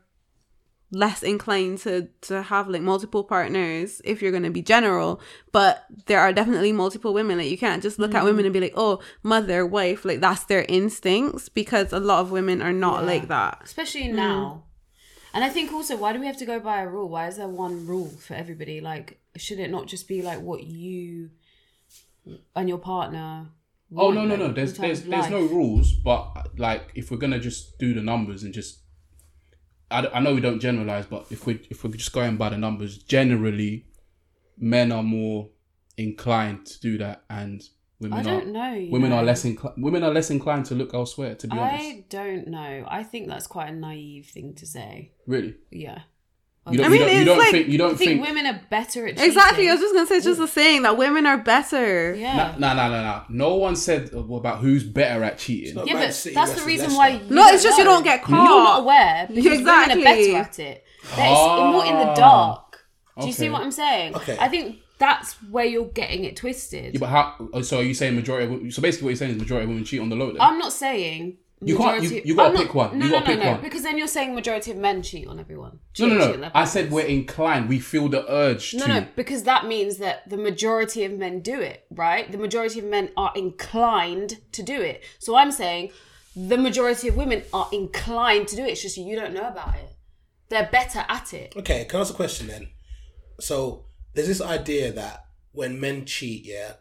Speaker 7: less inclined to to have like multiple partners if you're going to be general. But there are definitely multiple women. Like you can't just look
Speaker 3: Mm.
Speaker 7: at women and be like, oh, mother, wife. Like that's their instincts because a lot of women are not like that.
Speaker 4: especially now. And I think also, why do we have to go by a rule? Why is there one rule for everybody? Like, should it not just be like what you and your partner?
Speaker 3: Oh
Speaker 4: want,
Speaker 3: no no
Speaker 4: like,
Speaker 3: no. There's
Speaker 4: in terms
Speaker 3: there's
Speaker 4: of
Speaker 3: there's no
Speaker 4: life?
Speaker 3: rules, but like if we're gonna just do the numbers and just, I, d- I know we don't generalize, but if we if we're just going by the numbers, generally, men are more inclined to do that, and women
Speaker 4: I
Speaker 3: are
Speaker 4: don't know, you
Speaker 3: women are
Speaker 4: know.
Speaker 3: less inclined women are less inclined to look elsewhere. To be honest,
Speaker 4: I don't know. I think that's quite a naive thing to say.
Speaker 3: really,
Speaker 4: Yeah,
Speaker 3: you don't
Speaker 7: I mean,
Speaker 3: you don't, you
Speaker 7: it's
Speaker 3: don't
Speaker 7: like-
Speaker 3: think you
Speaker 4: I
Speaker 3: don't
Speaker 4: think,
Speaker 3: think
Speaker 4: women are better at cheating.
Speaker 7: Exactly. I was just going to say, it's just a saying that women are better.
Speaker 4: yeah.
Speaker 3: No, no, no, no, no. No one said about who's better at cheating.
Speaker 5: not
Speaker 4: yeah,
Speaker 5: Man
Speaker 4: but
Speaker 5: City
Speaker 4: that's the
Speaker 5: versus
Speaker 4: reason
Speaker 5: Leicester.
Speaker 4: why. You
Speaker 7: No, it's just you don't
Speaker 4: know.
Speaker 7: get
Speaker 4: You're not
Speaker 7: caught.
Speaker 4: aware because
Speaker 7: Exactly.
Speaker 4: women are better at it. That is more in the
Speaker 3: Ah.
Speaker 4: dark. Do you see
Speaker 3: Okay.
Speaker 4: what I'm saying?
Speaker 5: Okay.
Speaker 4: I think that's where you're getting it twisted.
Speaker 3: Yeah, but how? oh, So are you saying majority? Of, wo- so basically, what you're saying is majority of women cheat on the low. Then
Speaker 4: I'm not saying
Speaker 3: You can't- you-
Speaker 4: majority-
Speaker 3: you gotta
Speaker 4: I'm not-
Speaker 3: pick one.
Speaker 4: No,
Speaker 3: You
Speaker 4: no,
Speaker 3: gotta
Speaker 4: no,
Speaker 3: pick
Speaker 4: no.
Speaker 3: one.
Speaker 4: Because then you're saying majority of men cheat on everyone.
Speaker 3: no, no,
Speaker 4: Cheat- cheat on
Speaker 3: no.
Speaker 4: their
Speaker 3: I said
Speaker 4: partners.
Speaker 3: we're inclined. We feel the urge
Speaker 4: No,
Speaker 3: to.
Speaker 4: no, because that means that the majority of men do it, right? The majority of men are inclined to do it. So I'm saying the majority of women are inclined to do it. It's just you don't know about it. They're better at it.
Speaker 5: Okay, can I ask a question then? So there's this idea that when men cheat, yeah,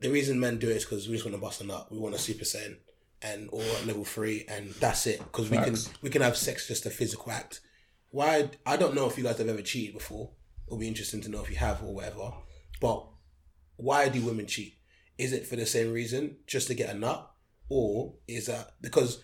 Speaker 5: the reason men do it is because we just want to bust a nut. We want a super saiyan and or a level three, and that's it. Because we can
Speaker 3: Facts.
Speaker 5: we can have sex just a physical act. Why? I don't know if you guys have ever cheated before. It'll be interesting to know if you have or whatever. But why do women cheat? Is it for the same reason, just to get a nut, or is that because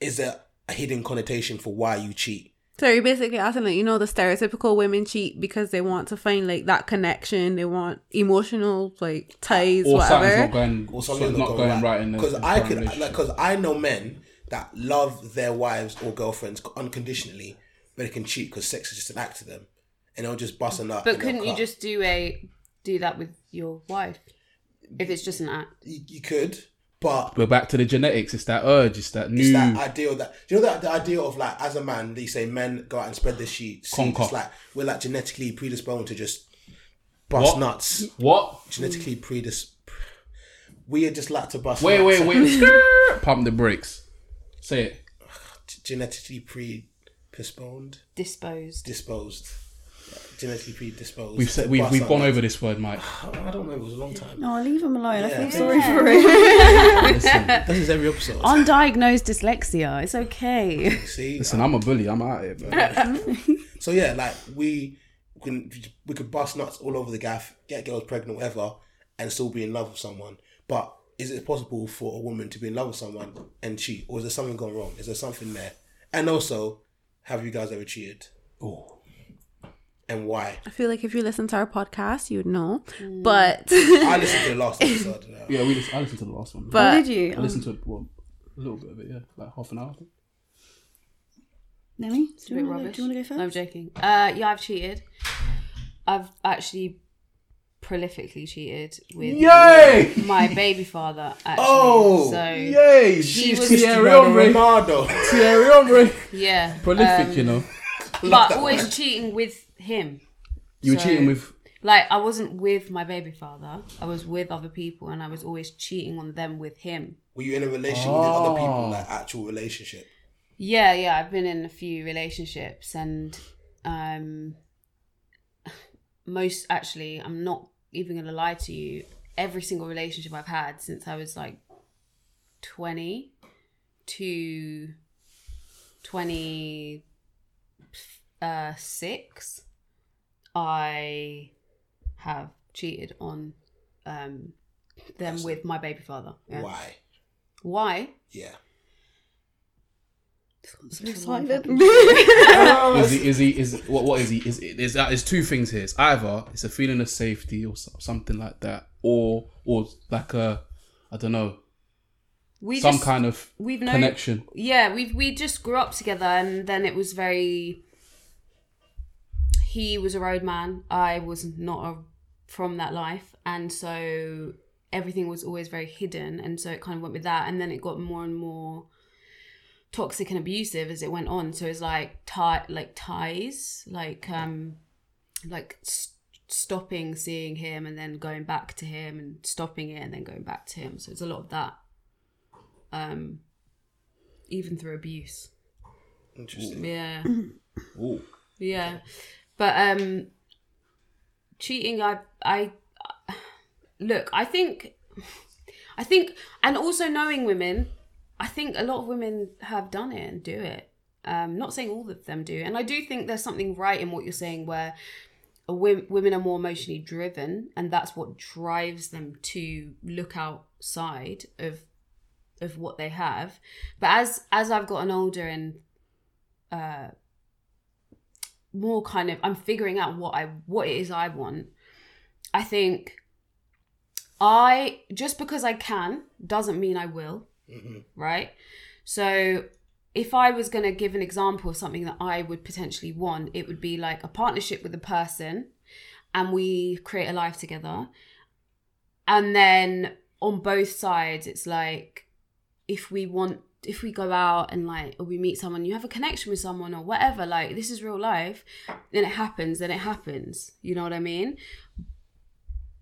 Speaker 5: is there a hidden connotation for why you cheat?
Speaker 7: So you're basically asking, like, you know, the stereotypical women cheat because they want to find like that connection. They want emotional like ties,
Speaker 3: Or something's
Speaker 7: whatever.
Speaker 3: not going.
Speaker 5: or
Speaker 3: something's
Speaker 5: something's
Speaker 3: not going right in the.
Speaker 5: Because
Speaker 3: in
Speaker 5: I
Speaker 3: the
Speaker 5: could, like,
Speaker 3: relationship.
Speaker 5: because I know men that love their wives or girlfriends unconditionally, but they can cheat because sex is just an act to them, and they'll just bust a nut.
Speaker 4: But
Speaker 5: and they'll
Speaker 4: couldn't you
Speaker 5: cut.
Speaker 4: just do a do that with your wife if it's just an act?
Speaker 5: You, you could, but
Speaker 3: we're back to the genetics. It's that urge. It's that new.
Speaker 5: it's that ideal that do you know that the idea of like as a man, they say men go out and spread the sheet.
Speaker 3: Conquer.
Speaker 5: It's like we're like genetically predisposed to just bust
Speaker 3: What?
Speaker 5: nuts.
Speaker 3: what?
Speaker 5: Genetically predis. We are just like to bust.
Speaker 3: Wait,
Speaker 5: nuts.
Speaker 3: wait, wait. Skrrr. *laughs* Pump the brakes. Say it.
Speaker 5: Genetically predisposed.
Speaker 4: Disposed.
Speaker 5: disposed, genetically predisposed.
Speaker 3: We've
Speaker 5: to
Speaker 3: said, we've
Speaker 5: bust
Speaker 3: we've
Speaker 5: like
Speaker 3: gone
Speaker 5: that.
Speaker 3: over this
Speaker 5: *sighs*
Speaker 3: word, Mike.
Speaker 5: I don't know. It was a long time.
Speaker 6: No, leave him alone. I
Speaker 5: Yeah.
Speaker 6: feel sorry for him.
Speaker 5: *laughs*
Speaker 3: Listen,
Speaker 5: This is every episode.
Speaker 9: Undiagnosed dyslexia. It's
Speaker 4: *laughs*
Speaker 9: okay.
Speaker 5: See,
Speaker 3: listen. I'm a bully. I'm out here, bro.
Speaker 5: so yeah, like we can we could bust nuts all over the gaff, get girls pregnant, whatever, and still be in love with someone. But is it possible for a woman to be in love with someone and cheat, or is there something gone wrong? Is there something there? And also, have you guys ever cheated?
Speaker 3: Oh.
Speaker 5: And why?
Speaker 7: I feel like if you listen to our podcast, you'd know. *laughs* But
Speaker 5: I listened to the last episode. uh,
Speaker 3: Yeah, we. Just, I listened to the last one.
Speaker 6: How
Speaker 7: but
Speaker 6: did you?
Speaker 3: I listened to it, well, a little bit of it. Yeah, like half an hour. I think.
Speaker 6: Nemi,
Speaker 4: It's
Speaker 6: do
Speaker 4: a
Speaker 6: you
Speaker 4: bit
Speaker 6: want to go,
Speaker 4: rubbish.
Speaker 6: do you wanna go first?
Speaker 4: No, I'm joking. Uh, yeah, I've cheated. I've actually prolifically cheated with
Speaker 3: Yay!
Speaker 4: my baby father. Actually.
Speaker 5: Oh,
Speaker 4: so
Speaker 3: Yay!
Speaker 4: He
Speaker 3: She's
Speaker 4: was-
Speaker 3: Thierry
Speaker 5: Cristiano
Speaker 3: Henry.
Speaker 5: *laughs* Ronaldo.
Speaker 3: Thierry Henry.
Speaker 4: yeah,
Speaker 3: Prolific,
Speaker 4: um,
Speaker 3: you know.
Speaker 4: but always cheating with him.
Speaker 3: You were
Speaker 4: so-
Speaker 3: cheating with.
Speaker 4: Like I wasn't with my baby father. I was with other people, and I was always cheating on them with him.
Speaker 5: Were you in a relationship with other people, like actual relationship?
Speaker 4: Yeah, yeah, I've been in a few relationships and um most actually, I'm not even going to lie to you, every single relationship I've had since I was like 20 to 26 uh, six, I have cheated on um them with my baby father. Yeah.
Speaker 5: Why?
Speaker 4: Why?
Speaker 5: Yeah.
Speaker 7: *laughs*
Speaker 3: Is he? Is he? Is what? What is he? Is is that? Is two things here. It's either it's a feeling of safety or so- something like that, or or like a, I don't know,
Speaker 4: we
Speaker 3: some
Speaker 4: just-
Speaker 3: kind of
Speaker 4: we've known-
Speaker 3: connection.
Speaker 4: yeah we we just grew up together and then it was very he was a roadman i was not a, from that life and so everything was always very hidden and so it kind of went with that and then it got more and more toxic and abusive as it went on so it's like tie like ties like um like st- stopping seeing him and then going back to him and stopping it and then going back to him so it's a lot of that um even through abuse
Speaker 5: Interesting.
Speaker 4: yeah
Speaker 3: Ooh.
Speaker 4: yeah but um cheating i i look i think i think and also knowing women i think a lot of women have done it and do it um not saying all of them do and i do think there's something right in what you're saying where a wom- women are more emotionally driven and that's what drives them to look outside of of what they have but as as i've gotten older and uh more kind of i'm figuring out what i what it is i want i think i just because i can doesn't mean i will right so if i was going to give an example of something that i would potentially want it would be like a partnership with a person and we create a life together and then on both sides it's like if we want if we go out and like or we meet someone you have a connection with someone or whatever like this is real life then it happens then it happens you know what i mean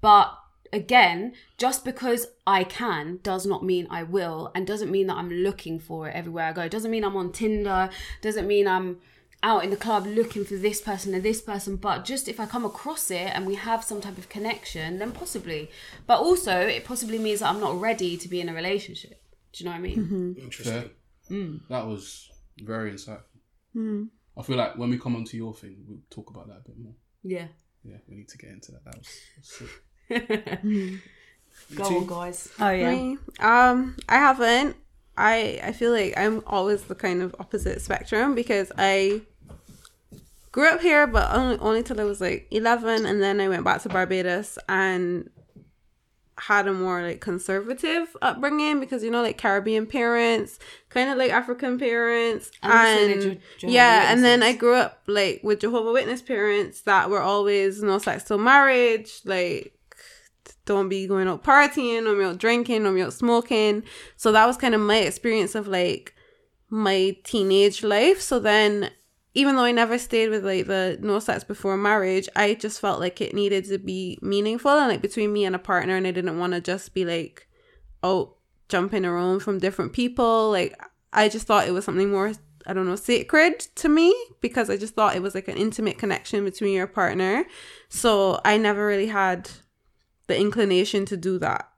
Speaker 4: but again just because i can does not mean i will and doesn't mean that i'm looking for it everywhere i go doesn't mean i'm on tinder doesn't mean i'm out in the club looking for this person and this person but just if i come across it and we have some type of connection then possibly but also it possibly means that i'm not ready to be in a relationship do you know what i mean
Speaker 5: Interesting.
Speaker 3: That was very insightful. I feel like when we come onto your thing, we'll talk about that a bit more.
Speaker 4: yeah
Speaker 3: Yeah, we need to get into that. That was, was sick.
Speaker 4: go on guys
Speaker 6: Oh yeah.
Speaker 7: *laughs* Me? Um, I haven't. I I feel like I'm always the kind of opposite spectrum because I grew up here, but only only till I was like eleven, and then I went back to Barbados and had a more like conservative upbringing because you know like Caribbean parents, kind of like African parents,
Speaker 4: And also
Speaker 7: and,
Speaker 4: they're Je- Jehovah's
Speaker 7: yeah, and then I
Speaker 4: Witnesses.
Speaker 7: grew up like with Jehovah Witness parents that were always no sex till marriage, like don't be going out partying, no milk drinking, no milk smoking. So that was kind of my experience of like my teenage life. So then, even though I never stayed with like the no sex before marriage, I just felt like it needed to be meaningful and like between me and a partner, and I didn't want to just be like out jumping around from different people. Like I just thought it was something more. I don't know, sacred to me because I just thought it was like an intimate connection between your partner. So I never really had the inclination to do that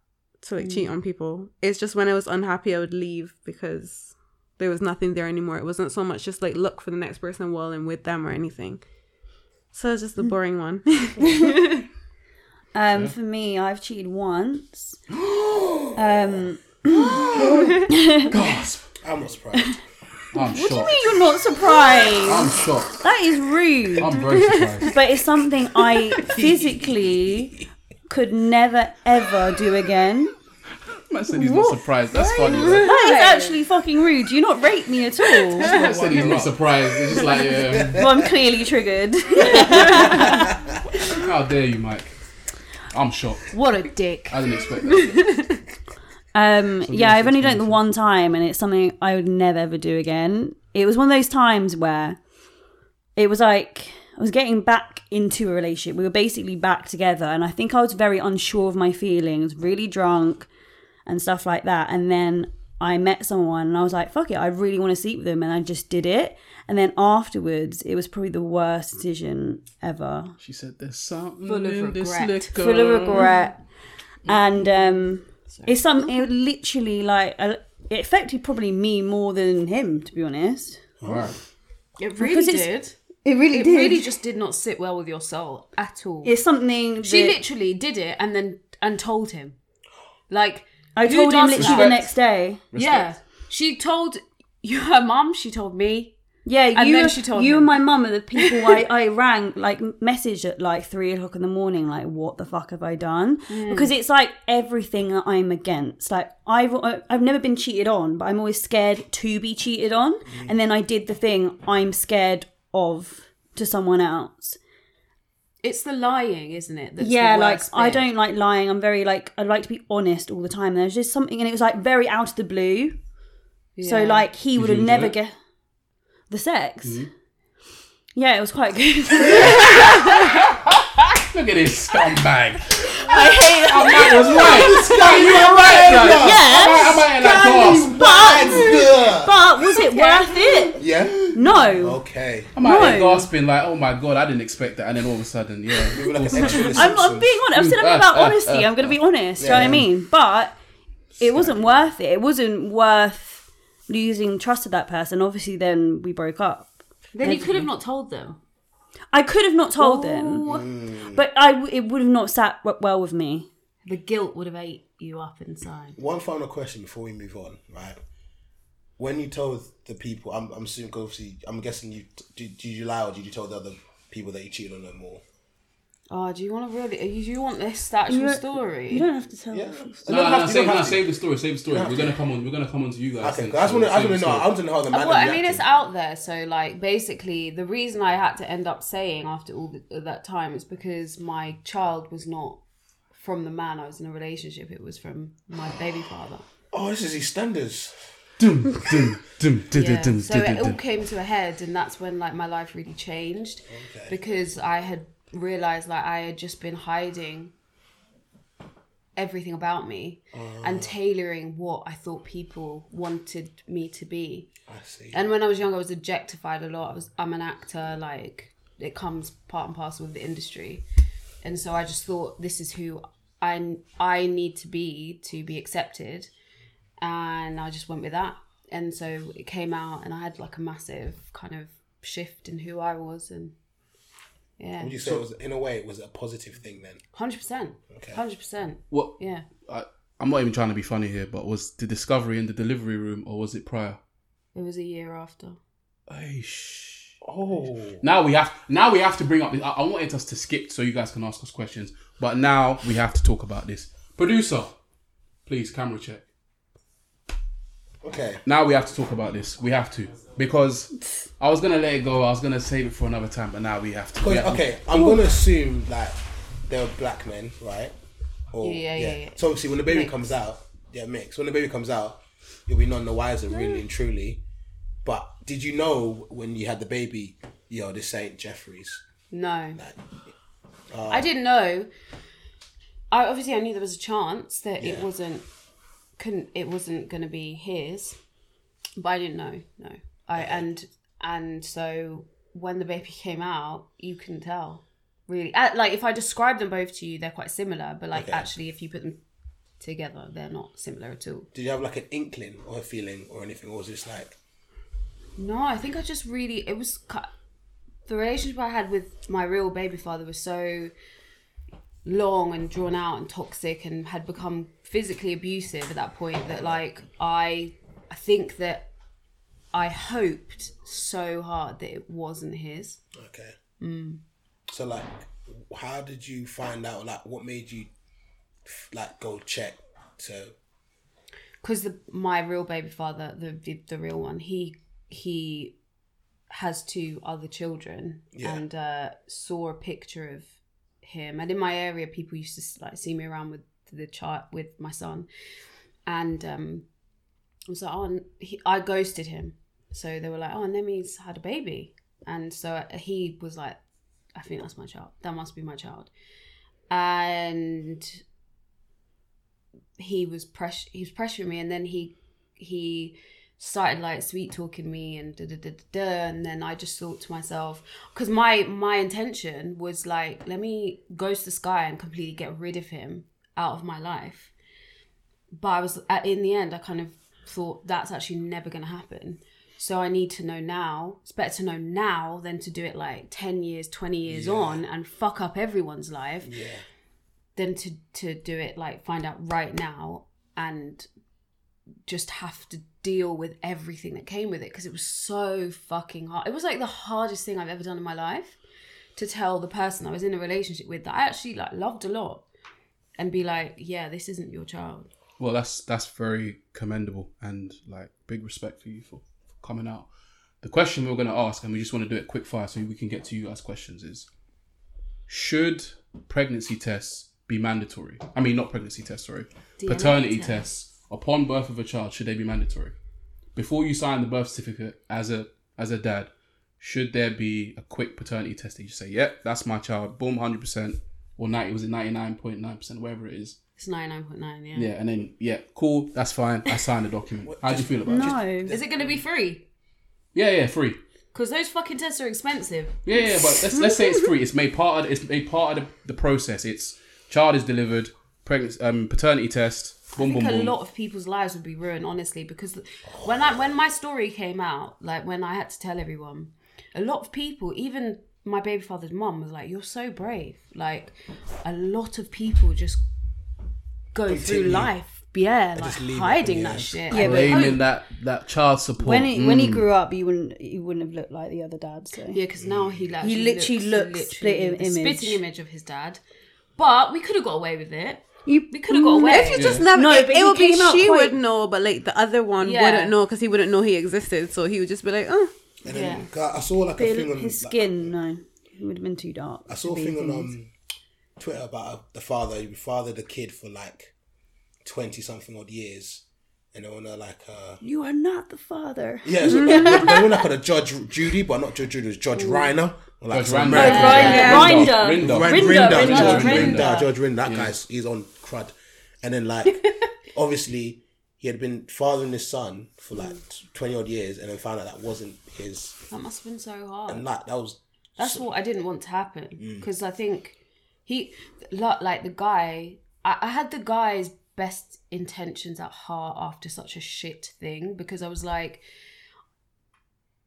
Speaker 7: to like cheat on people it's just when i was unhappy i would leave because there was nothing there anymore it wasn't so much just like look for the next person while i'm with them or anything so it's
Speaker 6: Hmm.
Speaker 7: just the
Speaker 6: *laughs*
Speaker 7: boring one
Speaker 6: Um, For me, I've cheated
Speaker 3: *gasps*
Speaker 6: once. um,
Speaker 5: I'm not surprised.
Speaker 3: I'm shocked.
Speaker 6: you're not
Speaker 3: *gasps*
Speaker 6: surprised.
Speaker 3: I'm shocked.
Speaker 6: That is rude.
Speaker 3: I'm very surprised.
Speaker 6: but it's something I physically could never ever do again.
Speaker 3: Man said he's not surprised. That's
Speaker 6: *laughs*
Speaker 3: funny. Right?
Speaker 6: That is actually fucking rude. You not rape me at all.
Speaker 3: *laughs* Man said he's not surprised. It's just like,
Speaker 6: *laughs*
Speaker 3: yeah,
Speaker 6: well, I'm clearly
Speaker 3: *laughs*
Speaker 6: triggered.
Speaker 3: um, how dare you, Mike? I'm shocked.
Speaker 4: what a dick
Speaker 3: I didn't expect that.
Speaker 6: Um, yeah,
Speaker 3: yes,
Speaker 6: I've only done it
Speaker 3: it's
Speaker 6: the one time, and it's something I would never ever do again. It was one of those times where it was like I was getting back into a relationship. We were basically back together, and I think I was very unsure of my feelings, really drunk, and stuff like that. And then I met someone, and I was like, "Fuck it, I really want to sleep with them," and I just did it. And then afterwards, it was probably the worst decision ever.
Speaker 3: She said there's something
Speaker 4: Full of
Speaker 3: in this
Speaker 4: regret.
Speaker 3: liquor.
Speaker 6: full of regret. And um, it's something it literally like uh, it affected probably me more than him, to be honest.
Speaker 3: Right.
Speaker 4: it really
Speaker 6: Because it's-
Speaker 4: did
Speaker 6: It really
Speaker 4: it really just did not sit well with your soul at all
Speaker 6: it's something
Speaker 4: She
Speaker 6: that
Speaker 4: literally did it and then and told him. Like
Speaker 6: I
Speaker 4: who
Speaker 6: told him
Speaker 4: does
Speaker 6: literally
Speaker 4: that?
Speaker 6: the next day.
Speaker 4: Yeah. She told you her mum, she told me.
Speaker 6: Yeah,
Speaker 4: And
Speaker 6: you,
Speaker 4: then she told
Speaker 6: you
Speaker 4: him.
Speaker 6: and my mum are the people I, I rang, like, message at like three o'clock in the morning, like, what the fuck have I done?
Speaker 4: Hmm.
Speaker 6: Because it's like everything that I'm against. Like, I've uh, I've never been cheated on, but I'm always scared to be cheated on.
Speaker 4: Hmm.
Speaker 6: And then I did the thing I'm scared of to someone else.
Speaker 4: It's the lying, isn't it? That's
Speaker 6: yeah,
Speaker 4: the
Speaker 6: like
Speaker 4: worst
Speaker 6: I
Speaker 4: bit.
Speaker 6: don't like lying. I'm very like I like to be honest all the time. And there's just something, and it was like very out of the blue. So
Speaker 4: Yeah.
Speaker 6: like he would have
Speaker 3: enjoy
Speaker 6: never
Speaker 3: it? Mm-hmm.
Speaker 6: get the sex. Yeah, it was quite
Speaker 4: *laughs*
Speaker 6: good. *laughs*
Speaker 3: Look at this scumbag.
Speaker 6: I hate
Speaker 3: Oh, Mike was right. Scum, you were right, though.
Speaker 6: Yes.
Speaker 3: I might have that glass.
Speaker 5: Good.
Speaker 6: But was it worth it?
Speaker 5: Yeah.
Speaker 3: Oh,
Speaker 6: No.
Speaker 5: Okay.
Speaker 3: I might have
Speaker 6: No.
Speaker 3: gasping like, oh my god, I didn't expect that. And then all of a sudden, yeah.
Speaker 5: Like an extra in the
Speaker 6: I'm, I'm
Speaker 5: Simpsons.
Speaker 6: being honest. I've said I'm about honesty. I'm going to be honest. Do you know what I mean? But it wasn't worth it. It wasn't worth losing trust of that person. Obviously, then we broke up.
Speaker 4: Then you could have not told them.
Speaker 6: I could have not told them,
Speaker 4: Oh.
Speaker 6: but I w- it would have not sat w- well with me.
Speaker 4: The guilt would have ate you up inside.
Speaker 5: One final question before we move on, right? When you told the people, I'm, I'm assuming 'cause obviously, I'm guessing you did, did you lie or did you tell the other people that you cheated on them more?
Speaker 4: Oh, do you want to really? Do you want this actual story?
Speaker 6: You don't have to tell.
Speaker 5: Yeah.
Speaker 3: No, no, no, save, no, save the story, save the story. We're gonna come on, we're gonna come on to you guys.
Speaker 5: Okay,
Speaker 3: and-
Speaker 5: 'cause I just want to, I just
Speaker 3: save
Speaker 5: want to
Speaker 3: the
Speaker 5: know,
Speaker 3: story.
Speaker 5: I want to know how the man
Speaker 4: well, I mean, it's out there. So, like, basically, the reason I had to end up saying after all the, that time is because my child was not from the man I was in a relationship. It was from my baby father.
Speaker 5: Oh, this is EastEnders.
Speaker 3: Dum, dum, dum, dum,
Speaker 4: Yeah.
Speaker 3: dum,
Speaker 4: So
Speaker 3: dum,
Speaker 4: it all
Speaker 3: dum.
Speaker 4: came to a head, and that's when like my life really changed because I had realized like I had just been hiding everything about me and tailoring what I thought people wanted me to be.
Speaker 5: I see.
Speaker 4: And when I was young, I was objectified a lot. I was, I'm an actor, like it comes part and parcel with the industry, and so I just thought this is who I I need to be to be accepted, and I just went with that. And so it came out, and I had like a massive kind of shift in who I was, and yeah,
Speaker 5: Would you say it was, in a way, it was a positive thing then?
Speaker 4: hundred percent, hundred percent,
Speaker 3: What?
Speaker 4: yeah.
Speaker 3: I, I'm not even trying to be funny here, but was the discovery in the delivery room or was it prior?
Speaker 4: It was a year after.
Speaker 3: Ay, shh.
Speaker 5: Oh.
Speaker 3: Now we have now we have to bring up. I, I wanted us to skip so you guys can ask us questions, but now we have to talk about this. Producer, please camera check.
Speaker 5: Okay.
Speaker 3: Now we have to talk about this. We have to because I was gonna let it go. I was gonna save it for another time, but now we have to.
Speaker 5: Cause,
Speaker 3: We have-
Speaker 5: okay, I'm gonna assume that they were black men, right? Or,
Speaker 4: Yeah, yeah, yeah, yeah.
Speaker 5: So obviously, when the baby
Speaker 4: Mixed.
Speaker 5: comes out, yeah, mix. When the baby comes out, you'll be none the wiser, really and truly. But did you know when you had the baby, yo, this ain't Jeffries?
Speaker 4: No.
Speaker 5: Uh,
Speaker 4: I didn't know. I obviously I knew there was a chance that it
Speaker 5: Yeah.
Speaker 4: wasn't couldn't it wasn't gonna be his. But I didn't know, no. I and and so when the baby came out, you couldn't tell. Really. Uh, Like if I describe them both to you, they're quite similar, but like
Speaker 5: Okay.
Speaker 4: actually if you put them together, they're not similar at all.
Speaker 5: Did you have like an inkling or a feeling or anything, or was it just like,
Speaker 4: No, I think I just really it was cu- the relationship I had with my real baby father was so long and drawn out and toxic and had become physically abusive at that point that like I I think that I hoped so hard that it wasn't his.
Speaker 5: okay? Mm. So like, how did you find out? Like, what made you like go check to?
Speaker 4: because my real baby father, the, the the real one, he he has two other children,
Speaker 5: Yeah.
Speaker 4: and uh, saw a picture of him. And in my area, people used to like see me around with the child with my son, and um, I was like, oh, and he, I ghosted him. So they were like, oh, Nemi's had a baby, and so he was like, I think that's my child. That must be my child, and he was press he was pressuring me and then he he started like sweet talking me and da da da da, da and then I just thought to myself because my my intention was like let me ghost this guy and completely get rid of him out of my life but I was at- in the end I kind of thought that's actually never gonna happen so I need to know now it's better to know now than to do it like 10 years 20 years on and fuck up everyone's life
Speaker 5: Yeah.
Speaker 4: than to to do it like find out right now and just have to deal with everything that came with it because it was so fucking hard. It was like the hardest thing I've ever done in my life to tell the person I was in a relationship with that I actually like loved a lot and be like, yeah, this isn't your child.
Speaker 3: Well, that's that's very commendable and like big respect for you for, for coming out. The question we we're going to ask, and we just want to do it quick fire so we can get to you guys' questions, is should pregnancy tests be mandatory? I mean, not pregnancy tests, sorry, paternity
Speaker 4: test.
Speaker 3: tests upon birth of a child. Should they be mandatory? Before you sign the birth certificate as a as a dad, should there be a quick paternity test that you say, "Yep, that's my child," boom, hundred percent, or ninety was it ninety nine point nine percent, whatever it is.
Speaker 4: It's 99.9, yeah.
Speaker 3: Yeah, and then yeah, cool, that's fine. I signed the document. How do you feel about it?
Speaker 6: No.
Speaker 4: Is it going to be free?
Speaker 3: Yeah, yeah, free.
Speaker 4: Because those fucking tests are expensive.
Speaker 3: Yeah, yeah, but let's let's say it's free. It's made part of it's made part of the, the process. It's child is delivered, pregnancy, um, paternity test, boom,
Speaker 4: I
Speaker 3: boom,
Speaker 4: think a
Speaker 3: boom.
Speaker 4: lot of people's lives would be ruined, honestly, because when I when my story came out, like when I had to tell everyone, a lot of people, even my baby father's mum, was like, "You're so brave." Like, a lot of people just go
Speaker 5: Continue.
Speaker 4: through life, yeah, like
Speaker 5: just leave it,
Speaker 4: hiding
Speaker 5: yeah.
Speaker 4: that shit.
Speaker 6: Yeah, but
Speaker 4: Oh.
Speaker 3: Blaming that that child support. Mm.
Speaker 6: when he
Speaker 5: Mm.
Speaker 6: when he grew up, you wouldn't you wouldn't have looked like the other dad. So
Speaker 4: oh, Yeah, because now he like
Speaker 6: He literally looks split im- image.
Speaker 4: spitting image of his dad. But we could have got away with it.
Speaker 6: you
Speaker 4: We could have got away.
Speaker 7: If you
Speaker 4: with
Speaker 7: just
Speaker 4: it.
Speaker 7: never,
Speaker 6: No,
Speaker 7: it,
Speaker 6: but
Speaker 7: it
Speaker 6: he
Speaker 7: would be
Speaker 6: came out
Speaker 7: she
Speaker 6: quite-
Speaker 7: would know, but like the other one
Speaker 4: Yeah.
Speaker 7: wouldn't know because he wouldn't know he existed. So he would just be like, oh,
Speaker 5: And then
Speaker 4: Yeah.
Speaker 5: God, I saw like a thing on
Speaker 6: his
Speaker 5: like,
Speaker 6: skin no, it would have been too dark.
Speaker 5: I saw a
Speaker 6: to be
Speaker 5: thing on
Speaker 6: things.
Speaker 5: um, Twitter about uh, the father. He fathered a kid for like twenty something odd years, and they want to like uh,
Speaker 6: you are not the father.
Speaker 5: yeah,
Speaker 6: *laughs*
Speaker 5: so they, they went like on a Judge Judy, but not Judge Judy. It was Judge Reiner. Or like
Speaker 3: Judge
Speaker 5: some
Speaker 3: Randall.
Speaker 5: American
Speaker 6: Judge
Speaker 5: guy.
Speaker 6: Randall. Rinder.
Speaker 3: Rinder.
Speaker 5: Rinder,
Speaker 6: Rinder,
Speaker 5: Rinder,
Speaker 6: Rinder,
Speaker 5: Judge
Speaker 6: Rinder.
Speaker 5: Rinder, Judge Rinder. That guy's he's on crud, and then
Speaker 6: *laughs*
Speaker 5: like obviously he had been fathering his son for like twenty odd years, and then found out that wasn't his.
Speaker 4: that must have been so hard.
Speaker 5: And that that was
Speaker 4: That's what I didn't want to happen because I think he, like, like the guy, I, I had the guy's best intentions at heart after such a shit thing because I was like,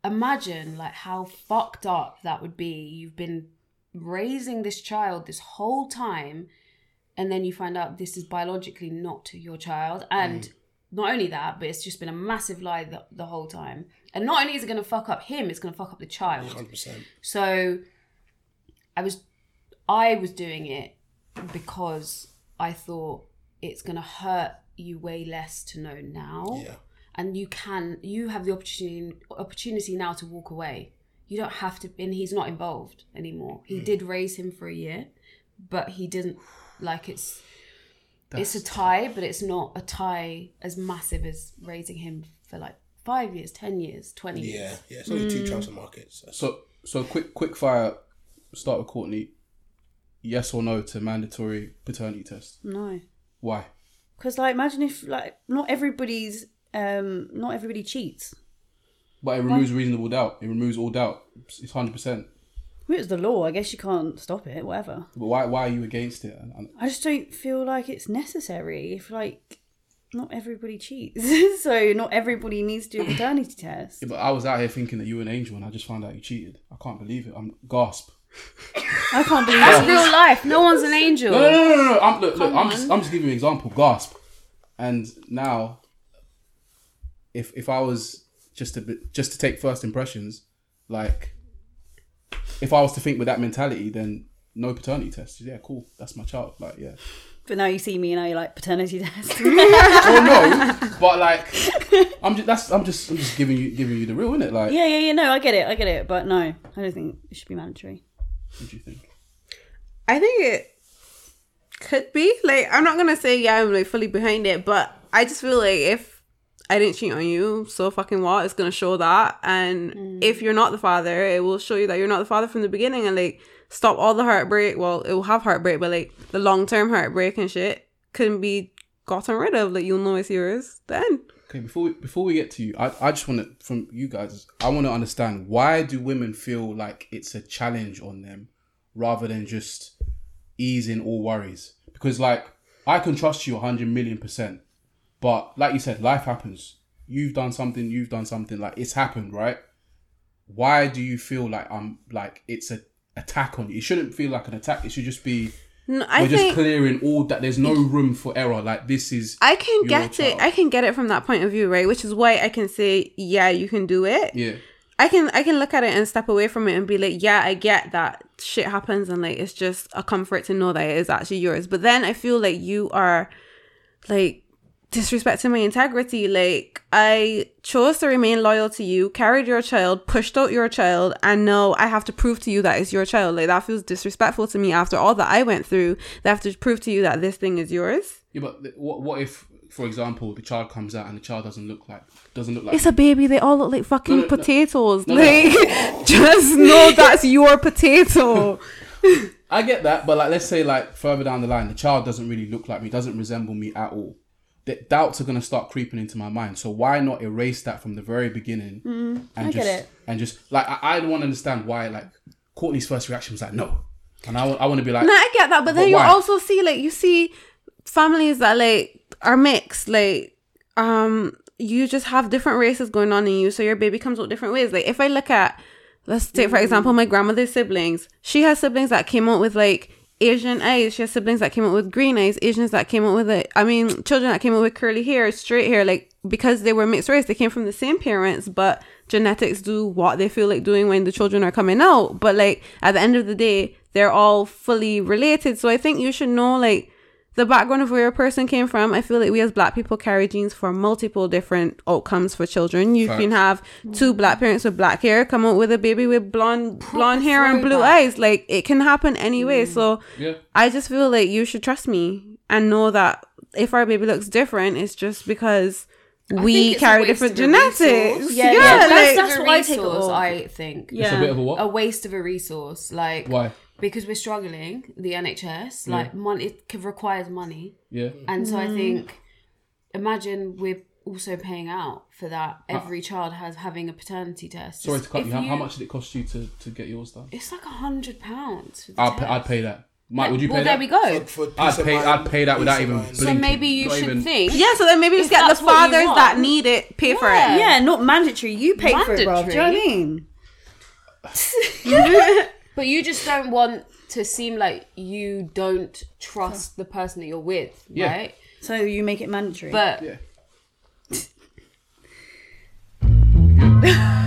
Speaker 4: imagine like how fucked up that would be. You've been raising this child this whole time, and then you find out this is biologically not your child, and not only that, but it's just been a massive lie the, the whole time. And not only is it going to fuck up him, it's going to fuck up the child.
Speaker 5: hundred percent.
Speaker 4: So I was I was doing it because I thought it's gonna hurt you way less to know now.
Speaker 5: Yeah.
Speaker 4: And you can you have the opportunity opportunity now to walk away. You don't have to and he's not involved anymore.
Speaker 5: Hmm.
Speaker 4: He did raise him for a year, but he didn't like it's it's a tie, but it's not a tie as massive as raising him for like five years, ten years, twenty
Speaker 5: Yeah,
Speaker 4: years.
Speaker 5: yeah. It's only two transfer markets. That's-
Speaker 3: So so quick quick fire. Start with Courtney. Yes or no to mandatory paternity test?
Speaker 6: No.
Speaker 3: Why?
Speaker 6: Because like imagine if like not everybody's um not everybody cheats.
Speaker 3: But it removes reasonable doubt. It removes all doubt. It's- It's hundred percent.
Speaker 6: I mean, it's the law. I guess you can't stop it. Whatever.
Speaker 3: But why why are you against it? And- and-
Speaker 6: I just don't feel like it's necessary. If like not everybody cheats, *laughs* so not everybody needs to do a paternity test.
Speaker 3: but I was out here thinking that you were an angel, and I just found out you cheated. I can't believe it. I'm gasp.
Speaker 6: I can't believe
Speaker 4: That's
Speaker 6: that.
Speaker 4: real life. No one's an angel.
Speaker 3: No, no, no, no, no. I'm, look, look, I'm just, I'm just giving you an example. Gasp. And now, if if I was just to be- just to take first impressions, like, if I was to think with that mentality, then no paternity test. Yeah, cool. That's my child. Like, yeah.
Speaker 6: But now you see me and now you're like paternity *laughs* test.
Speaker 3: Oh no, but like, I'm just that's I'm just I'm just giving you giving you the real, innit? Like,
Speaker 6: Yeah, yeah, yeah. No, I get it. I get it. But no, I don't think it should be mandatory.
Speaker 3: what do you think?
Speaker 7: I think it could be. Like, I'm not gonna say yeah, I'm like fully behind it, but I just feel like if I didn't cheat on you, so fucking what? It's gonna show that, and if you're not the father, it will show you that you're not the father from the beginning, and like stop all the heartbreak. Well, it will have heartbreak, but like the long term heartbreak and shit can be gotten rid of. Like you'll know it's yours then.
Speaker 3: Okay, before we, before we get to you, I, I just want to from you guys. I want to understand why do women feel like it's a challenge on them rather than just easing all worries? Because like I can trust you hundred million percent, but like you said, life happens. You've done something. You've done something. Like it's happened, right? um, Why do you feel like I'm like it's a attack on you? It shouldn't feel like an attack. It should just be
Speaker 7: No, I
Speaker 3: We're just
Speaker 7: think
Speaker 3: clearing all that. There's no room for error. Like this is.
Speaker 7: I can
Speaker 3: your
Speaker 7: get it.
Speaker 3: child.
Speaker 7: I can get it from that point of view, right? Which is why I can say, yeah, you can do it.
Speaker 3: Yeah.
Speaker 7: I can I can look at it and step away from it and be like, yeah, I get that shit happens and like it's just a comfort to know that it is actually yours. But then I feel like you are like disrespecting my integrity. Like I chose to remain loyal to you, carried your child, pushed out your child, and now I have to prove to you that it's your child. Like that feels disrespectful to me after all that I went through. They have to prove to you that this thing is yours.
Speaker 3: Yeah, but th- what what if, for example, the child comes out and the child doesn't look like doesn't look like
Speaker 7: It's a baby. They all look like fucking
Speaker 3: No, no, no.
Speaker 7: potatoes.
Speaker 3: No, no.
Speaker 7: like, *laughs* just
Speaker 3: *laughs*
Speaker 7: know that's your potato.
Speaker 3: I get that, but like, let's say like further down the line, the child doesn't really look like me, doesn't resemble me at all. The doubts are gonna start creeping into my mind. So why not erase that from the very beginning? and just,
Speaker 6: it.
Speaker 3: And just like I, I don't want to understand why like Courtney's first reaction was like no, and I want to be like
Speaker 7: No, I get that, but then
Speaker 3: But
Speaker 7: you
Speaker 3: why?
Speaker 7: also see like you see families that like are mixed, like um you just have different races going on in you, so your baby comes out different ways. Like if I look at let's take for example my grandmother's siblings, she has siblings that came out with like Asian eyes. She has siblings that came out with green eyes, Asians that came out with it. I mean, children that came out with curly hair, straight hair, like because they were mixed race, they came from the same parents, but genetics do what they feel like doing when the children are coming out. But like at the end of the day, they're all fully related. So I think you should know like the background of where a person came from. I feel like we as black people carry genes for multiple different outcomes for children. You can have two black parents with black hair come out with a baby with blonde blonde hair and blue
Speaker 4: throwback.
Speaker 7: eyes. Like it can happen anyway.
Speaker 4: Mm.
Speaker 7: So
Speaker 3: yeah.
Speaker 7: I just feel like you should trust me and know that if our baby looks different, it's just because
Speaker 4: think
Speaker 7: we
Speaker 4: it's a
Speaker 7: carry
Speaker 4: waste
Speaker 7: different
Speaker 4: of a
Speaker 7: genetics.
Speaker 4: resource.
Speaker 7: Yeah,
Speaker 6: yeah,
Speaker 7: like,
Speaker 6: that's-
Speaker 4: a
Speaker 6: what I take it
Speaker 4: resource,
Speaker 6: all.
Speaker 4: I think.
Speaker 3: It's a
Speaker 6: Yeah.
Speaker 3: bit of a what?
Speaker 4: A waste of a resource, like
Speaker 3: why?
Speaker 4: because we're struggling. The NHS, like money, it c- requires money,
Speaker 3: Yeah.
Speaker 4: and so I
Speaker 7: Mm.
Speaker 4: think, imagine we're also paying out for that. Every child has having a paternity test.
Speaker 3: Sorry to cut
Speaker 4: If
Speaker 3: you. How, how much did it cost you to, to get yours done?
Speaker 4: It's like a hundred pounds.
Speaker 3: I'd pay, I'd pay that. Mike, would you pay
Speaker 4: well,
Speaker 3: that?
Speaker 4: there we go.
Speaker 5: For peace
Speaker 3: I'd
Speaker 5: of
Speaker 3: pay.
Speaker 5: mind,
Speaker 3: I'd pay that without
Speaker 5: peace of
Speaker 3: even.
Speaker 5: mind.
Speaker 4: So
Speaker 3: blinking,
Speaker 4: maybe you
Speaker 3: not
Speaker 4: should
Speaker 3: even-
Speaker 4: think.
Speaker 7: yeah, so then maybe
Speaker 4: If
Speaker 7: just get the
Speaker 4: that's what you
Speaker 7: fathers that
Speaker 4: want.
Speaker 7: need it pay for
Speaker 4: Yeah.
Speaker 7: it.
Speaker 6: Yeah, not mandatory. You pay for it, bro. Do you know what I
Speaker 4: Mandatory?
Speaker 6: mean?
Speaker 4: But you just don't want to seem like you don't trust the person that you're with,
Speaker 3: Yeah.
Speaker 4: right?
Speaker 6: So you
Speaker 3: *laughs*
Speaker 4: *laughs*
Speaker 6: make it mandatory.
Speaker 4: But
Speaker 3: Yeah.